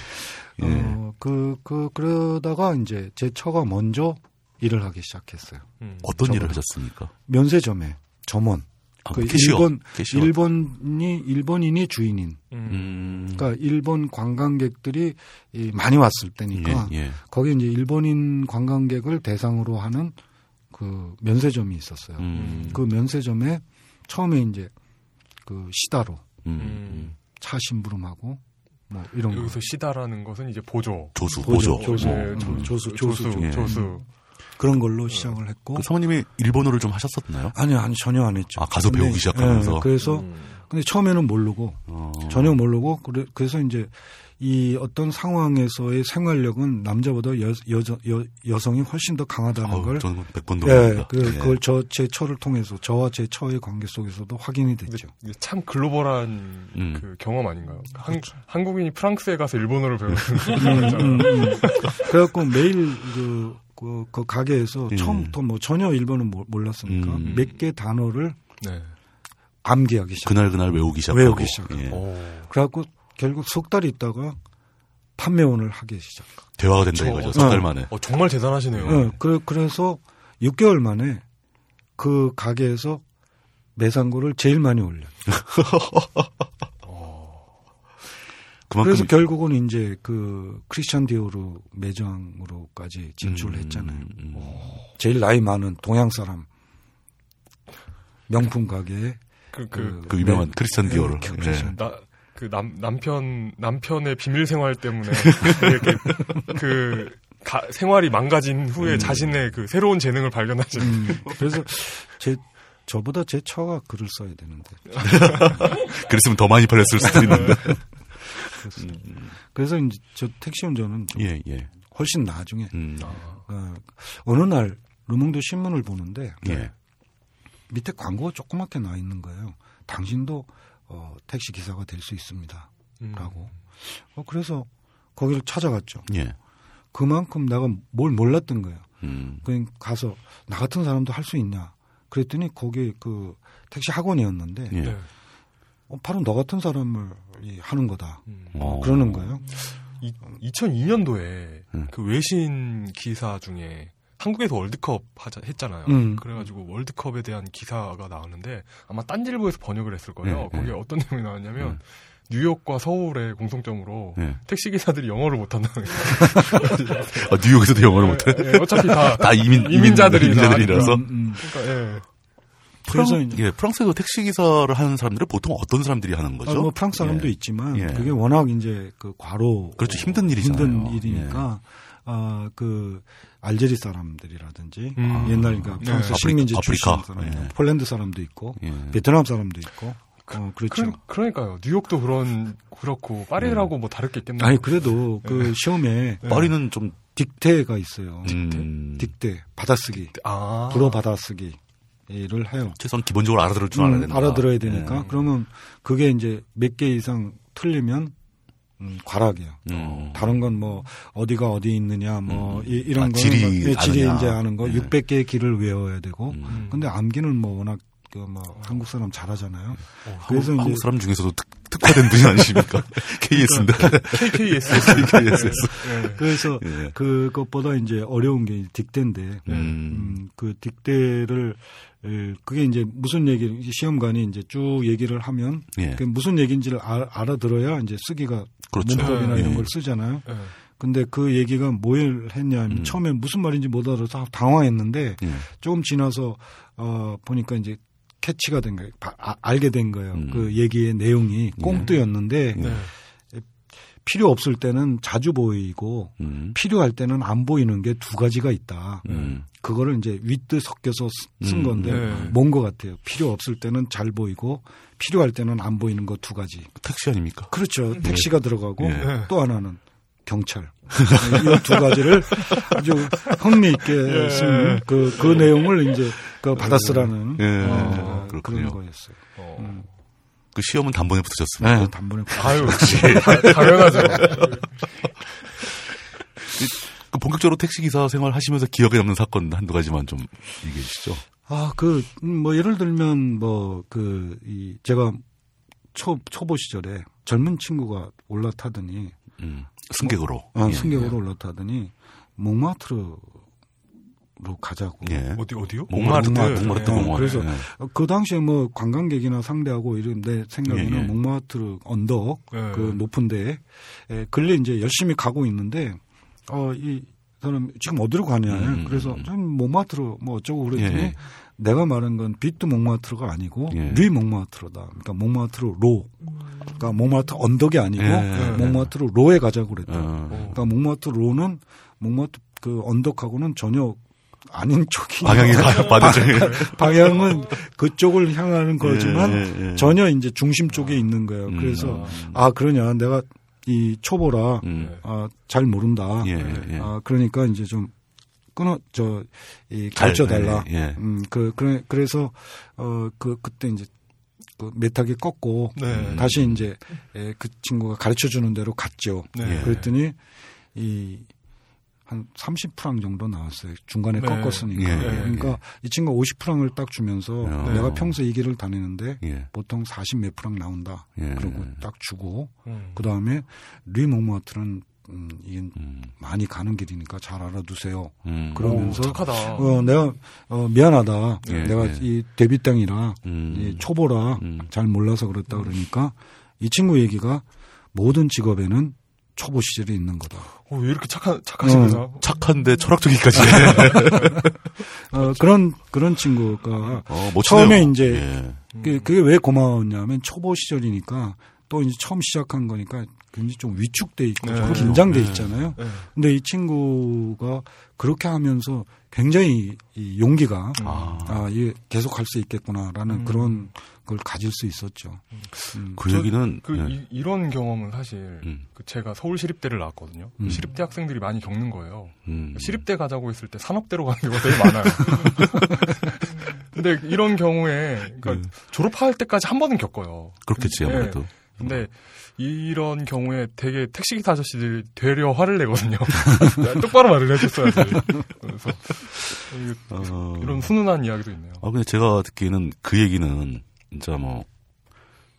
예. 어, 그, 그, 그러다가 이제 제 처가 먼저 일을 하기 시작했어요. 음. 어떤 일을 저거는. 하셨습니까? 면세점에 점원. 아, 그 캐시어. 일본, 캐시어. 일본이, 일본인이 주인인. 음. 음. 그러니까 일본 관광객들이 이 많이 왔을 때니까 예, 예. 거기 이제 일본인 관광객을 대상으로 하는 그 면세점이 있었어요. 음. 그 면세점에 처음에 이제 그 시다로 음. 차 심부름하고 뭐 이런 거. 여기서 시다라는 것은 이제 보조. 조수, 보조, 보조. 조수, 뭐. 예, 음, 조수, 조수, 조수, 예. 조수. 그런 어. 걸로 시작을 했고 그 사모님이 일본어를 좀 하셨었나요? 아니요, 아니 전혀 안 했죠. 아, 가서 배우기 시작하면서? 예, 그래서 음. 근데 처음에는 모르고 어. 전혀 모르고 그래, 그래서 이제 이 어떤 상황에서의 생활력은 남자보다 여, 여자, 여, 여성이 훨씬 더 강하다는 아우, 걸 저는 백번도 예, 모릅니다. 그, 그걸 저 제 처를 통해서 저와 제 처의 관계 속에서도 확인이 근데 됐죠. 이게 참 글로벌한 음. 그 경험 아닌가요? 한, 그렇죠. 한국인이 프랑스에 가서 일본어를 배우는 음, 음. 그래갖고 매일 그, 그, 그 가게에서 예. 처음부터 뭐 전혀 일본어 몰- 몰랐으니까 음. 몇 개 단어를 네. 암기하기 시작. 그날 그날 외우기 시작하고. 외우기 시작하고. 어. 예. 오. 그래갖고 결국 석 달 있다가 판매원을 하기 시작. 대화가 된다 저- 이거죠. 어, 석달 네. 만에. 어, 정말 대단하시네요. 어, 그래, 그래서 6개월 만에 그 가게에서 매상고를 제일 많이 올려. 그만큼 그래서 결국은 이제 그 크리스찬 디오르 매장으로까지 진출을 음, 했잖아요. 어. 음. 제일 나이 많은 동양 사람 명품 가게에 그, 그, 그 유명한 네. 크리스찬 디오르. 네, 예. 크리스찬 나, 그 남, 남편, 남편의 비밀 생활 때문에 이렇게 그 가, 생활이 망가진 후에 자신의 그 새로운 재능을 발견하죠. 음, 그래서 제 저보다 제 처가 글을 써야 되는데 그랬으면 더 많이 팔렸을 수도 있는데. 그래서, 그래서 이제 저 택시 운전은 좀 예, 예. 훨씬 나중에 음. 어, 어느 날 르몽드 신문을 보는데 예. 밑에 광고가 조그맣게 나 있는 거예요. 당신도 어, 택시 기사가 될 수 있습니다.라고. 음. 어, 그래서 거기를 찾아갔죠. 예. 그만큼 내가 뭘 몰랐던 거예요. 음. 그냥 가서 나 같은 사람도 할 수 있냐? 그랬더니 거기 그 택시 학원이었는데 예. 네. 어, 바로 너 같은 사람을 이- 하는 거다. 음. 어. 그러는 거예요. 이, 2002년도에 음. 그 외신 기사 중에 한국에서 월드컵 하자, 했잖아요. 음. 그래가지고 월드컵에 대한 기사가 나왔는데 아마 딴지일보에서 번역을 했을 거예요. 네, 거기에 네. 어떤 내용이 나왔냐면 네. 뉴욕과 서울의 공통점으로 예. 택시 기사들이 영어를 못한다는 거예요. 아, 뉴욕에서도 네, 영어를 못해? 예, 어차피 다 다 이민, 이민자들이나 이민자들이라서. 음, 음. 그러니까 예. 그래서 프랑- 이제- 예, 프랑스에서 택시 기사를 하는 사람들은 보통 어떤 사람들이 하는 거죠? 아, 뭐 프랑스 사람도 예. 있지만 예. 그게 워낙 이제 그 과로 그렇죠. 힘든 일이잖아요. 니까 아, 그 알제리 사람들이라든지 음. 옛날 그러니까 프랑스 네. 식민지 아프리카, 출신 사람, 예. 폴란드 사람도 있고 예. 베트남 사람도 있고 어, 그렇죠. 그러, 그러니까요. 뉴욕도 그런 그렇고 파리라고 뭐 다를 게 있겠나요? 아니 그래도 그 시험에 파리는 좀, 딕테가 있어요. 음, 딕테 받아쓰기 아. 불어 받아쓰기를 해요. 최소한 기본적으로 알아들을 줄 알아야 음, 된다. 예. 네. 알아들어야 되니까 그러면 그게 이제 몇 개 이상 틀리면 음, 과락이에요. 예. 음. 다른 건 뭐 어디가 어디 있느냐 뭐 음. 이, 이런 아, 거는 지리 뭐, 예, 지리 아느냐. 이제 아는 거 예. 600개의 길을 외워야 되고 음. 근데 암기는 뭐 워낙 그뭐 한국 사람 잘하잖아요. 그래서 어, 그래서 한국, 이제 그러니까. 한국 사람 중에서도 특, 특화된 분이 아니십니까? KS인데. 네. KKS. KSS. 예. 그래서 예. 그것보다 이제 어려운 게 딕대인데 음. 음, 그 딕대를 에, 그게 이제 무슨 얘기를 이제 시험관이 이제 쭉 얘기를 하면 예. 그 무슨 얘기인지를 알, 알아들어야 이제 쓰기가 그렇죠. 문법이나 이런 예. 걸 쓰잖아요. 예. 근데 그 얘기가 뭘 했냐면 음. 처음에 무슨 말인지 못 알아서 당황했는데 예. 조금 지나서 어 보니까 이제 캐치가 된 거예요. 바- 아- 알게 된 거예요. 음. 예. 그 얘기의 내용이 꽁뜨였는데 네. 필요 없을 때는 자주 보이고 음. 필요할 때는 안 보이는 게 두 가지가 있다. 음. 그거를 이제 윗뜻 섞여서 쓰- 쓴 음. 건데 네. 뭔 것 같아요. 필요 없을 때는 잘 보이고 필요할 때는 안 보이는 거 두 가지. 그 택시 아닙니까? 그렇죠. 택시가 들어가고 예. 또 하나는 경찰. 이 두 가지를 아주 흥미 있게 예. 쓴 그 그 내용을 이제 그 받아쓰라는 예. 어, 그런 그렇군요. 거였어요. 어. 그 시험은 단번에 붙으셨습니다. 그래서 단번에 아유, 다- 당연하죠. 네. 그 본격적으로 택시기사 생활 하시면서 기억에 남는 사건 한두 가지만 좀 얘기해 주시죠. 아그 뭐 예를 들면 뭐 그 이 제가 초 초보 시절에 젊은 친구가 올라타더니 음. 승객으로. 아, 예. 승객으로 올라타더니 몽마트르로 가자고. 예. 어디 어디요? 네. 목마르트, 목마르트. 목마르트 예. 공원. 그래서 예. 어, 그 당시에 뭐 관광객이나 상대하고 이런 내 생각에는 예, 예. 몽마트르 언덕 예. 그 높은 데에 예, 근래 이제 열심히 가고 있는데 어이 사람 지금 어디로 가냐 음, 그래서 음. 좀 몽마트르 뭐 어쩌고 그랬더니 예. 내가 말한 건 비트 몽마트르가 아니고 예. 류 몽마트르다 그러니까 몽마트르로 그러니까 몽마트 언덕이 아니고 예, 예. 몽마트르로에 가자고 그랬다 어. 그러니까 몽마트 로는 몽마트 그 언덕하고는 전혀 아닌 쪽이 방향이 어. 가- 반대쪽에. 방향은 그쪽을 향하는 거지만 예, 음, 예, 예. 전혀 이제 중심 쪽에 있는 거예요. 그래서 어. 아 그러냐 내가 이 초보라 네. 음. 아, 잘 모른다. 예, 예. 아 그러니까 이제 좀 끊어 저이 잘, 가르쳐 달라. 예, 예. 음그 그래 그래서 어 그 그때 이제 그 메타게 꺾고 네. 다시 이제 예, 그 친구가 가르쳐 주는 대로 갔죠. 예. 네. 그랬더니 이 한 30프랑 정도 나왔어요. 중간에 네. 꺾었으니까. 예, 예, 그러니까 이 친구가 50프랑을 딱 주면서 어. 내가 평소 이 길을 다니는데 예. 보통 40 몇 프랑 나온다. 예. 그러고 딱 주고 음. 그 다음에 류몽마트는 음, 이게 음. 많이 가는 길이니까 잘 알아두세요. 음. 그러면서 오, 착하다. 어, 내가 어, 미안하다. 예, 내가 예. 이 데뷔 땅이라 음. 예, 이 초보라 음. 잘 몰라서 그랬다 그러니까 이 친구 얘기가 모든 직업에는 초보 시절이 있는 거다. 어, 왜 이렇게 착하, 음. 착하십니까? 착한데 철학적이기까지. 어, 그런 그런 친구가 어, 멋지네요. 처음에 이제 예. 그게, 그게 왜 고마웠냐면 초보 시절이니까 또 이제 처음 시작한 거니까 굉장히 좀 위축돼 있고 네. 좀 그렇죠. 긴장돼 네. 있잖아요. 네. 근데 이 친구가 그렇게 하면서 굉장히 이 용기가 아. 아, 이게 계속 할 수 있겠구나라는 음. 그런 걸 가질 수 있었죠. 음. 그 저- 얘기는 그 예. 이, 런 경험은 사실 음. 그 제가 서울 시립대를 나왔거든요. 그 음. 시립대 학생들이 많이 겪는 거예요. 음. 시립대 가자고 했을 때 산업대로 가는 경우가 되게 많아요. 근데 이런 경우에 그러니까 음. 졸업할 때까지 한 번은 겪어요. 그렇겠지 네. 예. 아무래도. 근데 이런 경우에 되게 택시기사 아저씨들이 되려 화를 내거든요. 네, 똑바로 말을 해줬어야지. 그래서 이- 어. 이런 훈훈한 이야기도 있네요. 아 근데 제가 듣기에는 그 얘기는 진짜 뭐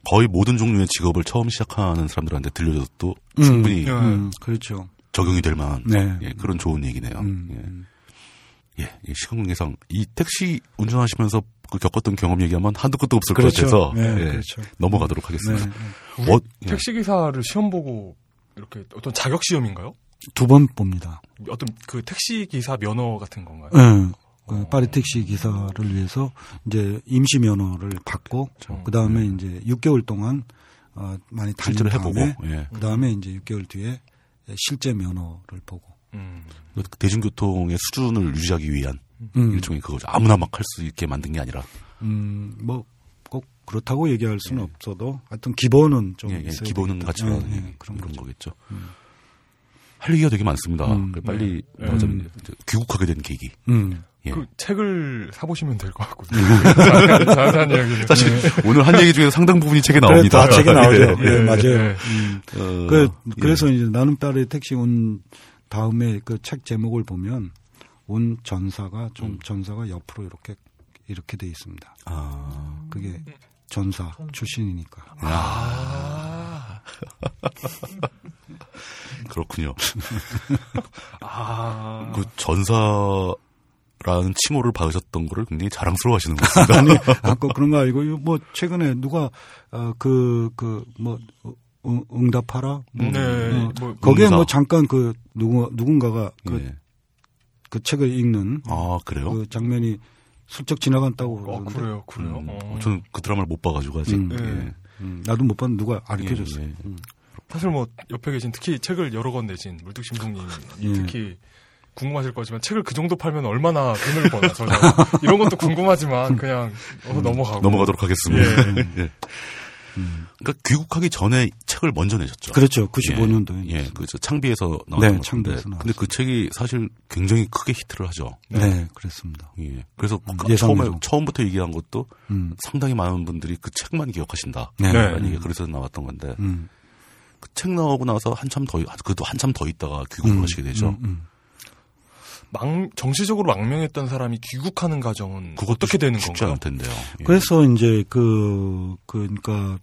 거의 모든 종류의 직업을 처음 시작하는 사람들한테 들려줘도 음. 충분히 예. 음, 그렇죠. 적용이 될 만한 네. 예, 그런 좋은 얘기네요. 음, 예. 음. 예, 이 시간 관계상 이 택시 운전하시면서 그 겪었던 경험 얘기하면 한도 끝도 없을 것 같아서 네, 예, 그렇죠. 넘어가도록 네. 하겠습니다. 어, 예. 택시기사를 시험 보고 이렇게 어떤 자격시험인가요? 두번 봅니다. 어떤 그 택시기사 면허 같은 건가요? 예. 그 어. 파리 택시 기사를 위해서 이제 임시 면허를 받고 그 다음에 이제 6개월 동안 어, 많이 다닌 그렇죠. 네. 실제로 해보고 다음에 예. 그 다음에 이제 6개월 뒤에 실제 면허를 보고 음. 대중교통의 수준을 유지하기 위한 음. 일종의 그거죠. 아무나 막 할 수 있게 만든 게 아니라 음뭐 꼭 그렇다고 얘기할 수는 없어도 하여튼 기본은 좀 예, 예, 있어야 기본은 되겠다. 갖춰야 예, 되는 예, 그런, 그런 거죠. 거겠죠. 할 얘기가 되게 많습니다. 음, 그래, 빨리 네. 말하자면 음. 이제 귀국하게 된 계기. 음. 예. 그 책을 사보시면 될 것 같거든요. 자세한- 자세한 이야기는. 사실 그렇죠. 오늘 한 얘기 중에서 상당 부분이 책에 그래, 나옵니다. 네, 다 책이 나오죠. 예, 예, 맞아요. 예. 음. 어, 그, 예. 그래서 이제 나는 딸의 택시 온 다음에 그 책 제목을 보면 온 전사가 좀 음. 전사가 옆으로 이렇게 이렇게 돼 있습니다. 아. 음, 그게 네. 전사 출신이니까. 아, 그렇군요. 아. 그 전사라는 칭호를 받으셨던 거를 굉장히 자랑스러워하시는 것 같습니다. 아니, 아까 그런 거 아니고 이거 뭐 최근에 누가 어, 그, 어그그뭐 응답하라. 뭐, 네. 어, 뭐, 거기에 응사. 뭐 잠깐 그 누구 누군가가 그, 예. 그 책을 읽는 아 그래요? 그 장면이 슬쩍 지나간다고 어, 그러는데 그래요, 그래요. 음, 어. 저는 그 드라마를 못 봐가지고 아직. 음. 예. 음, 나도 못 봤는데 누가 알려줬어. 예, 요 예. 사실 뭐 옆에 계신 특히 책을 여러 권 내신 물뚝심송님 이 예. 특히 궁금하실 거지만 책을 그 정도 팔면 얼마나 돈을 버나 저자 이런 것도 궁금하지만 그냥 어, 넘어가고 음, 넘어가도록 하겠습니다. 예. 그러니까 귀국하기 전에 책을 먼저 내셨죠. 그렇죠. 95년도에. 예, 그저 창비에서 나왔던 네, 것 창비에서 같은데. 근데 나왔어요. 그 책이 사실 굉장히 크게 히트를 하죠. 네. 그랬습니다. 예. 그래서 음, 그 예상외로. 처음에 처음부터 얘기한 것도 음. 상당히 많은 분들이 그 책만 기억하신다. 네. 라는 네. 얘기가 그래서 나왔던 건데 음. 그 책 나오고 나서 한참 더 그도 한참 더 있다가 귀국을 음, 하시게 되죠. 음, 음. 망 정치적으로 망명했던 사람이 귀국하는 과정은 그것도 어떻게 되는 쉽지 건가요? 않을 텐데요. 예. 그래서 이제 그 그러니까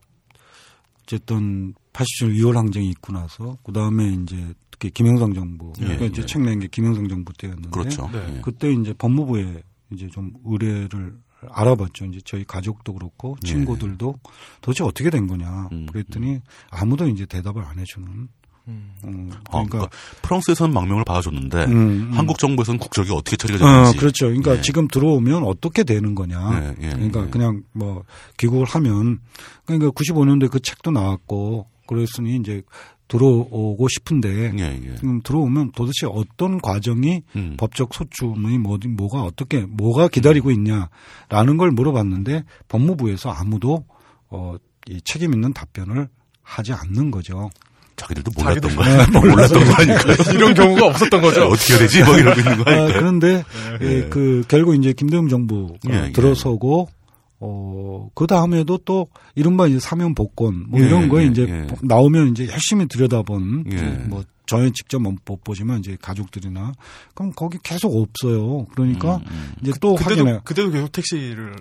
어쨌든 87 6월 항쟁이 있고 나서 그다음에 이제 특히 김영삼 정부. 예, 그러니까 이제 예. 책 낸 게 김영삼 정부 때였는데 그렇죠. 네. 예. 때 이제 법무부에 이제 좀 의뢰를 알아봤죠. 이제 저희 가족도 그렇고 예. 친구들도 도대체 어떻게 된 거냐. 음, 그랬더니 아무도 이제 대답을 안 해주는. 음. 음, 아, 그러니까 프랑스에서는 망명을 받아줬는데 음, 음. 한국 정부에서는 국적이 어떻게 처리가 어, 되는지. 그렇죠. 그러니까 예. 지금 들어오면 어떻게 되는 거냐. 예, 예, 그러니까 예. 그냥 뭐 귀국을 하면 그러니까 95년도에 그 책도 나왔고 그랬으니 이제 들어오고 싶은데 예, 예. 지금 들어오면 도대체 어떤 과정이 음. 음. 법적 소추의 뭐 뭐가 어떻게 뭐가 기다리고 있냐라는 걸 물어봤는데 법무부에서 아무도 어, 이 책임 있는 답변을 하지 않는 거죠. 자기들도 몰랐던 자기들- 거야. 몰랐던 거 아니까. 이런 경우가 없었던 거죠. 어떻게 해야 되지? 막 이러고 있는 거 아, 아니까. 그런데 예. 예, 그 결국 이제 김대중 정부 어, 예, 예. 들어서고 어그 다음에도 또 이른바 이제 사면 복권 뭐 예, 이런 거에 예, 이제 예. 나오면 이제 열심히 들여다본 예. 뭐 저는 직접 못 보지만 이제 가족들이나 그럼 거기 계속 없어요. 그러니까 음, 이제 또 확인해. 그때도 그때도 계속 택시를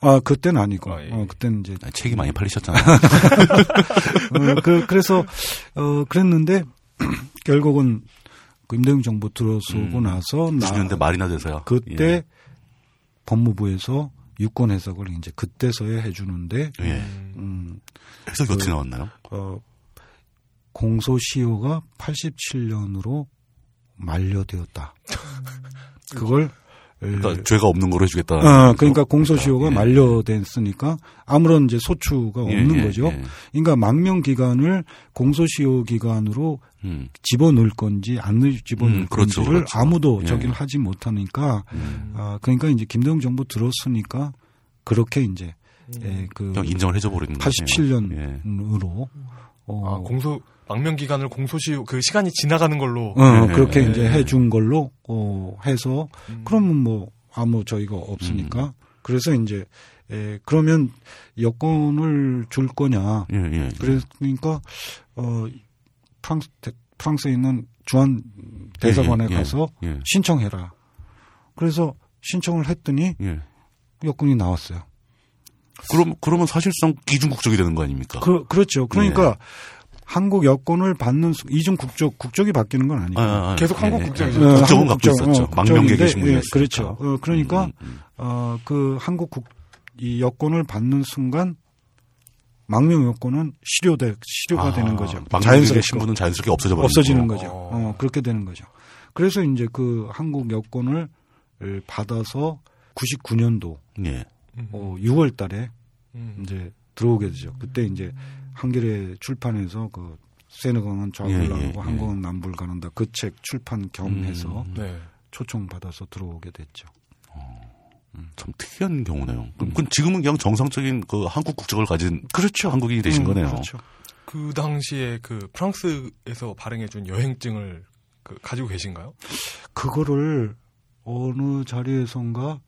아 그땐 아니고 아, 예. 어 그때는 이제 아, 책이 많이 팔리셨잖아요. 어, 그, 그래서 어 그랬는데 결국은 김대중 정부 들어서고 음. 나서 나 90년대 말이나 돼서야. 그때 예. 법무부에서 유권 해석을 이제 그때서야 해주는데 예. 음, 음, 해석이 어떻게 나왔나요? 어, 공소시효가 87년으로 만료되었다. 그걸 그러니까 에, 죄가 없는 걸로 해주겠다. 아, 그러니까 공소시효가 예. 만료됐으니까 아무런 이제 소추가 예, 없는 예, 거죠. 예. 그러니까 망명 기간을 공소시효 기간으로 음. 집어넣을 건지 안 넣- 집어넣을 음, 그렇죠, 건지를 그렇죠. 아무도 예. 저기를 하지 못하니까 음. 아, 그러니까 이제 김대중 정부 들었으니까 그렇게 이제 예, 그 그냥 인정을 해줘 버리는 거예요. 87년으로 아, 어, 공소 망명 기간을 공소시 그 시간이 지나가는 걸로 어, 예, 그렇게 예, 이제 예. 해준 걸로 어, 해서 음. 그러면 뭐 아무 저희가 없으니까 음. 그래서 이제 에, 그러면 여권을 줄 거냐 예, 예. 예. 그러니까 어 프랑스 대- 프랑스에 있는 주한 대사관에 예, 예, 가서 예. 신청해라 그래서 신청을 했더니 예. 여권이 나왔어요 그럼 그러면 사실상 기준국적이 되는 거 아닙니까? 그, 그렇죠 네. 그러니까 한국 여권을 받는 수- 이중 국적 국적이 바뀌는 건 아니고 아, 아, 아, 계속 한국 국적이죠. 예. 어, 국적은 한국 갖고 국적, 있었죠. 음, 어, 망명계 국적인데, 계신 분이 예, 그렇죠. 어, 그러니까 어, 그 한국 국, 이 여권을 받는 순간 망명 여권은 실효돼 실효가 되는 거죠. 아, 망명계 자연스럽게 신분은 자연스럽게 없어져 버리는 없어지는 거고. 거죠. 어, 그렇게 되는 거죠. 그래서 이제 그 한국 여권을 받아서 99년도 예. 음. 어, 6월 달에 음. 이제 들어오게 되죠. 그때 이제 한겨레 출판에서 그 세느강은 예, 예, 좌불 예. 나누고 한강은 남불 가는다 그 책 출판 겸해서 음. 네. 초청받아서 들어오게 됐죠. 참 특이한 경우네요. 그럼 그건 지금은 그냥 정상적인 그 한국 국적을 가진 그렇죠. 한국인이 되신 음, 거네요. 그렇죠. 그 당시에 그 프랑스에서 발행해준 여행증을 그 가지고 계신가요? 그거를 어느 자리에선가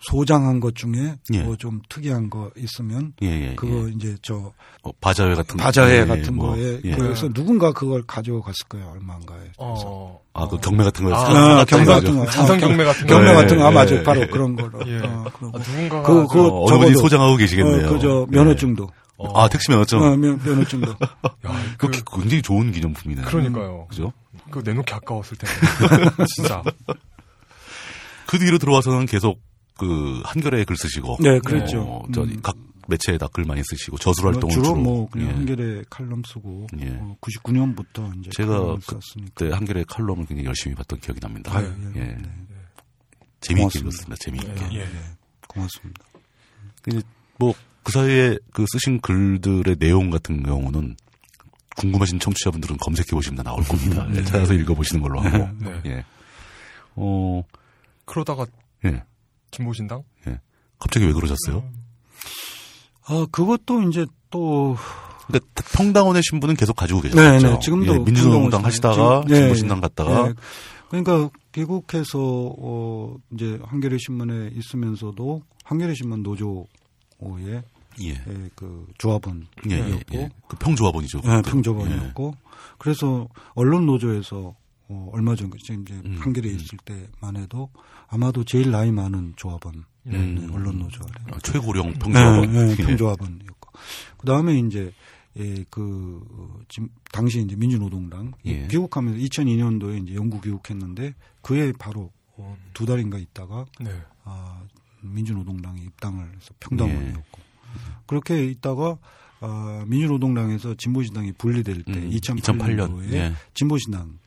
소장한 것 중에 예. 뭐 좀 특이한 거 있으면 예, 예. 그거 예. 이제 저 어, 바자회 같은 거. 바자회 예, 같은 뭐, 거에 예. 그래서 누군가 그걸 가져갔을 거예요 얼마인가에 그래서 어. 아, 그 경매 같은 거. 아, 아, 경매 같은 거 자선 아, 경- 경매 같은 거. 경매 예, 같은 거아 예, 맞아요 예. 바로 그런 거로 어, 예. 어, 그런 아, 거. 누군가가 그- 아주- 어, 그거 어머니 적어도- 소장하고 계시겠네요. 어, 그저 예. 면허증도 어. 아, 택시 면허증. 어, 면, 면허증도 야, 그, 그 굉장히 좋은 기념품이네요. 그러니까요. 그죠? 음. 그거 내놓기 아까웠을 텐데. 진짜. 그 뒤로 들어와서는 계속 그 한겨레에 글 쓰시고. 네, 그랬죠. 어, 저 음. 각 매체에 다 글 많이 쓰시고 저술 활동을 주로, 주로. 뭐 그냥 예. 한겨레 칼럼 쓰고 예. 어, 99년부터 이제 제가 칼럼을 그- 썼으니까 그때 한겨레 칼럼을 굉장히 열심히 봤던 기억이 납니다. 아, 예. 예. 재미있게 고맙습니다. 읽었습니다. 재미있게. 예. 고맙습니다. 뭐 그 사이에 그 쓰신 글들의 내용 같은 경우는 궁금하신 청취자분들은 검색해 보시면 다 나올 겁니다. 음. 예, 찾아서 읽어 보시는 걸로 하고. 네. 예. 어, 그러다가 예. 김보신당? 갑자기 왜 그러셨어요? 아 그것도 이제 또 그러니까 평당원의 신분은 계속 가지고 계셨죠. 네, 네, 지금도 예, 민주노동당 평당원 하시다가 지금- 네, 진보신당 갔다가 예. 그러니까 귀국해서 어 이제 한겨레 신문에 있으면서도 한겨레 신문 노조의 예. 예, 그 조합원이었고 예, 예, 예. 그 평조합원이죠. 예, 그때. 평조원이었고 그래서 언론 노조에서 어, 얼마 전 지금 이제 음, 한겨레 음. 있을 때만 해도 아마도 제일 나이 많은 조합원 예. 네, 음, 언론 노조래. 아, 최고령 평조합원. 네, 예. 네, 평조합원이었고 그 다음에 이제 예, 그 어, 지금 당시 이제 민주노동당 예. 귀국하면서 2002년도에 이제 영국 귀국했는데 그해 바로 어, 두 달인가 있다가 음. 네. 아, 민주노동당에 입당을 해서 예. 평당원이었고 그렇게 있다가 아, 민주노동당에서 진보신당이 분리될 때 음, 2008년도에 예. 진보신당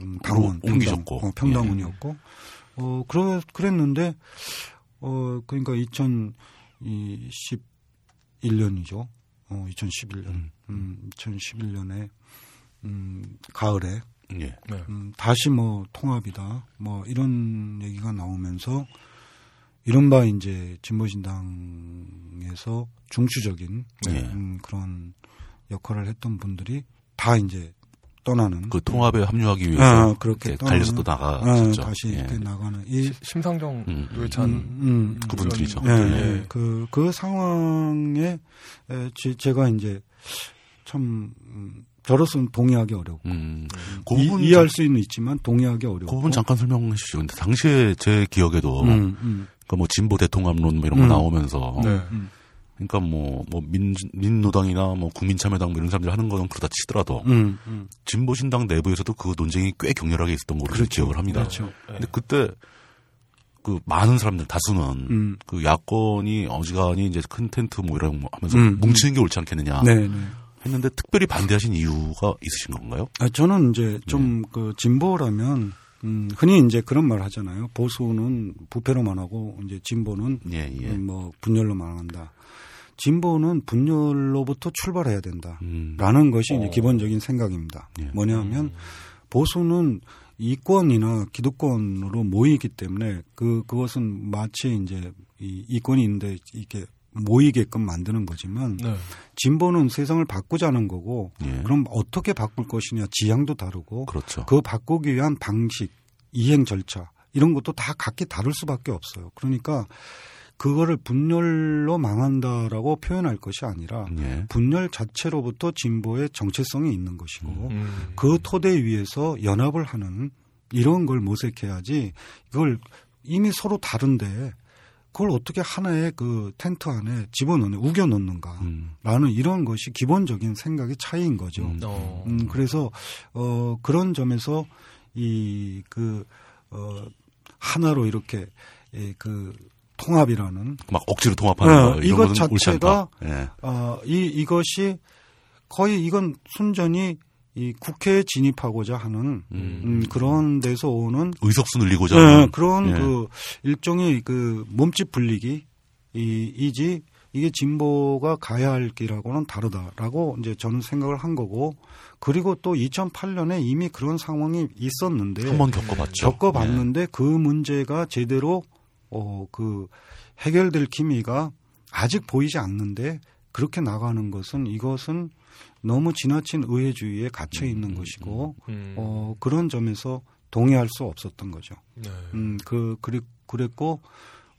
음, 당원 어, 바로 옮기셨고. 예. 평당, 원이었고어 그러 그랬는데 어 그러니까 2011년이죠. 어 2011년 음. 음. 2011년에 음 가을에 예. 네. 음, 다시 뭐 통합이다 뭐 이런 얘기가 나오면서 이른바 이제 진보신당에서 중추적인 예. 음, 그런 역할을 했던 분들이 다 이제 떠나는 그 통합에 합류하기 위해서 아, 그렇게 이제 떠나는- 갈려서 또 나가셨죠. 아, 다시 예. 이렇게 나가는 이 심상정 음. 노회찬 네. 음, 음, 그분들이죠. 예, 이런- 예. 그, 그 상황에 에, 제- 제가 이제 참 음, 저로서는 동의하기 어렵고 음. 그 이, 부분 이해할 수는 있지만 동의하기 어렵고 그 부분 잠깐 설명해 주시죠. 근데 당시에 제 기억에도 음, 음, 그러니까 뭐 진보 대통합론 뭐 이런 거 음. 나오면서 네. 음. 그러니까 뭐, 뭐 민, 민노당이나 뭐 국민참여당 뭐 이런 사람들 하는 거는 그러다 치더라도 음, 음. 진보신당 내부에서도 그 논쟁이 꽤 격렬하게 있었던 걸로 그 기억을 합니다. 그렇죠. 근데 그때 그 많은 사람들 다수는 음. 그 야권이 어지간히 이제 큰 텐트 뭐 이런 거 하면서 음. 뭉치는 게 옳지 않겠느냐. 네, 네. 했는데 특별히 반대하신 이유가 있으신 건가요? 아, 저는 이제 좀 네. 그 진보라면 음, 흔히 이제 그런 말 하잖아요. 보수는 부패로만 하고 이제 진보는 예, 예. 음, 뭐 분열로만 한다. 진보는 분열로부터 출발해야 된다. 음. 라는 것이 이제 기본적인 생각입니다. 예. 뭐냐면 보수는 이권이나 기득권으로 모이기 때문에 그 그것은 마치 이제 이 이권인데 이게 모이게끔 만드는 거지만 네. 진보는 세상을 바꾸자는 거고 예. 그럼 어떻게 바꿀 것이냐 지향도 다르고 그렇죠. 그 바꾸기 위한 방식, 이행 절차 이런 것도 다 각기 다를 수밖에 없어요. 그러니까 그거를 분열로 망한다라고 표현할 것이 아니라 예. 분열 자체로부터 진보의 정체성이 있는 것이고 음. 그 토대 위에서 연합을 하는 이런 걸 모색해야지 이걸 이미 서로 다른데 그걸 어떻게 하나의 그 텐트 안에 집어넣는 우겨 넣는가라는 음. 이런 것이 기본적인 생각의 차이인 거죠. 음. 어. 음, 그래서, 어, 그런 점에서, 이, 그, 어, 하나로 이렇게, 예, 그, 통합이라는, 막 억지로 통합하는 어, 거 이것 이런 것은 옳지 않다. 자체가 예. 아, 이, 이것이 거의 이건 순전히 이 국회에 진입하고자 하는, 음. 음, 그런 데서 오는, 의석수 늘리고자 예, 하는 그런 예. 그, 일종의 그 몸집 불리기, 이, 이지, 이게 진보가 가야 할 길하고는 다르다라고 이제 저는 생각을 한 거고, 그리고 또 2008년에 이미 그런 상황이 있었는데, 한번 겪어봤죠. 예, 예. 겪어봤는데 그 문제가 제대로 어, 그 해결될 기미가 아직 보이지 않는데 그렇게 나가는 것은 이것은 너무 지나친 의회주의에 갇혀 있는 것이고 음. 어, 그런 점에서 동의할 수 없었던 거죠. 네. 음, 그, 그리, 그랬고,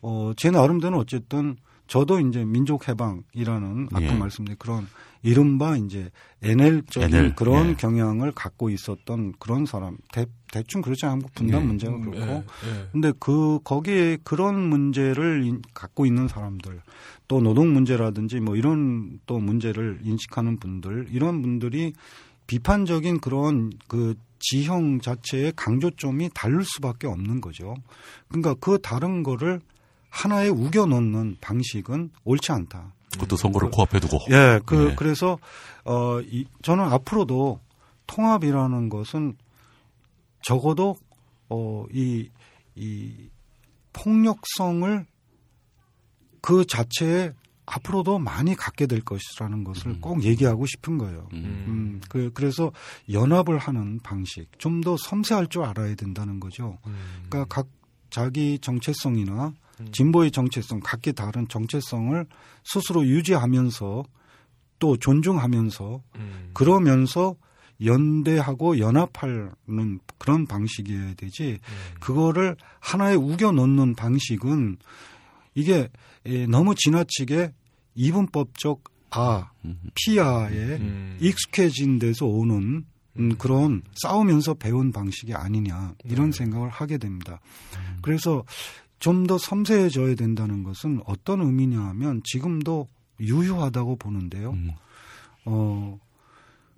어, 제 나름대로는 어쨌든 저도 이제 민족해방이라는 아까 예. 말씀드린 그런 이른바 이제 NL적인 NL, 그런 예. 경향을 갖고 있었던 그런 사람, 대, 대충 그렇지 않고 분단 예. 문제가 음, 그렇고. 예, 예. 근데 그, 거기에 그런 문제를 인- 갖고 있는 사람들, 또 노동 문제라든지 뭐 이런 또 문제를 인식하는 분들, 이런 분들이 비판적인 그런 그 지형 자체의 강조점이 다를 수밖에 없는 거죠. 그러니까 그 다른 거를 하나에 우겨 넣는 방식은 옳지 않다. 그것도 선거를 코앞에 두고. 예, 그 예. 그래서 어 이, 저는 앞으로도 통합이라는 것은 적어도 어이이 폭력성을 그 자체에 앞으로도 많이 갖게 될 것이라는 것을 꼭 얘기하고 싶은 거예요. 음. 음, 그, 그래서 연합을 하는 방식, 좀 더 섬세할 줄 알아야 된다는 거죠. 음. 그러니까 각 자기 정체성이나 진보의 정체성, 각기 다른 정체성을 스스로 유지하면서 또 존중하면서 음. 그러면서 연대하고 연합하는 그런 방식이어야 되지 그거를 하나에 우겨 넣는 방식은 이게 예, 너무 지나치게 이분법적 아 피아에 음. 익숙해진 데서 오는 음, 그런 싸우면서 배운 방식이 아니냐 이런 생각을 하게 됩니다. 그래서 좀 더 섬세해져야 된다는 것은 어떤 의미냐 하면 지금도 유효하다고 보는데요. 음. 어,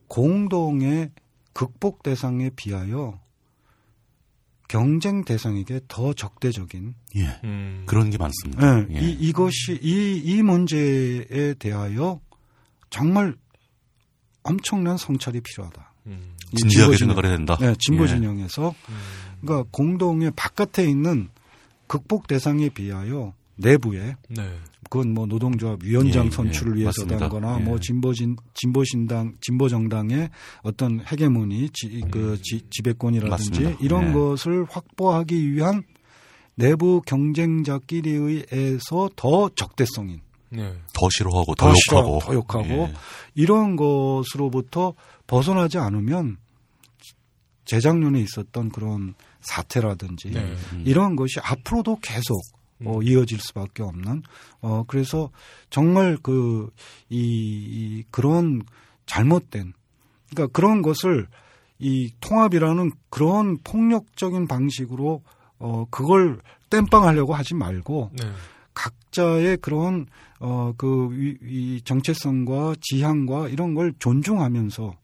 공동의 극복 대상에 비하여 경쟁 대상에게 더 적대적인 예. 음. 그런 게 많습니다. 예, 이, 이것이 이, 이 문제에 대하여 정말 엄청난 성찰이 필요하다. 음. 이 진지하게 진보 진영. 생각을 해야 된다. 네, 진보 예. 진영에서 음. 그러니까 공동의 바깥에 있는 극복 대상에 비하여 내부에 네. 그건 뭐 노동조합 위원장 예, 예, 선출을 맞습니다. 위해서던거나 예. 뭐 진보진 진보신당 진보정당의 어떤 헤게모니 지, 그 지, 지배권이라든지 예. 맞습니다. 이런 예. 것을 확보하기 위한 내부 경쟁자끼리에서 의더 적대성인 네. 더 싫어하고 더, 더 욕하고. 싫어, 더 욕하고 예. 이런 것으로부터 벗어나지 않으면 재작년에 있었던 그런 사태라든지 네. 음. 이런 것이 앞으로도 계속 어, 이어질 수밖에 없는 어 그래서 정말 그이 이, 그런 잘못된 그러니까 그런 것을 이 통합이라는 그런 폭력적인 방식으로 어 그걸 땜빵하려고 하지 말고 네. 각자의 그런 어, 어그 정체성과 지향과 이런 걸 존중하면서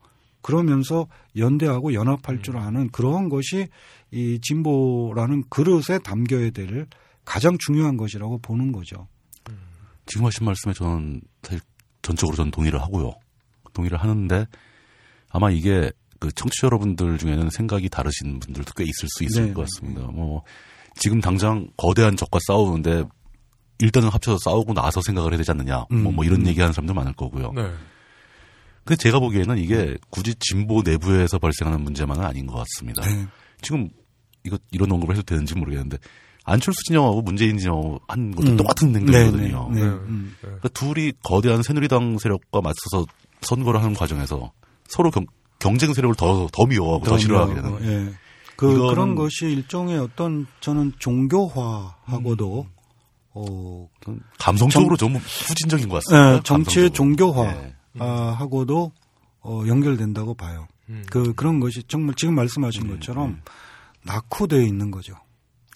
그러면서 연대하고 연합할 줄 음. 아는 그런 것이 이 진보라는 그릇에 담겨야 될 가장 중요한 것이라고 보는 거죠. 지금 하신 말씀에 저는 사실 전적으로 전 동의를 하고요. 동의를 하는데 아마 이게 그 청취자 여러분들 중에는 생각이 다르신 분들도 꽤 있을 수 있을 네. 것 같습니다. 뭐 지금 당장 거대한 적과 싸우는데 일단은 합쳐서 싸우고 나서 생각을 해야 되지 않느냐. 음, 뭐, 뭐 이런 얘기하는 사람도 많을 어. 거고요. 네. 근데 제가 보기에는 네. 이게 굳이 진보 내부에서 발생하는 문제만은 아닌 것 같습니다. 네. 지금 이거 이런 언급을 해도 되는지 모르겠는데 안철수 진영하고 문재인 진영하고 한 것도 네. 똑같은 행동이거든요. 음. 네, 네, 네. 네. 음. 그러니까 둘이 거대한 새누리당 세력과 맞서서 선거를 하는 과정에서 서로 경, 경쟁 세력을 더, 더 미워하고 더, 싫어하게 되는 예. 그 이거는- 그런 것이 일종의 어떤 저는 종교화하고도 음. 어, 감성적으로 좀 후진적인 것 같습니다. 예, 정치의 감성적으로. 네. 예. 종교화하고도 어, 연결된다고 봐요. 음. 그 그런 것이 정말 지금 말씀하신 네, 것처럼 낙후되어 있는 거죠.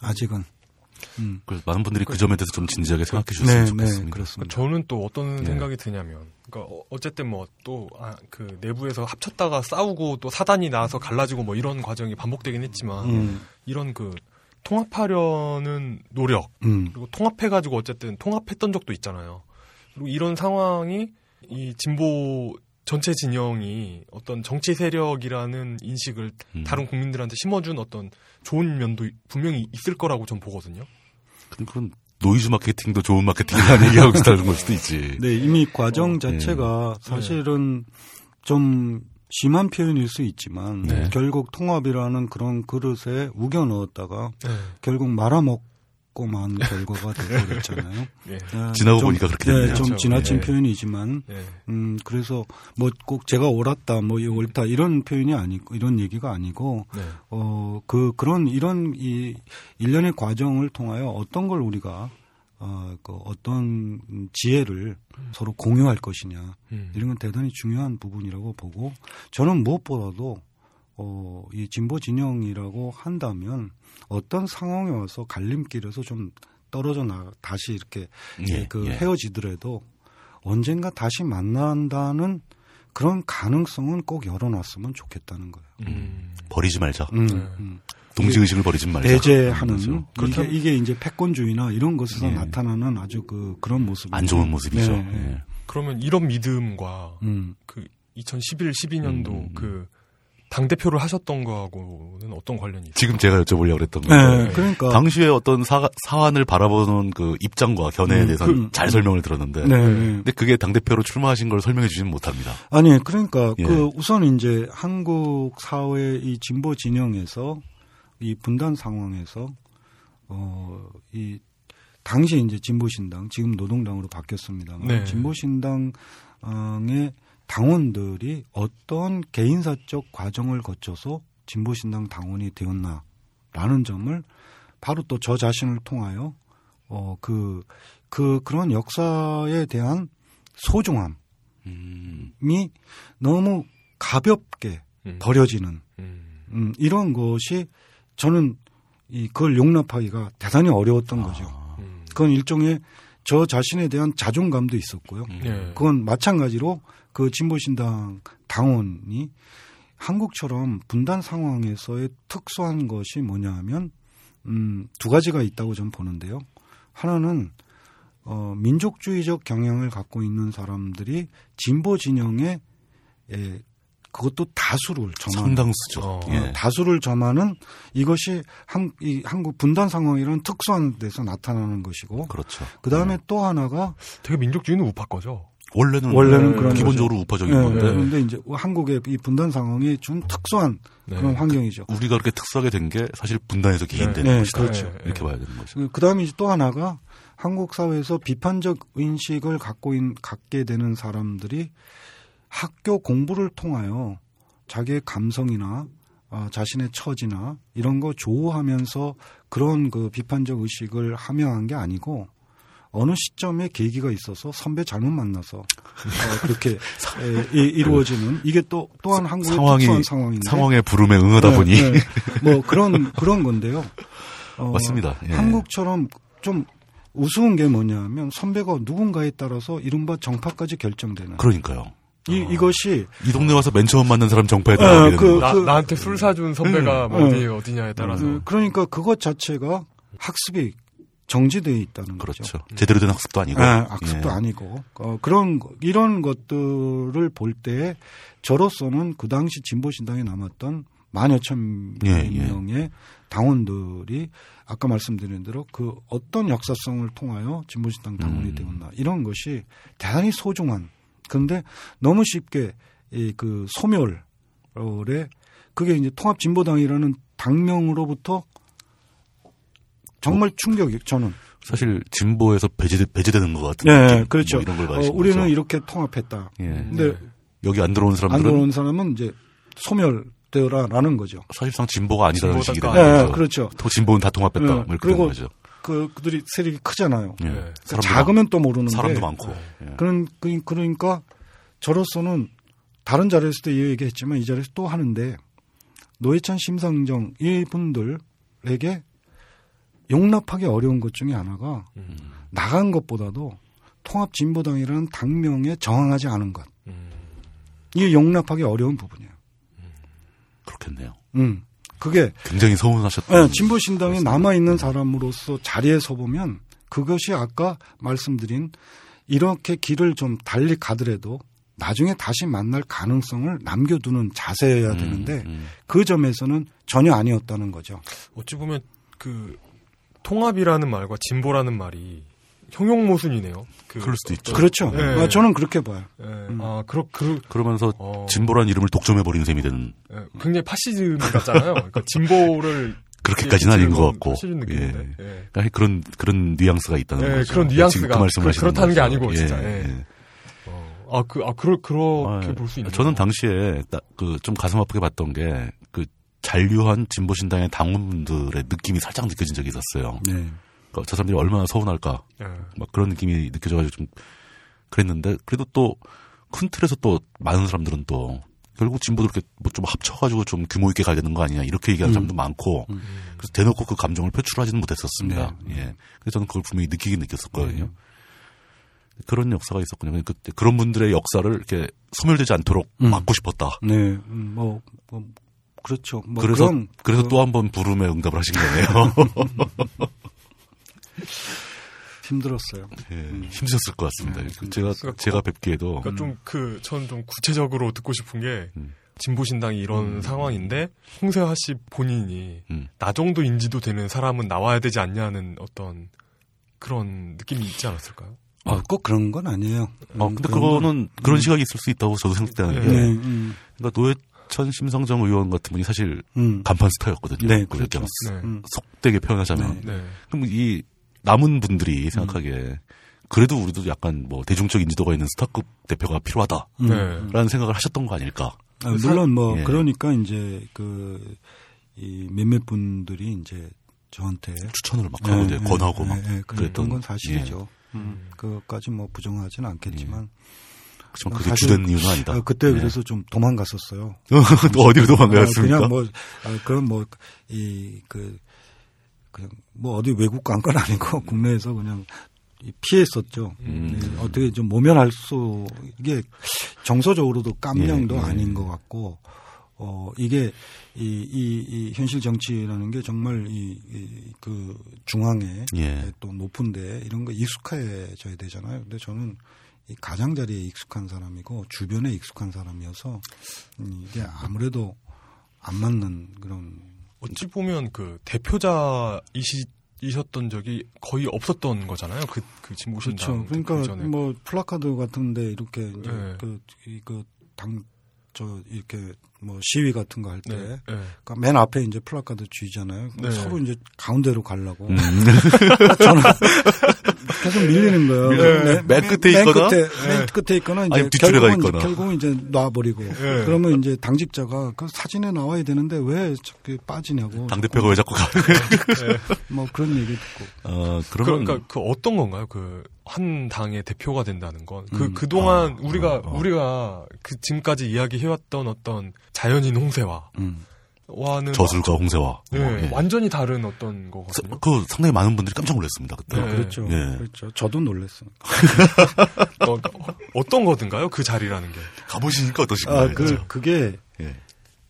아직은. 음. 그래서 많은 분들이 그 점에 대해서 좀 진지하게 생각해 주셨으면 네, 네, 좋겠습니다. 그렇습니다. 저는 또 어떤 네. 생각이 드냐면, 그러니까 어- 어쨌든 뭐 또 그 내부에서 합쳤다가 싸우고 또 사단이 나서 갈라지고 뭐 이런 과정이 반복되긴 했지만 음, 이런 그 통합하려는 노력 음, 그리고 통합해가지고 어쨌든 통합했던 적도 있잖아요. 그리고 이런 상황이 이 진보 전체 진영이 어떤 정치 세력이라는 인식을 음. 다른 국민들한테 심어준 어떤 좋은 면도 분명히 있을 거라고 전 보거든요. 근데 그건 노이즈 마케팅도 좋은 마케팅이라는 얘기하고 비슷한 걸 수도 있지. 네, 이미 과정 어, 자체가 사실은 좀 심한 표현일 수 있지만 네. 결국 통합이라는 그런 그릇에 우겨 넣었다가 네. 결국 말아먹고만 결과가 되버렸잖아요. 예. 지나고 보니까 그렇게 네, 됐네요. 좀 그렇죠. 지나친 예. 표현이지만 예. 음, 그래서 뭐 꼭 제가 옳았다, 뭐 이 옳다 이런 표현이 아니고 이런 얘기가 아니고 네. 어, 그 그런 이런 이 일련의 과정을 통하여 어떤 걸 우리가 어, 그 어떤 지혜를 서로 공유할 것이냐 음. 이런 건 대단히 중요한 부분이라고 보고 저는 무엇보다도 어, 이 진보 진영이라고 한다면 어떤 상황에 와서 갈림길에서 좀 떨어져 나 다시 이렇게 예, 그 예. 헤어지더라도 언젠가 다시 만난다는 그런 가능성은 꼭 열어놨으면 좋겠다는 거예요. 음. 버리지 말자. 음, 네. 음. 동지의식을 버리지 말자. 네, 배제하는 그렇죠. 이게, 이게 이제 패권주의나 이런 것에서 예. 나타나는 아주 그 그런 모습 안 좋은 모습이죠. 네, 네. 예. 그러면 이런 믿음과 음. 그 2011, 12년도 음, 음. 그 당대표를 하셨던 거하고는 어떤 관련이 있죠? 지금 제가 여쭤보려고 그랬던 네, 건데 그러니까 당시에 어떤 사, 사안을 바라보는 그 입장과 견해에 음, 대해서 는 그- 잘 설명을 들었는데 네, 네. 근데 그게 당대표로 출마하신 걸 설명해 주지는 못합니다. 아니 그러니까 예. 그 우선 이제 한국 사회 이 진보 진영에서 이 분단 상황에서 어이 당시 이제 진보 신당 지금 노동당으로 바뀌었습니다만 네. 진보 신당의 당원들이 어떤 개인사적 과정을 거쳐서 진보 신당 당원이 되었나라는 점을 바로 또 저 자신을 통하여 어그그 그 그런 역사에 대한 소중함 이 너무 가볍게 음. 버려지는 음. 음, 이런 것이 저는 이 그걸 용납하기가 대단히 어려웠던 거죠. 아, 음. 그건 일종의 저 자신에 대한 자존감도 있었고요. 음. 예. 그건 마찬가지로 그 진보신당 당원이 한국처럼 분단 상황에서의 특수한 것이 뭐냐 하면 음, 두 가지가 있다고 저는 보는데요. 하나는 어, 민족주의적 경향을 갖고 있는 사람들이 진보 진영에 예, 그것도 다수를 점하는 상당수죠. 어. 예. 다수를 점하는 이것이 한, 이 한국 분단 상황이라는 특수한 데서 나타나는 것이고 그렇죠. 그 다음에 또 하나가 되게 민족주의는 우파 거죠. 원래는, 원래는 네, 그런 기본적으로 우파적인 예, 건데 그런데 이제 한국의 이 분단 상황이 준 특수한 네. 그런 환경이죠. 우리가 그렇게 특수하게 된 게 사실 분단에서 기인되는 네, 것이다. 그렇죠. 이렇게 봐야 되는 거죠. 그 다음에 또 하나가 한국 사회에서 비판적 인식을 갖고 인, 갖게 되는 사람들이 학교 공부를 통하여 자기의 감성이나 아, 자신의 처지나 이런 거 조우하면서 그런 그 비판적 의식을 함양한 게 아니고 어느 시점에 계기가 있어서 선배 잘못 만나서 어, 그렇게 에, 이- 이루어지는 이게 또 또한 한국의 상황이- 음, 특수한 상황인데 상황의 부름에 응하다 네, 보니 네. 뭐 그런 그런 건데요. 어, 맞습니다. 예. 한국처럼 좀 우스운 게 뭐냐면 선배가 누군가에 따라서 이른바 정파까지 결정되는 그러니까요. 이 이것이 이 동네 와서 맨 처음 만난 사람 정파에 어, 따라 게 되는 그- 거죠. 나, 그- 나한테 술 사준 선배가 음. 뭐 어디 어디냐에 따라서 그, 러니까 그것 자체가 그러니까 학습이 정지돼 있다는 거죠. 그렇죠. 제대로 된 학습도 아니고. 아, 악습도 예. 아니고 어, 그런 거- 이런 것들을 볼 때 저로서는 그 당시 진보 신당에 남았던 만 여천 예, 예. 명의 당원들이 아까 말씀드린 대로 그 어떤 역사성을 통하여 진보 신당 당원이 음. 되었나 이런 것이 대단히 소중한 그런데 너무 쉽게 이 그 소멸에 그게 이제 통합진보당이라는 당명으로부터 정말 충격이 저는 사실 진보에서 배제, 배제되는 것 같은 예, 느낌. 그렇죠. 뭐 이런 걸 어, 말하시는 우리는 거죠. 이렇게 통합했다. 예. 네. 근데 여기 안 들어온 안 사람들은 들어오는 사람은 이제 소멸되어라라는 거죠. 사실상 진보가 아니다는 진보다 식이 까- 되는 예, 거죠. 그렇죠. 또 진보는 다 통합했다. 예, 뭐 이렇게 되는 그리고 거죠. 그 그들이 세력이 크잖아요. 예. 예. 사람도 작으면 또 모르는데 많- 사람도 많고. 예. 그런 그- 그러니까 저로서는 다른 자리에서도 이 얘기했지만 이 자리에서 또 하는데 노회찬 심상정 이분들에게 용납하기 어려운 것 중에 하나가 나간 것보다도 통합진보당이라는 당명에 저항하지 않은 것 이게 용납하기 어려운 부분이에요. 그렇겠네요. 음 그게 굉장히 서운하셨던. 예, 진보신당에 남아있는 사람으로서 자리에 서보면 그것이 아까 말씀드린 이렇게 길을 좀 달리 가더라도 나중에 다시 만날 가능성을 남겨두는 자세여야 음, 되는데 음. 그 점에서는 전혀 아니었다는 거죠. 어찌 보면 그 통합이라는 말과 진보라는 말이 형용 모순이네요. 그 그럴 수도 있죠. 그렇죠. 예. 아, 저는 그렇게 봐요. 예. 아, 그렇 그 그러면서 어. 진보란 이름을 독점해버린 셈이 되는 예, 굉장히 파시즘 같잖아요. 그러니까 진보를 그렇게까지는 아닌 것 같고. 파시즘 느낌인데. 예. 그러니까 그런 그런 뉘앙스가 있다는 예, 거죠. 그런 지금 뉘앙스가 그 말씀을 그- 하시는 그렇다는 게 거죠. 아니고 진짜, 예. 어, 아, 그, 아, 그러, 그렇게 아, 볼 수 있는. 저는 당시에 그 좀 가슴 아프게 봤던 게 그 잔류한 진보신당의 당원분들의 느낌이 살짝 느껴진 적이 있었어요. 네. 그러니까 저 사람들이 얼마나 서운할까 예. 막 그런 느낌이 느껴져가지고 좀 그랬는데 그래도 또 큰 틀에서 또 많은 사람들은 또 결국 진보도 이렇게 뭐 좀 합쳐가지고 좀 규모 있게 가야 되는 거 아니냐 이렇게 얘기하는 사람도 많고 그래서 대놓고 그 감정을 표출하지는 못했었습니다. 예. 그래서 저는 그걸 분명히 느끼긴 느꼈었거든요. 그런 역사가 있었군요. 그러니까 그- 그런 분들의 역사를 이렇게 소멸되지 않도록 막고 싶었다. 네. 음, 뭐, 뭐, 그렇죠. 뭐 그래서 그런- 그래서 또 한 번 부름에 응답을 하신 거네요. 힘들었어요. 예, 힘드셨을 것 같습니다. 제가 힘들었을 것 제가 뵙기에도 음. 그러니까 좀 그, 저는 좀 구체적으로 듣고 싶은 게, 진보신당이 음. 이런 상황인데, 홍세화 씨 본인이, 음. 나 정도 인지도 되는 사람은 나와야 되지 않냐는 어떤 그런 느낌이 있지 않았을까요? 아, 꼭 그런 건 아니에요. 어, 음, 근데 그런 건- 그거는 그런 시각이 있을 수 있다고 저도 생각되는 게 예. 네. 음, 그러니까 노회천 심상정 의원 같은 분이 사실 음. 간판 스타였거든요. 네, 그럴 때는 네. 음. 속되게 표현하자면 네. 그럼 이 남은 분들이 생각하기에 음. 그래도 우리도 약간 뭐 대중적 인지도가 있는 스타급 대표가 필요하다라는 음. 네. 생각을 하셨던 거 아닐까? 아, 물론 뭐 예. 그러니까 이제 그 이 몇몇 분들이 이제 저한테 추천을 막 하고 이제 예, 권하고 예, 막 예, 그랬던 예. 그랬던 건 사실이죠. 음, 그것까지 뭐 부정하지는 않겠지만 그렇지만 그게 사실- 주된 이유는 예. 아니다. 아, 그때 예. 그래서 좀 도망갔었어요. 또 어디로 아, 도망가였습니까? 그냥 뭐 아, 그런 뭐이그 그냥 뭐 어디 외국 간 건 아니고 음. 국내에서 그냥 이 피했었죠. 네, 어떻게 좀 모면할 수 이게 정서적으로도 깜냥도 예, 예. 아닌 것 같고 어 이게 이, 이, 이 현실 정치라는 게 정말 이 그 중앙에 예. 또 높은데 이런 거 익숙해져야 되잖아요. 근데 저는 이 가장자리에 익숙한 사람이고 주변에 익숙한 사람이어서 음, 이게 아무래도 안 맞는 그런 어찌 보면 그 대표자이셨던 적이 거의 없었던 거잖아요. 그, 그 진보신당. 그렇죠. 그러니까 전에. 뭐 플라카드 같은데 이렇게 이제 네. 그 이거 당저 이렇게 뭐 시위 같은 거 할 때 네. 네. 그러니까 맨 앞에 이제 플라카드 쥐잖아요. 네. 서로 이제 가운데로 가려고 음. 계속 밀리는 거예요. 네. 맨 끝에 맨 있거나? 네. 끝에, 맨 끝에 있거나 이제 아니면 뒷줄에 가 결국은 이제, 있거나. 네. 결국은 이제 놔버리고 그러면 이제 당직자가 그 사진에 나와야 되는데 왜 자꾸 빠지냐고 당 대표가 왜 자꾸 가? 그러니까, 뭐 그런 얘기 듣고 어, 그러면 그러니까 그 어떤 건가요? 그 한 당의 대표가 된다는 건 그 음. 아, 그동안 우리가 우리가 그 지금까지 이야기해 왔던 어떤 자연인 홍세와 음. 와는 저술과 홍세화. 네. 예, 뭐, 예. 완전히 다른 어떤 서- 거거든요. 그 상당히 많은 분들이 깜짝 놀랐습니다 그때. 네. 그렇죠. 예. 그렇죠. 저도 놀랐어요. 어, 어떤 거든가요? 그 자리라는 게. 가보시니까 어떠신가요? 아, 그 그게 예.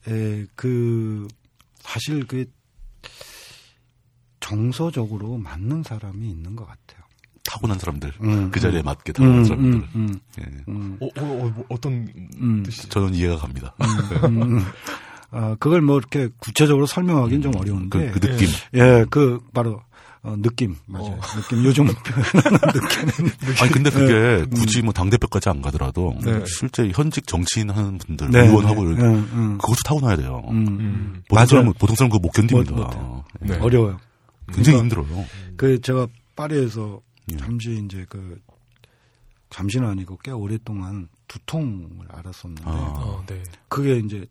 에, 그 사실 그 정서적으로 맞는 사람이 있는 것 같아요. 타고난 사람들 음, 그 자리에 맞게 타고난 음, 사람들. 음, 음, 예. 음, 어, 어, 어, 뭐 어떤 음. 뜻이죠? 저는 이해가 갑니다. 음. 아, 그걸 뭐 이렇게 구체적으로 설명하기는 좀 그, 어려운데 그 느낌. 예, 그 바로 어, 느낌 맞아요. 어. 느낌 요즘 표현하는 느낌. 아니 근데 네. 음. 그게 굳이 뭐 당 대표까지 안 가더라도 네. 실제 현직 정치인 하는 분들 네, 의원하고 네, 이렇게 어. 음, 음, 그것도 타고나야 돼요. 음, 음. 음. 보통 맞아요. 사람은 보통 사람 그거 못 견딥니다. 못- 못해요. 예. 네. 어려워요. 굉장히 힘들어요. 그 제가 파리에서 예. 잠시 이제 그 잠시는 아니고 꽤 오랫동안 두통을 앓았었는데 아. 어, 네. 그게 이제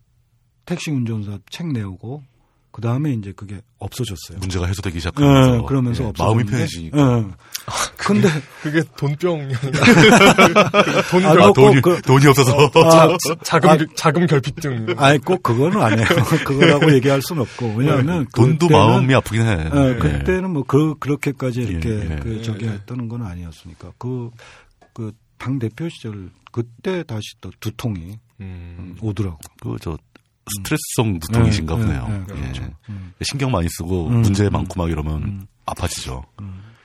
택시 운전사 책 내오고 그 다음에 이제 그게 없어졌어요. 문제가 해소되기 시작하면서 예, 그러면서 예, 없어졌는데, 마음이 편해지니까. 아, 예. 근데 그게 돈병 아, 아, 돈병 뭐- 돈이, 그- 돈이 없어서. 아, 자금 아, 자금 결핍증 아니 꼭 그거는 아니에요. 그거라고 얘기할 수는 없고 왜냐하면 네, 돈도 그때는- 마음이 아프긴 해. 예, 예. 그때는 뭐 그, 그렇게까지 이렇게 예, 예. 그 저기 예, 예. 했다는 건 아니었으니까 그, 그그당 대표 시절 그때 다시 또 두통이 음. 오더라고. 그, 저, 스트레스성 두통이신가 예, 보네요. 예, 예. 그렇죠. 음. 신경 많이 쓰고, 음, 문제 음, 많고 막 이러면 음. 아파지죠.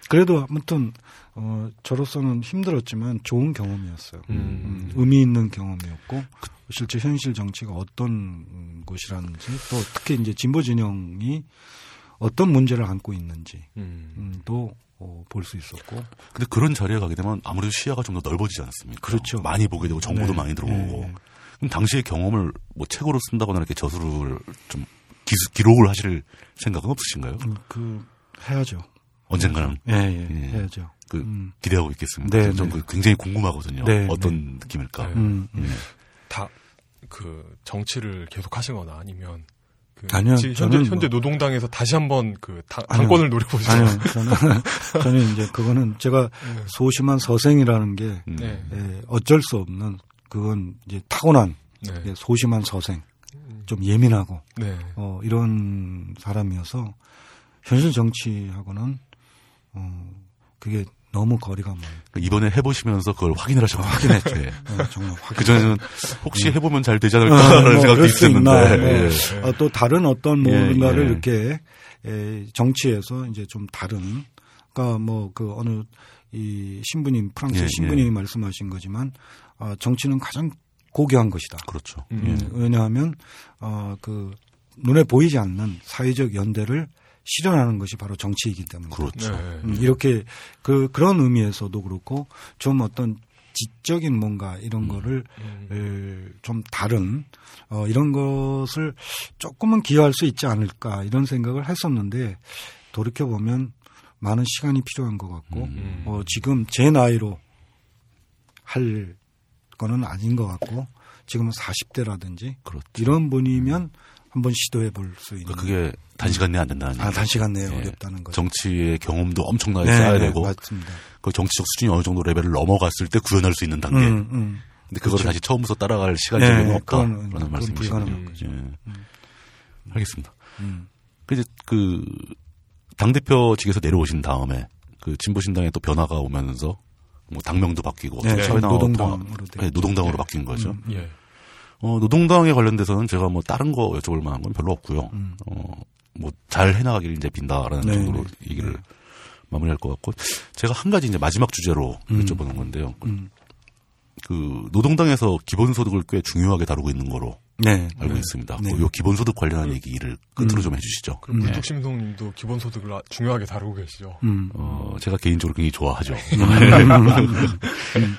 그래도 아무튼 어, 저로서는 힘들었지만 좋은 경험이었어요. 음. 음, 의미 있는 경험이었고 실제 현실 정치가 어떤 음, 곳이라는지 또 특히 이제 진보 진영이 어떤 문제를 안고 있는지 음. 음, 또볼 수 있었고 근데 그런 자리에 가게 되면 아무래도 시야가 좀 더 넓어지지 않습니까? 그렇죠. 많이 보게 되고, 정보도 네. 많이 들어오고. 네. 그럼 당시의 경험을 뭐 책으로 쓴다거나 이렇게 저술을 좀 기, 기록을 하실 생각은 없으신가요? 음, 그 해야죠. 언젠가는 예, 예, 예. 해야죠. 그 음. 기대하고 있겠습니다. 네, 전 네. 그 굉장히 궁금하거든요. 네, 어떤 느낌일까? 네. 음, 음. 다 그 정치를 계속 하시거나 아니면 그 아니요, 지- 현재 저는 뭐- 현재 노동당에서 다시 한번 그 당, 아니요. 권을 노려보시죠. 아니요, 음. 저는, 저는 이제 그거는 제가 네. 소심한 서생이라는 게 음. 네. 예, 어쩔 수 없는 그건 이제 타고난 네. 예, 소심한 서생, 좀 예민하고 네. 어, 이런 사람이어서 현실 정치하고는 어, 그게 너무 거리가 멀어요. 그러니까 이번에 해보시면서 그걸 확인을 네. 하셔서 확인했죠. 예, 정말 확. 그전에는 혹시 해보면 잘 되지 음. 아, 않을까라는 뭐 생각도 그럴 수 있었는데. 있나, 뭐. 예. 아, 또 다른 어떤 뭔가를 예, 예. 이렇게 에, 정치에서 이제 좀 다른 그러니까 뭐 그 어느 이 신부님 프랑스 예, 예. 신부님이 말씀하신 거지만 아, 정치는 가장 고귀한 것이다. 그렇죠. 음. 예. 왜냐하면 어, 그 눈에 보이지 않는 사회적 연대를 실현하는 것이 바로 정치이기 때문에 그렇죠. 네. 음, 이렇게 그 그런 의미에서도 그렇고 좀 어떤 지적인 뭔가 이런 거를 음. 에, 예, 좀 다른 어, 이런 것을 조금은 기여할 수 있지 않을까 이런 생각을 했었는데 돌이켜 보면 많은 시간이 필요한 것 같고 음. 어, 지금 제 나이로 할 거는 아닌 것 같고 지금은 40대라든지 그렇죠. 이런 분이면 한번 시도해 볼 수 있는 그러니까 그게 단시간 내에 안 된다는 아 얘기죠. 단시간 내에 예. 어렵다는 거죠. 네, 정치의 경험도 엄청나게 쌓아야 되고 맞습니다. 그 정치적 수준이 어느 정도 레벨을 넘어갔을 때 구현할 수 있는 단계. 음, 음. 근데 그걸 다시 처음부터 따라갈 시간적인 네, 그건- 없다라는 그건 음. 말씀이시군요. 불가능한 예. 알겠습니다. 음. 그 이제 그 당대표 측에서 내려오신 다음에 그 진보신당에 또 변화가 오면서 뭐 당명도 바뀌고 네, 사회당 노동당으로 통합- 네, 노동당으로 바뀐 거죠. 음. 예. 어, 노동당에 관련돼서는 제가 뭐 다른 거 여쭤볼 만한 건 별로 없고요. 어, 뭐 잘 해나가길 이제 빈다라는 음. 네, 정도로 네. 얘기를 마무리할 것 같고 제가 한 가지 이제 마지막 주제로 여쭤보는 건데요. 음. 그 노동당에서 기본소득을 꽤 중요하게 다루고 있는 거로 네. 알고 있습니다. 네. 음. 뭐요 기본소득 관련한 얘기를 끝으로 좀 해주시죠. 예. 그럼 무뚝심송님도 기본소득을 아- 중요하게 다루고 계시죠. 음. 어, 제가 개인적으로 굉장히 좋아하죠. 네. 음.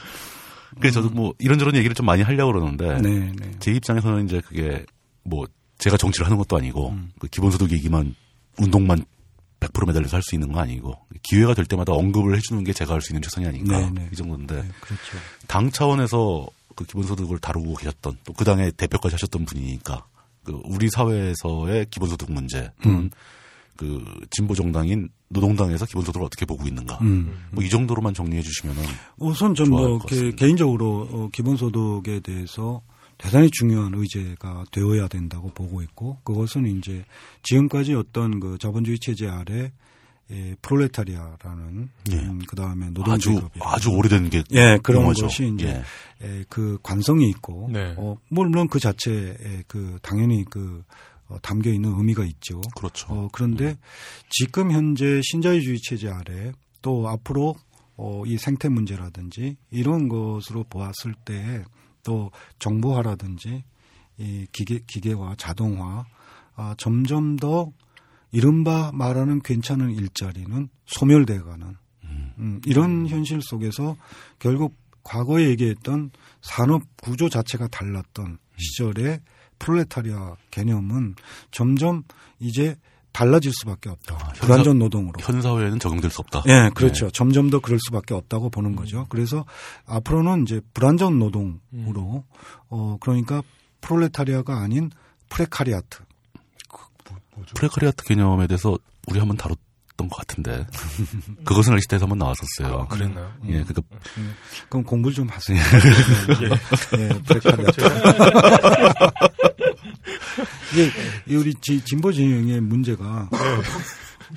그래서 저도 뭐 이런저런 얘기를 좀 많이 하려고 그러는데 네, 네. 제 입장에서는 이제 그게 뭐 제가 정치를 하는 것도 아니고 음. 그 기본소득 얘기만 운동만 100% 매달려서 할 수 있는 거 아니고 기회가 될 때마다 언급을 해주는 게 제가 할 수 있는 최선이 아닌가 네, 네. 이 정도인데 그렇죠. 당 차원에서 그 기본소득을 다루고 계셨던 또 그 당의 대표까지 하셨던 분이니까 그 우리 사회에서의 기본소득 문제 또는 음. 그 진보 정당인 노동당에서 기본소득을 어떻게 보고 있는가 음. 뭐 이 정도로만 정리해 주시면은 우선 좋아할 전뭐 것 같습니다. 개인적으로 어, 기본소득에 대해서 대단히 중요한 의제가 되어야 된다고 보고 있고 그것은 이제 지금까지 어떤 그 자본주의 체제 아래 에, 프롤레타리아라는 예. 음, 그 다음에 아주 노동계급이 아주 오래된 게 예 그런 용어죠. 것이 이제 예. 에, 그 관성이 있고 네. 어, 물론 그 자체에 그 당연히 그 어, 담겨 있는 의미가 있죠. 그렇죠. 어, 그런데 지금 현재 신자유주의 체제 아래 또 앞으로 어, 이 생태 문제라든지 이런 것으로 보았을 때 또 정보화라든지 이 기계, 기계화, 자동화 아, 점점 더 이른바 말하는 괜찮은 일자리는 소멸돼가는 음, 이런 현실 속에서 결국 과거에 얘기했던 산업 구조 자체가 달랐던 시절의 프롤레타리아 개념은 점점 이제 달라질 수밖에 없다. 현사- 불완전 노동으로. 현 사회에는 적용될 수 없다. 예, 그렇죠. 점점 더 그럴 수밖에 없다고 보는 거죠. 그래서 앞으로는 이제 불안전 노동으로 어 그러니까 프롤레타리아가 아닌 프레카리아트. 프레카리아트 개념에 대해서 우리 한번 다뤘던 것 같은데 그것은 알기 시대에서 한번 나왔었어요. 아, 그랬나요? 음. 예, 그러니까 그럼 공부를 좀 하세요. 아, 예. 예, 네, 그렇죠. 프레카리아트. 이게 이 우리 지- 진보 진영의 문제가 네.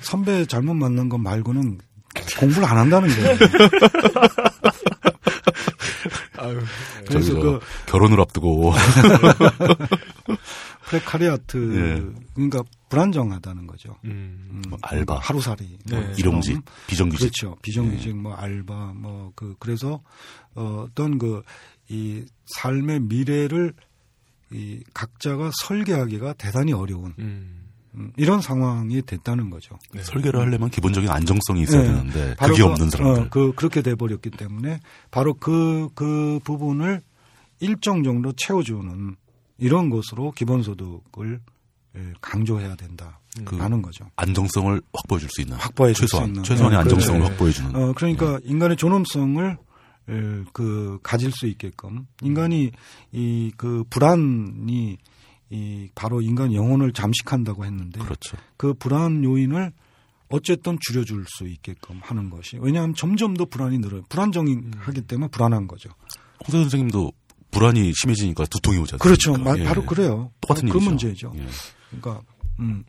선배 잘못 만난 것 말고는 공부를 안 한다는 거예요. 네. 아유. 그래서 저기 그 음. 저 결혼을 앞두고 프레카리아트 예. 그러니까 불안정하다는 거죠. 음. 뭐 알바, 하루살이, 네. 뭐 일용직, 그런. 비정규직 네. 그렇죠. 비정규직, 뭐 알바, 뭐 그 그래서 어, 어떤 그 이 삶의 미래를 이 각자가 설계하기가 대단히 어려운 음. 음, 이런 상황이 됐다는 거죠. 네. 설계를 하려면 기본적인 안정성이 있어야 음. 네. 되는데 그게 없는 사람들. 어, 그 그렇게 돼 버렸기 때문에 바로 그 그 부분을 일정 정도 채워주는 이런 것으로 기본소득을 예, 강조해야 그 된다라는 거죠. 안정성을 확보해 줄 수 있는 확보해 줄수 최소한 있는. 최소한의 네, 안정성을 그렇죠. 확보해 주는 어, 네. 그러니까 인간의 존엄성을 에, 그 가질 수 있게끔 인간이 이 그 불안이 이 바로 인간 영혼을 잠식한다고 했는데 그렇죠. 그 불안 요인을 어쨌든 줄여줄 수 있게끔 하는 것이 왜냐하면 점점 더 불안이 늘어요. 음. 불안정하기 때문에 불안한 거죠. 홍사 선생님도 불안이 심해지니까 두통이 오잖아요. 그렇죠. 마- 예. 바로 그래요. 똑같은 그 일이죠. 문제죠. 예. 그러니까 음,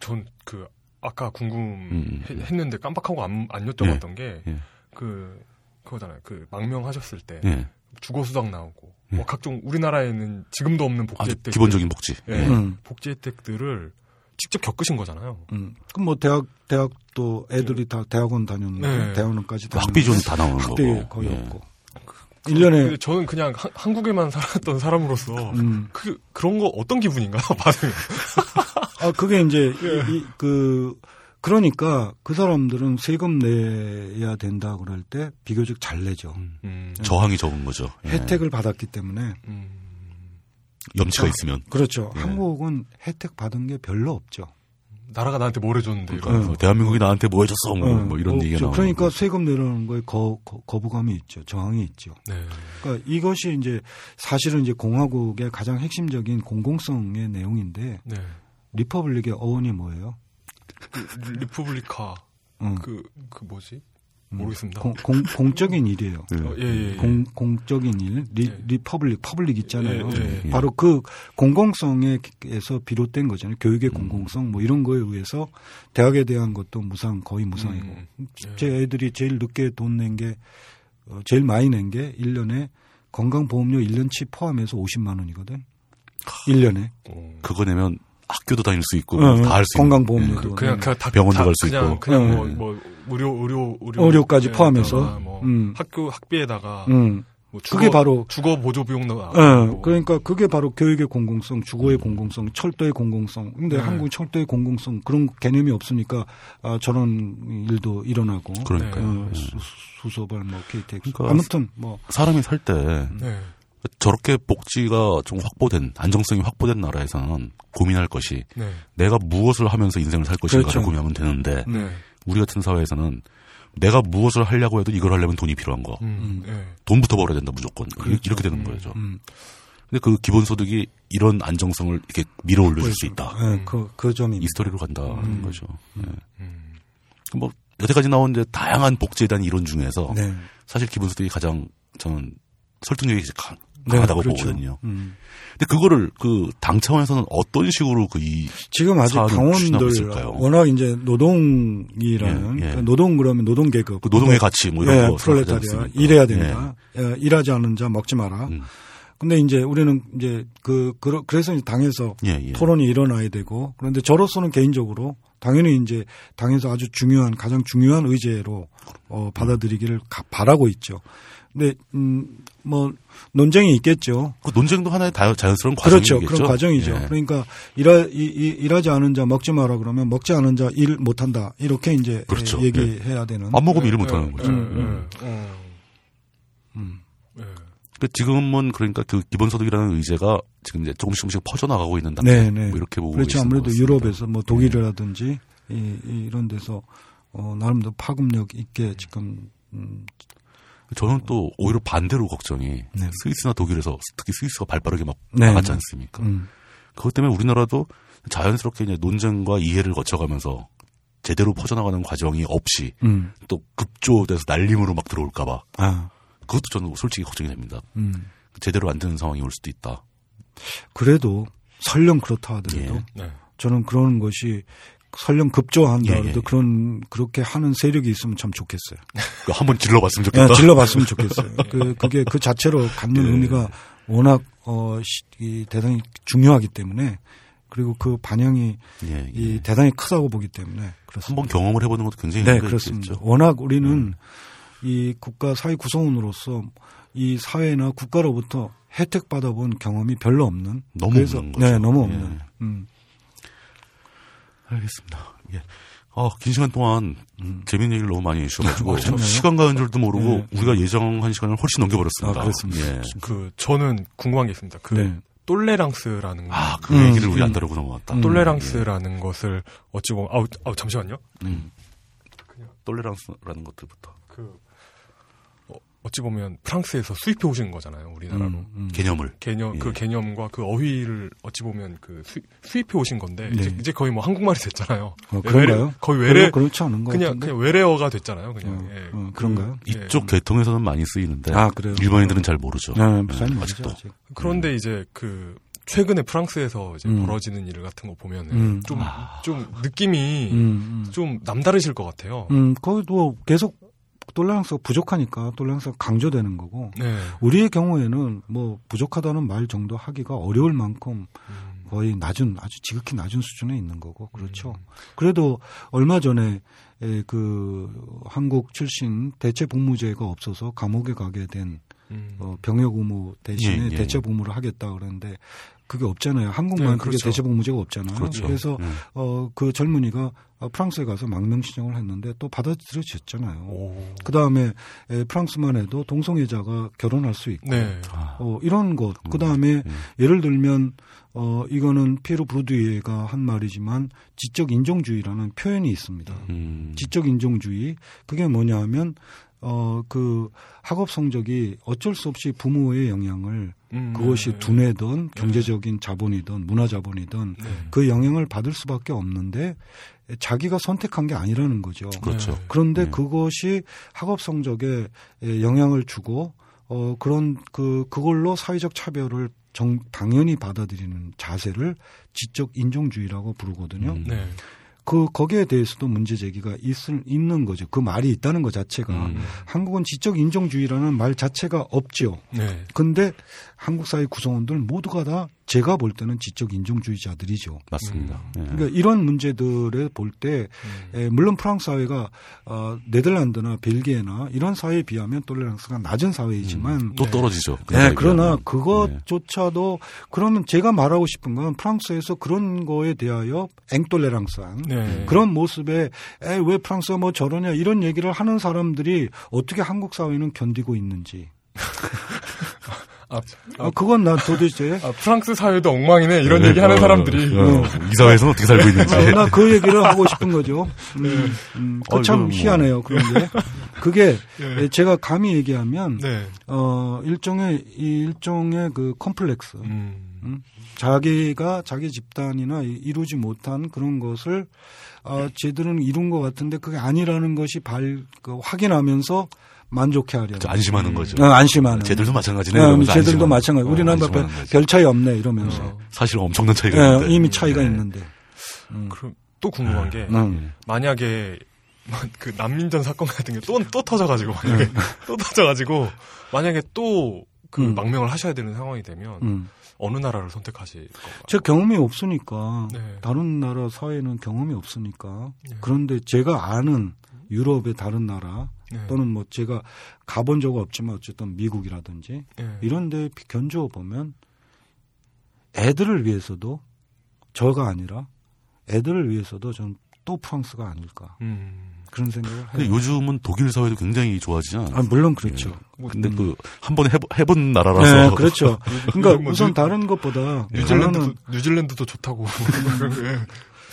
전그 아까 음, 음. 궁금했는데 깜빡하고 안, 안 여쭤봤던 예. 게 그 그거잖아요. 그 망명하셨을 때 네. 예. 주거 수당 나오고 예. 뭐 각종 우리나라에는 지금도 없는 복지 아주 혜택 기본적인 복지. 예. 예. 음. 복지 혜택들을 직접 겪으신 거잖아요. 음. 그럼 뭐 대학 대학도 애들이 다 대학원 다녔는데 네. 대학원까지 다녔는데 그 학비 좀 다 나오는 학비 거고. 거의 예. 그 없고. 1년에 근데 저는 그냥 한- 한국에만 살았던 사람으로서 음. 그 그런 거 어떤 기분인가 받으면 아 그게 이제 이- 이- 그 그러니까 그 사람들은 세금 내야 된다 그럴 때 비교적 잘 내죠. 음, 저항이 적은 거죠. 예. 혜택을 받았기 때문에 음, 염치가 있으면 그렇죠. 예. 한국은 혜택 받은 게 별로 없죠. 나라가 나한테 뭘 해줬는데 그러니까 이런 뭐 대한민국이 나한테 뭐 해줬어 뭐, 어, 뭐 이런 없죠. 얘기가 나오는 그러니까 거고. 세금 내라는 거에 거, 거, 부감이 있죠. 저항이 있죠. 네. 그러니까 이것이 이제 사실은 이제 공화국의 가장 핵심적인 공공성의 내용인데 네. 리퍼블릭의 어원이 뭐예요? 리- 리푸블리카 음. 응. 그, 그 뭐지? 모르겠습니다. 공, 공, 공적인 일이에요. 네. 어, 예, 예, 예. 공, 공적인 일, 리, 예. 리퍼블릭, 퍼블릭 있잖아요. 예, 예, 예. 바로 그 공공성에서 비롯된 거잖아요. 음. 교육의 공공성 뭐 이런 거에 의해서 대학에 대한 것도 무상, 거의 무상이고. 음, 예. 제 애들이 제일 늦게 돈 낸 게, 어, 제일 많이 낸 게 1년에 건강보험료 1년치 포함해서 50만 원이거든. 1년에. 어. 그거 내면 학교도 다닐 수 있고 뭐 응, 다 할 수 있는. 예, 어, 건강보험료. 예. 도 음. 그냥 그냥 다 병원도 다 갈수 그냥, 있고. 그냥 뭐, 음. 뭐 의료 의료 의료 의료까지 포함해서. 뭐 음. 학교 학비에다가 음. 뭐 주거, 그게 바로 주거 보조 비용도 아, 예, 나가고. 뭐. 그러니까 그게 바로 교육의 공공성, 주거의 음. 공공성, 철도의 공공성. 근데 네. 한국 철도의 공공성 그런 개념이 없으니까 아, 저런 일도 일어나고. 그러니까요. 음. 어, 수- 수소발 뭐 KTX. 그러니까 아무튼 뭐 사람이 살 때 음. 네. 저렇게 복지가 좀 확보된 안정성이 확보된 나라에서는 고민할 것이 네. 내가 무엇을 하면서 인생을 살 것인가를 그렇죠. 고민하면 되는데 네. 우리 같은 사회에서는 내가 무엇을 하려고 해도 이걸 하려면 돈이 필요한 거. 음. 네. 돈부터 벌어야 된다 무조건 이렇게 되는 거죠. 음. 근데 그 기본소득이 이런 안정성을 이렇게 밀어 올려줄 수 있다. 예, 그, 그 점이 음. 이 스토리로 간다는 거죠. 예. 음. 그뭐 여태까지 나온 이제 다양한 복지에 대한 이론 중에서 네. 사실 기본소득이 가장 저는 설득력이 제일 강, 강하다고 그렇죠. 보거든요. 음. 근데 그거를 그 당 차원에서는 어떤 식으로 그이 지금 아직 사안을 추진하고 당원들 있을까요? 워낙 이제 노동이라는 예, 예. 그러니까 노동 그러면 노동 계급 그 노동의 가치 뭐 이런 예, 거 생각하지 프롤레타리아 예, 않습니까? 일해야 된다. 예, 일하지 않은 자 먹지 마라. 음. 근데 이제 우리는 이제 그, 그 그래서 이제 당에서 예, 예. 토론이 일어나야 되고 그런데 저로서는 개인적으로 당연히 이제 당에서 아주 중요한 가장 중요한 의제로 어, 받아들이기를 가- 바라고 있죠. 근데 음뭐 논쟁이 있겠죠. 그 논쟁도 하나의 다- 자연스러운 과정이겠죠. 그렇죠. 그런 과정이죠. 예. 그러니까 일하, 이, 이- 일하지 않은 자 먹지 마라 그러면 먹지 않은 자 일 못한다 이렇게 이제 그렇죠. 예, 얘기해야 되는. 안 먹으면 일을 못하는 네. 거죠. 음, 음. 음, 음. 음. 예. 그 지금은 그러니까 그 기본소득이라는 의제가 지금 이제 조금씩 조금씩 퍼져나가고 있는 단계 네, 네. 뭐 이렇게 보고 그렇지 계시는 것 아무래도 같습니다. 예. 유럽에서 뭐 독일이라든지 이, 이- 이런 데서 어, 나름대로 파급력 있게 지금 음, 저는 또 오히려 반대로 걱정이 네. 스위스나 독일에서 특히 스위스가 발빠르게 막 네, 나갔지 네. 않습니까? 음, 그것 때문에 우리나라도 자연스럽게 이제 논쟁과 이해를 거쳐가면서 제대로 퍼져나가는 과정이 없이 음. 또 급조돼서 날림으로 막 들어올까봐 아, 그것도 저는 솔직히 걱정이 됩니다. 음. 제대로 안 되는 상황이 올 수도 있다. 그래도 설령 그렇다 하더라도 예. 네. 저는 그런 것이 설령 급조한다 예, 예. 하더라도 그런 그렇게 하는 세력이 있으면 참 좋겠어요. 그 한번 질러봤으면 네, 좋겠다. 질러봤으면 좋겠어요. 그, 그게 그 자체로 갖는 예. 의미가 워낙 어, 시- 이 대단히 중요하기 때문에 그리고 그 반향이 예, 예. 이 대단히 크다고 보기 때문에 그렇습니다. 한번 경험을 해보는 것도 굉장히 네, 의미가 그렇습니다. 예, 있겠죠. 음. 워낙 우리는 이 국가 사회 구성원으로서 이 사회나 국가로부터 혜택 받아본 경험이 별로 없는 너무 그래서- 없는 거죠. 네, 너무 예. 없는. 음. 알겠습니다. 예. 아, 긴 시간 동안 재밌는 얘기를 너무 많이 해주셔가지고 어, 참 그렇네요. 시간 가는 줄도 모르고 음. 예. 우리가 예정한 시간을 훨씬 넘겨버렸습니다. 아, 그렇습니다. 예. 그 저는 궁금한 게 있습니다. 그 네. 똘레랑스라는 거. 아, 그 음, 얘기를 우리 안 음. 다루고 넘어갔다. 똘레랑스라는 것을 어찌 보면 아우, 아우 잠시만요. 예. 음. 똘레랑스라는 것들부터 그 어, 어찌 보면 프랑스에서 수입해 오신 거잖아요, 우리나라로. 음, 음. 개념을. 개념 예. 그 개념과 그 어휘를 어찌 보면 그 수, 수입해 오신 건데 네. 이제, 이제 거의 뭐 한국말이 됐잖아요. 네, 어, 그런가요? 외래- 거의 외래 별로 그렇지 않은 것 그냥 같은데. 그냥 외래어가 됐잖아요. 그냥 어, 예. 어, 그런가요? 이쪽 예. 계통에서는 많이 쓰이는데 아, 그래요? 일반인들은 잘 모르죠. 네, 예, 무슨 말인지 아직도. 알죠, 아직. 그런데 이제 그 최근에 프랑스에서 이제 음. 벌어지는 일 같은 거 보면은 음. 좀 좀 예. 느낌이 음, 음. 좀 남다르실 것 같아요. 음, 거의 뭐 계속 똘레랑스가 부족하니까 똘레랑스가 강조되는 거고 네. 우리의 경우에는 뭐 부족하다는 말 정도 하기가 어려울 만큼 음. 거의 낮은 아주 지극히 낮은 수준에 있는 거고 그렇죠. 그래도 얼마 전에 에, 그 한국 출신 대체 복무제가 없어서 감옥에 가게 된 음. 어, 병역 의무 대신에 예, 예. 대체 복무를 하겠다 그러는데 그게 없잖아요. 한국만 네, 그게 그렇죠. 대체 복무제가 없잖아요. 그렇죠. 래서 예. 어, 그 젊은이가 어, 프랑스에 가서 망명 신청을 했는데 또 받아들여졌잖아요. 오. 그 다음에 프랑스만 해도 동성애자가 결혼할 수 있고 네. 아, 어, 이런 것. 그 다음에 예를 들면 어, 이거는 피에로 브루드예가 한 말이지만 지적 인종주의라는 표현이 있습니다. 음, 지적 인종주의 그게 뭐냐 하면 어, 그 학업 성적이 어쩔 수 없이 부모의 영향을 음, 그것이 네. 두뇌든 경제적인 자본이든 문화 자본이든 네. 그 영향을 받을 수밖에 없는데 자기가 선택한 게 아니라는 거죠. 그렇죠. 네. 그런데 네. 그것이 학업 성적에 에, 영향을 주고 어 그런 그 그걸로 사회적 차별을 정, 당연히 받아들이는 자세를 지적 인종주의라고 부르거든요. 음. 네. 그 거기에 대해서도 문제 제기가 있을 있는 거죠. 그 말이 있다는 것 자체가 음. 한국은 지적 인종주의라는 말 자체가 없지요. 네. 근데 한국 사회 구성원들 모두가 다 제가 볼 때는 지적 인종주의자들이죠. 맞습니다. 예. 그러니까 이런 문제들을 볼 때 음. 물론 프랑스 사회가 어, 네덜란드나 벨기에나 이런 사회에 비하면 톨레랑스가 낮은 사회이지만 또 떨어지죠. 그 네, 나라에 그러나 비하면. 예. 그것조차도 그러면 제가 말하고 싶은 건 프랑스에서 그런 거에 대하여 앵톨레랑스한 네. 그런 모습에 에이, 왜 프랑스가 뭐 저러냐 이런 얘기를 하는 사람들이 어떻게 한국 사회는 견디고 있는지 아, 아, 그건 나 도대체 아, 프랑스 사회도 엉망이네 이런 네, 얘기 하는 어, 사람들이 어, 어. 이 사회에서는 어떻게 살고 있는지. 네. 나 뭐. 그 얘기를 하고 싶은 거죠. 음, 음, 아이고, 그참 뭐. 희한해요. 그런데 그게 예. 제가 감히 얘기하면 네. 어 일종의 이 일종의 그 컴플렉스, 음. 음, 자기가 자기 집단이나 이- 이루지 못한 그런 것을 아, 쟤들은 이룬 것 같은데 그게 아니라는 것이 발 그, 확인하면서 만족해하려. 그렇죠. 안심하는 거죠. 어, 안심하는. 쟤들도 마찬가지네. 네, 이러면서 쟤들도 안심하는- 마찬가지. 어, 우리나라 안심하는 별, 거죠. 별 차이 없네 음. 이러면서 어. 사실 엄청난 차이가 예, 있는데. 이미 차이가 예. 있는데. 음. 그럼 또 궁금한 네. 게 음. 만약에 그 난민전 사건 같은 게 또 또 터져가지고 만약에 또 터져가지고 만약에 또 그 음. 망명을 하셔야 되는 상황이 되면 음. 어느 나라를 선택하실 건가요? 제 경험이 없으니까 네. 다른 나라 사회는 경험이 없으니까 네. 그런데 제가 아는 유럽의 다른 나라 네. 또는 뭐 제가 가본 적은 없지만 어쨌든 미국이라든지 네. 이런데 견주어 보면 애들을 위해서도 저가 아니라 애들을 위해서도 저는 또 프랑스가 아닐까 음. 그런 생각을 근데 해요. 요즘은 독일 사회도 굉장히 좋아지지 않아요? 아, 물론 그렇죠. 예. 근데 그 한 번 해본, 해본 나라라서 네, 그렇죠. 뭐 그러니까 뉴- 우선 다른 것보다 예. 뉴질랜드도 가난한- 뉴질랜드도 좋다고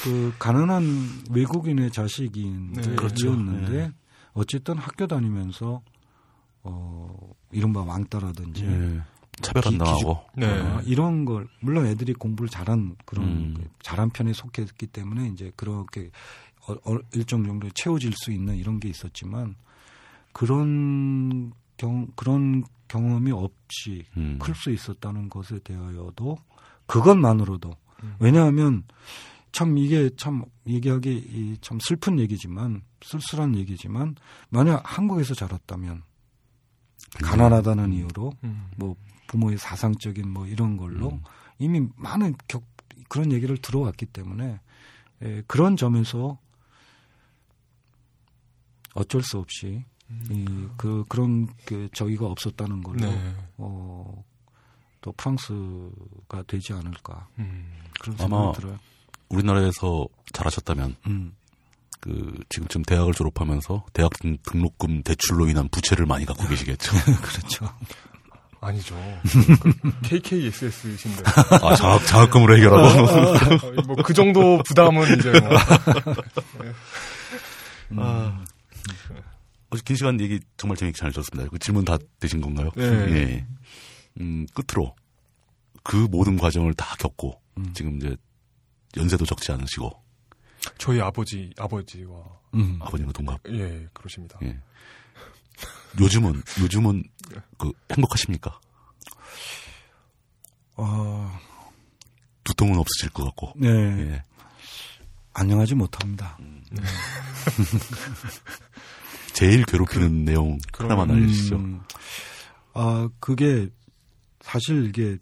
그 가난한 외국인의 자식이었는데 네. 그렇죠. 네. 어쨌든 학교 다니면서 어 이른바 왕따라든지 예. 차별한 기- 나하고 네. 어, 이런 걸 물론 애들이 공부를 잘한 그런 음. 그 잘한 편에 속했기 때문에 이제 그렇게 어, 어, 일정 정도 채워질 수 있는 이런 게 있었지만 그런 경 그런 경험이 없이 음. 클 수 있었다는 것에 대하여도 그것만으로도 음. 왜냐하면 참 이게 참 얘기하기 이참 슬픈 얘기지만 쓸쓸한 얘기지만 만약 한국에서 자랐다면 네. 가난하다는 이유로 음. 뭐 부모의 사상적인 뭐 이런 걸로 음. 이미 많은 격, 그런 얘기를 들어왔기 때문에 에, 그런 점에서 어쩔 수 없이 음. 이, 그 그런 그 저기가 없었다는 걸로 네. 어, 또 프랑스가 되지 않을까 음. 그런 아마- 생각이 들어요. 우리나라에서 잘하셨다면 음. 그 지금쯤 대학을 졸업하면서 대학 등- 등록금 대출로 인한 부채를 많이 아. 갖고 계시겠죠. 그렇죠. 아니죠. 그러니까 KKSS이신데. 아 장학 장학금으로 해결하고. 뭐 그 정도 부담은 이제 뭐. 아, 어제 긴 시간 얘기 정말 재밌게 잘 들었습니다. 그 질문 다 되신 건가요? 네. 예. 음, 끝으로 그 모든 과정을 다 겪고 지금 이제 연세도 적지 않으시고 저희 아버지 아버지와 음. 아버님과 동갑. 예 그러십니다. 예. 요즘은 요즘은 그 행복하십니까? 어, 두통은 없으실 것 같고. 네. 예. 안녕하지 못합니다. 제일 괴롭히는 내용 그럼- 하나만 알려주시죠. 음, 아, 그게 사실 이게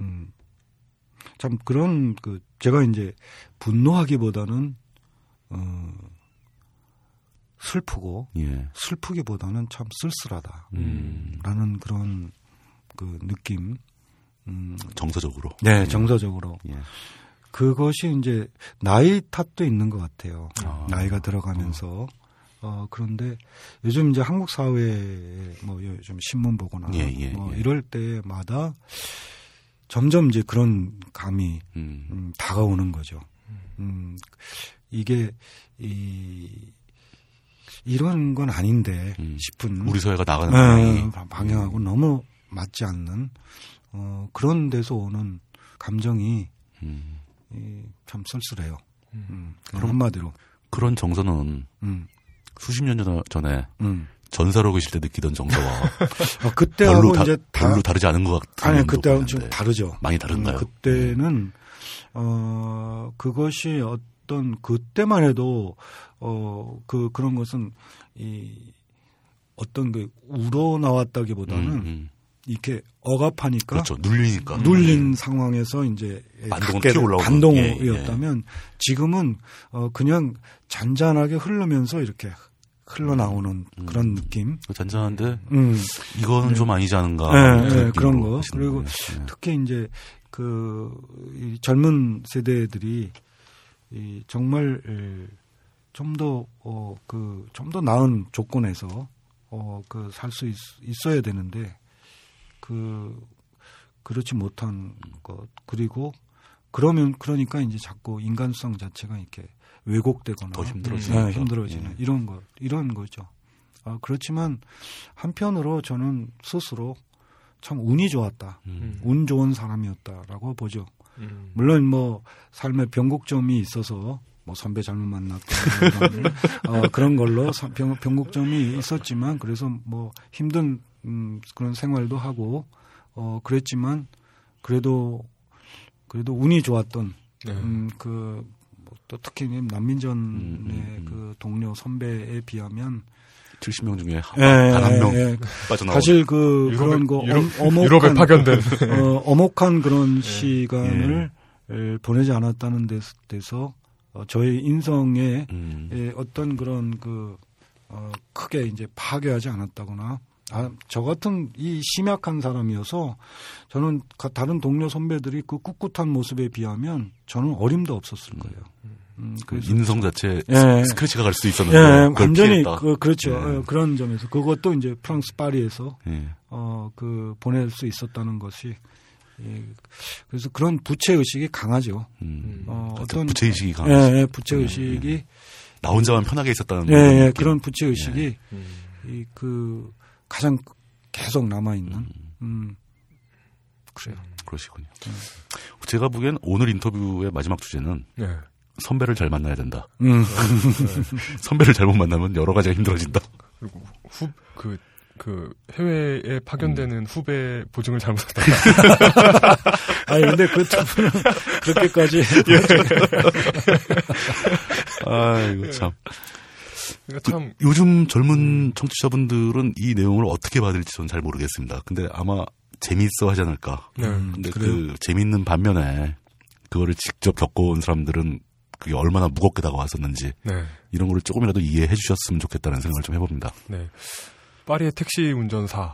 음, 참 그런 그 제가 이제 분노하기보다는 어, 슬프고 예. 슬프기보다는 참 쓸쓸하다라는 음, 그런 그 느낌. 음, 정서적으로. 네, 정서적으로 예. 그것이 이제 나이 탓도 있는 것 같아요. 아. 나이가 들어가면서. 어, 그런데 요즘 이제 한국 사회에 뭐 요즘 신문 보거나 예, 예, 뭐 예. 이럴 때마다 점점 이제 그런 감이 음. 음, 다가오는 거죠. 음, 이게 이 이런 건 아닌데 음. 싶은 우리 사회가 나가는 네, 방향이 예. 방향하고 너무 맞지 않는 어, 그런 데서 오는 감정이 음. 이, 참 쓸쓸해요. 음. 음, 그런 한마디로. 그런 정서는 음, 수십 년 전- 전에 음. 전사로 계실 때 느끼던 정서와 별로, 어, 그때하고 다, 이제 다 별로 다르지 않은 것 같은 아니 네, 면도 그때하고 보이는데. 좀 다르죠. 많이 다른가요? 음, 그때는 어 그것이 어떤 그때만 해도 어그 그런 것은 이 어떤 그 우러 나왔다기보다는 음, 음. 이렇게 억압하니까 그렇죠 눌리니까 눌린 상황에서 이제 반동으로 갖게 된 튀어올라오는. 예, 반동이었다면 지금은 어 그냥 잔잔하게 흐르면서 이렇게 음, 흘러나오는 그런 느낌. 잔잔한데 음. 이거는 좀 아니지 않은가 네, 하는 네, 느낌으로 그런 거. 하시는 그리고 거예요. 네. 특히 이제 그이 젊은 세대들이 이 정말 좀더어그 좀 더 나은 조건에서 어그 살 수 있어야 되는데 그 그렇지 못한 것 그리고 그러면 그러니까 이제 자꾸 인간성 자체가 이렇게 왜곡되거나 더 예. 힘들어지니까. 네, 힘들어지는 이런 거 이런 거죠. 아, 그렇지만 한편으로 저는 스스로 참 운이 좋았다. 음. 운 좋은 사람이었다라고 보죠. 음. 물론 뭐 삶의 변곡점이 있어서 뭐 선배 잘못 만났고 어, 그런 걸로 선- 변, 변곡점이 있었지만 그래서 뭐 힘든 음, 그런 생활도 하고 어 그랬지만 그래도 그래도 운이 좋았던 네. 음, 그, 뭐, 또 특히 남민전의 음, 음, 음. 그 동료 선배에 비하면 70명 중에 예, 예, 단한명 예. 빠져나온 사실 그 그런 거 유럽, 엄, 어목한 유럽에 파견된 예. 어, 어목한 그런 시간을 에, 보내지 않았다는 데서, 데서 어, 저의 인성에 음, 에, 어떤 그런 그 어, 크게 이제 파괴하지 않았다거나 아, 저 같은 이 심약한 사람이어서 저는 가- 다른 동료 선배들이 그 꿋꿋한 모습에 비하면 저는 어림도 없었을 거예요. 음, 그래서 인성 자체 예. 스크래치가 갈 수 있었는데 예, 음. 그걸 완전히 피했다. 그, 그렇죠. 예. 예, 그런 점에서 그것도 이제 프랑스 파리에서 예. 어, 그, 보낼 수 있었다는 것이, 예, 그래서 그런 부채의식이 강하죠. 음. 어, 하여튼 어떤, 부채의식이 예, 강해서 예, 부채의식이, 나 혼자만 편하게 있었다는 예, 그런 예, 느낌. 그런 부채의식이, 음. 이, 그, 가장 계속 남아있는, 음, 그래요. 그러시군요. 제가 보기엔 오늘 인터뷰의 마지막 주제는 네. 선배를 잘 만나야 된다. 음, 선배를 잘못 만나면 여러 가지가 힘들어진다. 그리고 후, 그, 그, 해외에 파견되는 음. 후배 보증을 잘못했다. 그 아니, 근데 그 부분은 그렇게까지, 예. 아이고 참. 그러니까 참, 요즘 젊은 청취자분들은 이 내용을 어떻게 받을지 저는 잘 모르겠습니다. 근데 아마 재미있어 하지 않을까. 네. 음. 근데 그래요? 그 재미있는 반면에 그거를 직접 겪어온 사람들은 그게 얼마나 무겁게 다가왔었는지 네. 이런 거를 조금이라도 이해해 주셨으면 좋겠다는 생각을 좀 해봅니다. 네. 파리의 택시 운전사와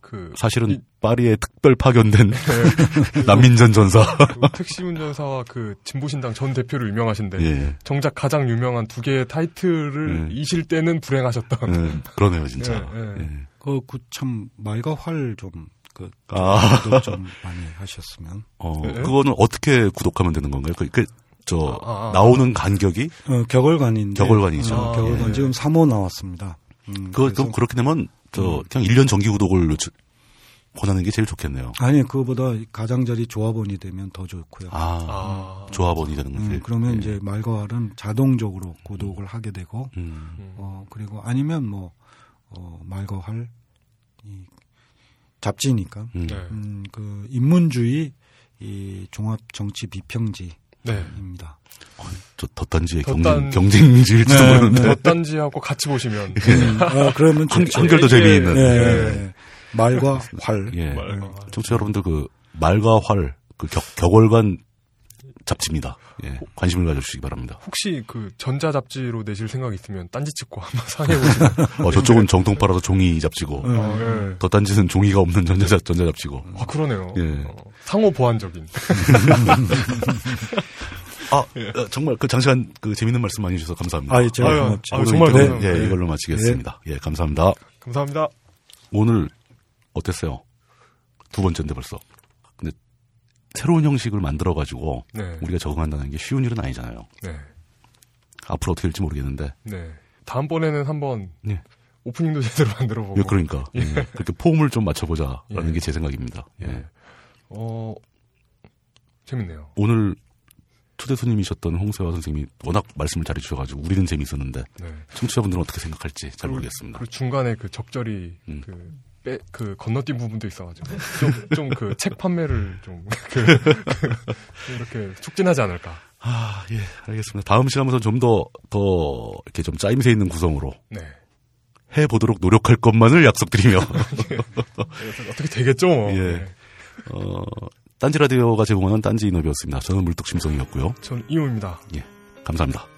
그 사실은 이- 파리에 특별 파견된 네. 난민전 전사. 그 택시 운전사와 그 진보신당 전 대표로 유명하신데 예. 정작 가장 유명한 두 개의 타이틀을 음. 네. 이실 때는 불행하셨던 예, 그러네요, 진짜. 예, 예. 예. 그, 그, 참, 말과 활 좀, 그, 아, 구독 좀 많이 하셨으면. 어, 예? 그거는 어떻게 구독하면 되는 건가요? 그, 그, 저, 아, 아, 아. 나오는 간격이? 어, 격월간인데. 격월간이죠. 어, 격월간. 예. 지금 3호 나왔습니다. 음, 그거, 그래서- 음. 그 그렇게 되면, 저, 그냥 1년 정기 구독을 요청, 권하는 게 제일 좋겠네요. 아니 그거보다 가장자리 조합원이 되면 더 좋고요. 아, 아, 조합원이 되는 음, 거지. 그러면 예. 이제 말과 활은 자동적으로 구독을 하게 되고, 음. 어 그리고 아니면 뭐 어, 말과 활 이, 잡지니까 음. 네. 음, 그 인문주의 이 종합 정치 비평지입니다. 네. 저 덧단지의 경쟁, 덧단- 경쟁지일지도 네, 모르는데. 덧단지하고 같이 보시면 음, 어, 그러면 한, 좋죠. 한결 더 예, 재미있는. 예, 예. 예. 말과 어, 활. 아, 예. 말- 아, 청취자 여러분들 그, 말과 활, 그 격, 격월간 잡지입니다. 예. 관심을 가져주시기 바랍니다. 혹시 그 전자 잡지로 내실 생각 있으면 딴지 측과 한번 상해 보시면 어, 저쪽은 정통파라서 종이 잡지고, 음. 아, 예. 덧단지는 종이가 없는 전자, 전자 잡지고. 아 그러네요. 예. 어, 상호 보완적인. 아, 어, 정말 그 장시간 그 재밌는 말씀 많이 주셔서 감사합니다. 아, 예, 제가 아유, 고맙죠. 아유, 정말 네, 감사합니다. 예, 예. 이걸로 마치겠습니다. 예, 감사합니다. 감사합니다. 오늘 어땠어요? 두 번째인데 벌써. 근데 새로운 형식을 만들어 가지고 네. 우리가 적응한다는 게 쉬운 일은 아니잖아요. 네. 앞으로 어떻게 될지 모르겠는데. 네. 다음번에는 한번 예. 오프닝도 제대로 만들어 보고. 예, 그러니까 예. 그렇게 폼을 좀 맞춰보자라는 예. 게 제 생각입니다. 예. 어, 재밌네요. 오늘 초대 손님이셨던 홍세화 선생님이 워낙 말씀을 잘해 주셔가지고 우리는 재미있었는데 네. 청취자분들은 어떻게 생각할지 잘 모르겠습니다. 그리고 중간에 그 적절히 음. 그, 빼, 그 건너뛴 부분도 있어가지고 좀 좀 그 책 판매를 좀 그, 그, 이렇게 촉진하지 않을까. 아, 예, 알겠습니다. 다음 시간부터 좀 더, 더, 이렇게 좀 짜임새 있는 구성으로 네. 해보도록 노력할 것만을 약속드리며, 그래서 어떻게 되겠죠. 뭐. 예. 네. 어, 딴지라디오가 제공하는 딴지 인업이었습니다. 저는 물뚝심성이었고요. 전 이호입니다. 예, 감사합니다.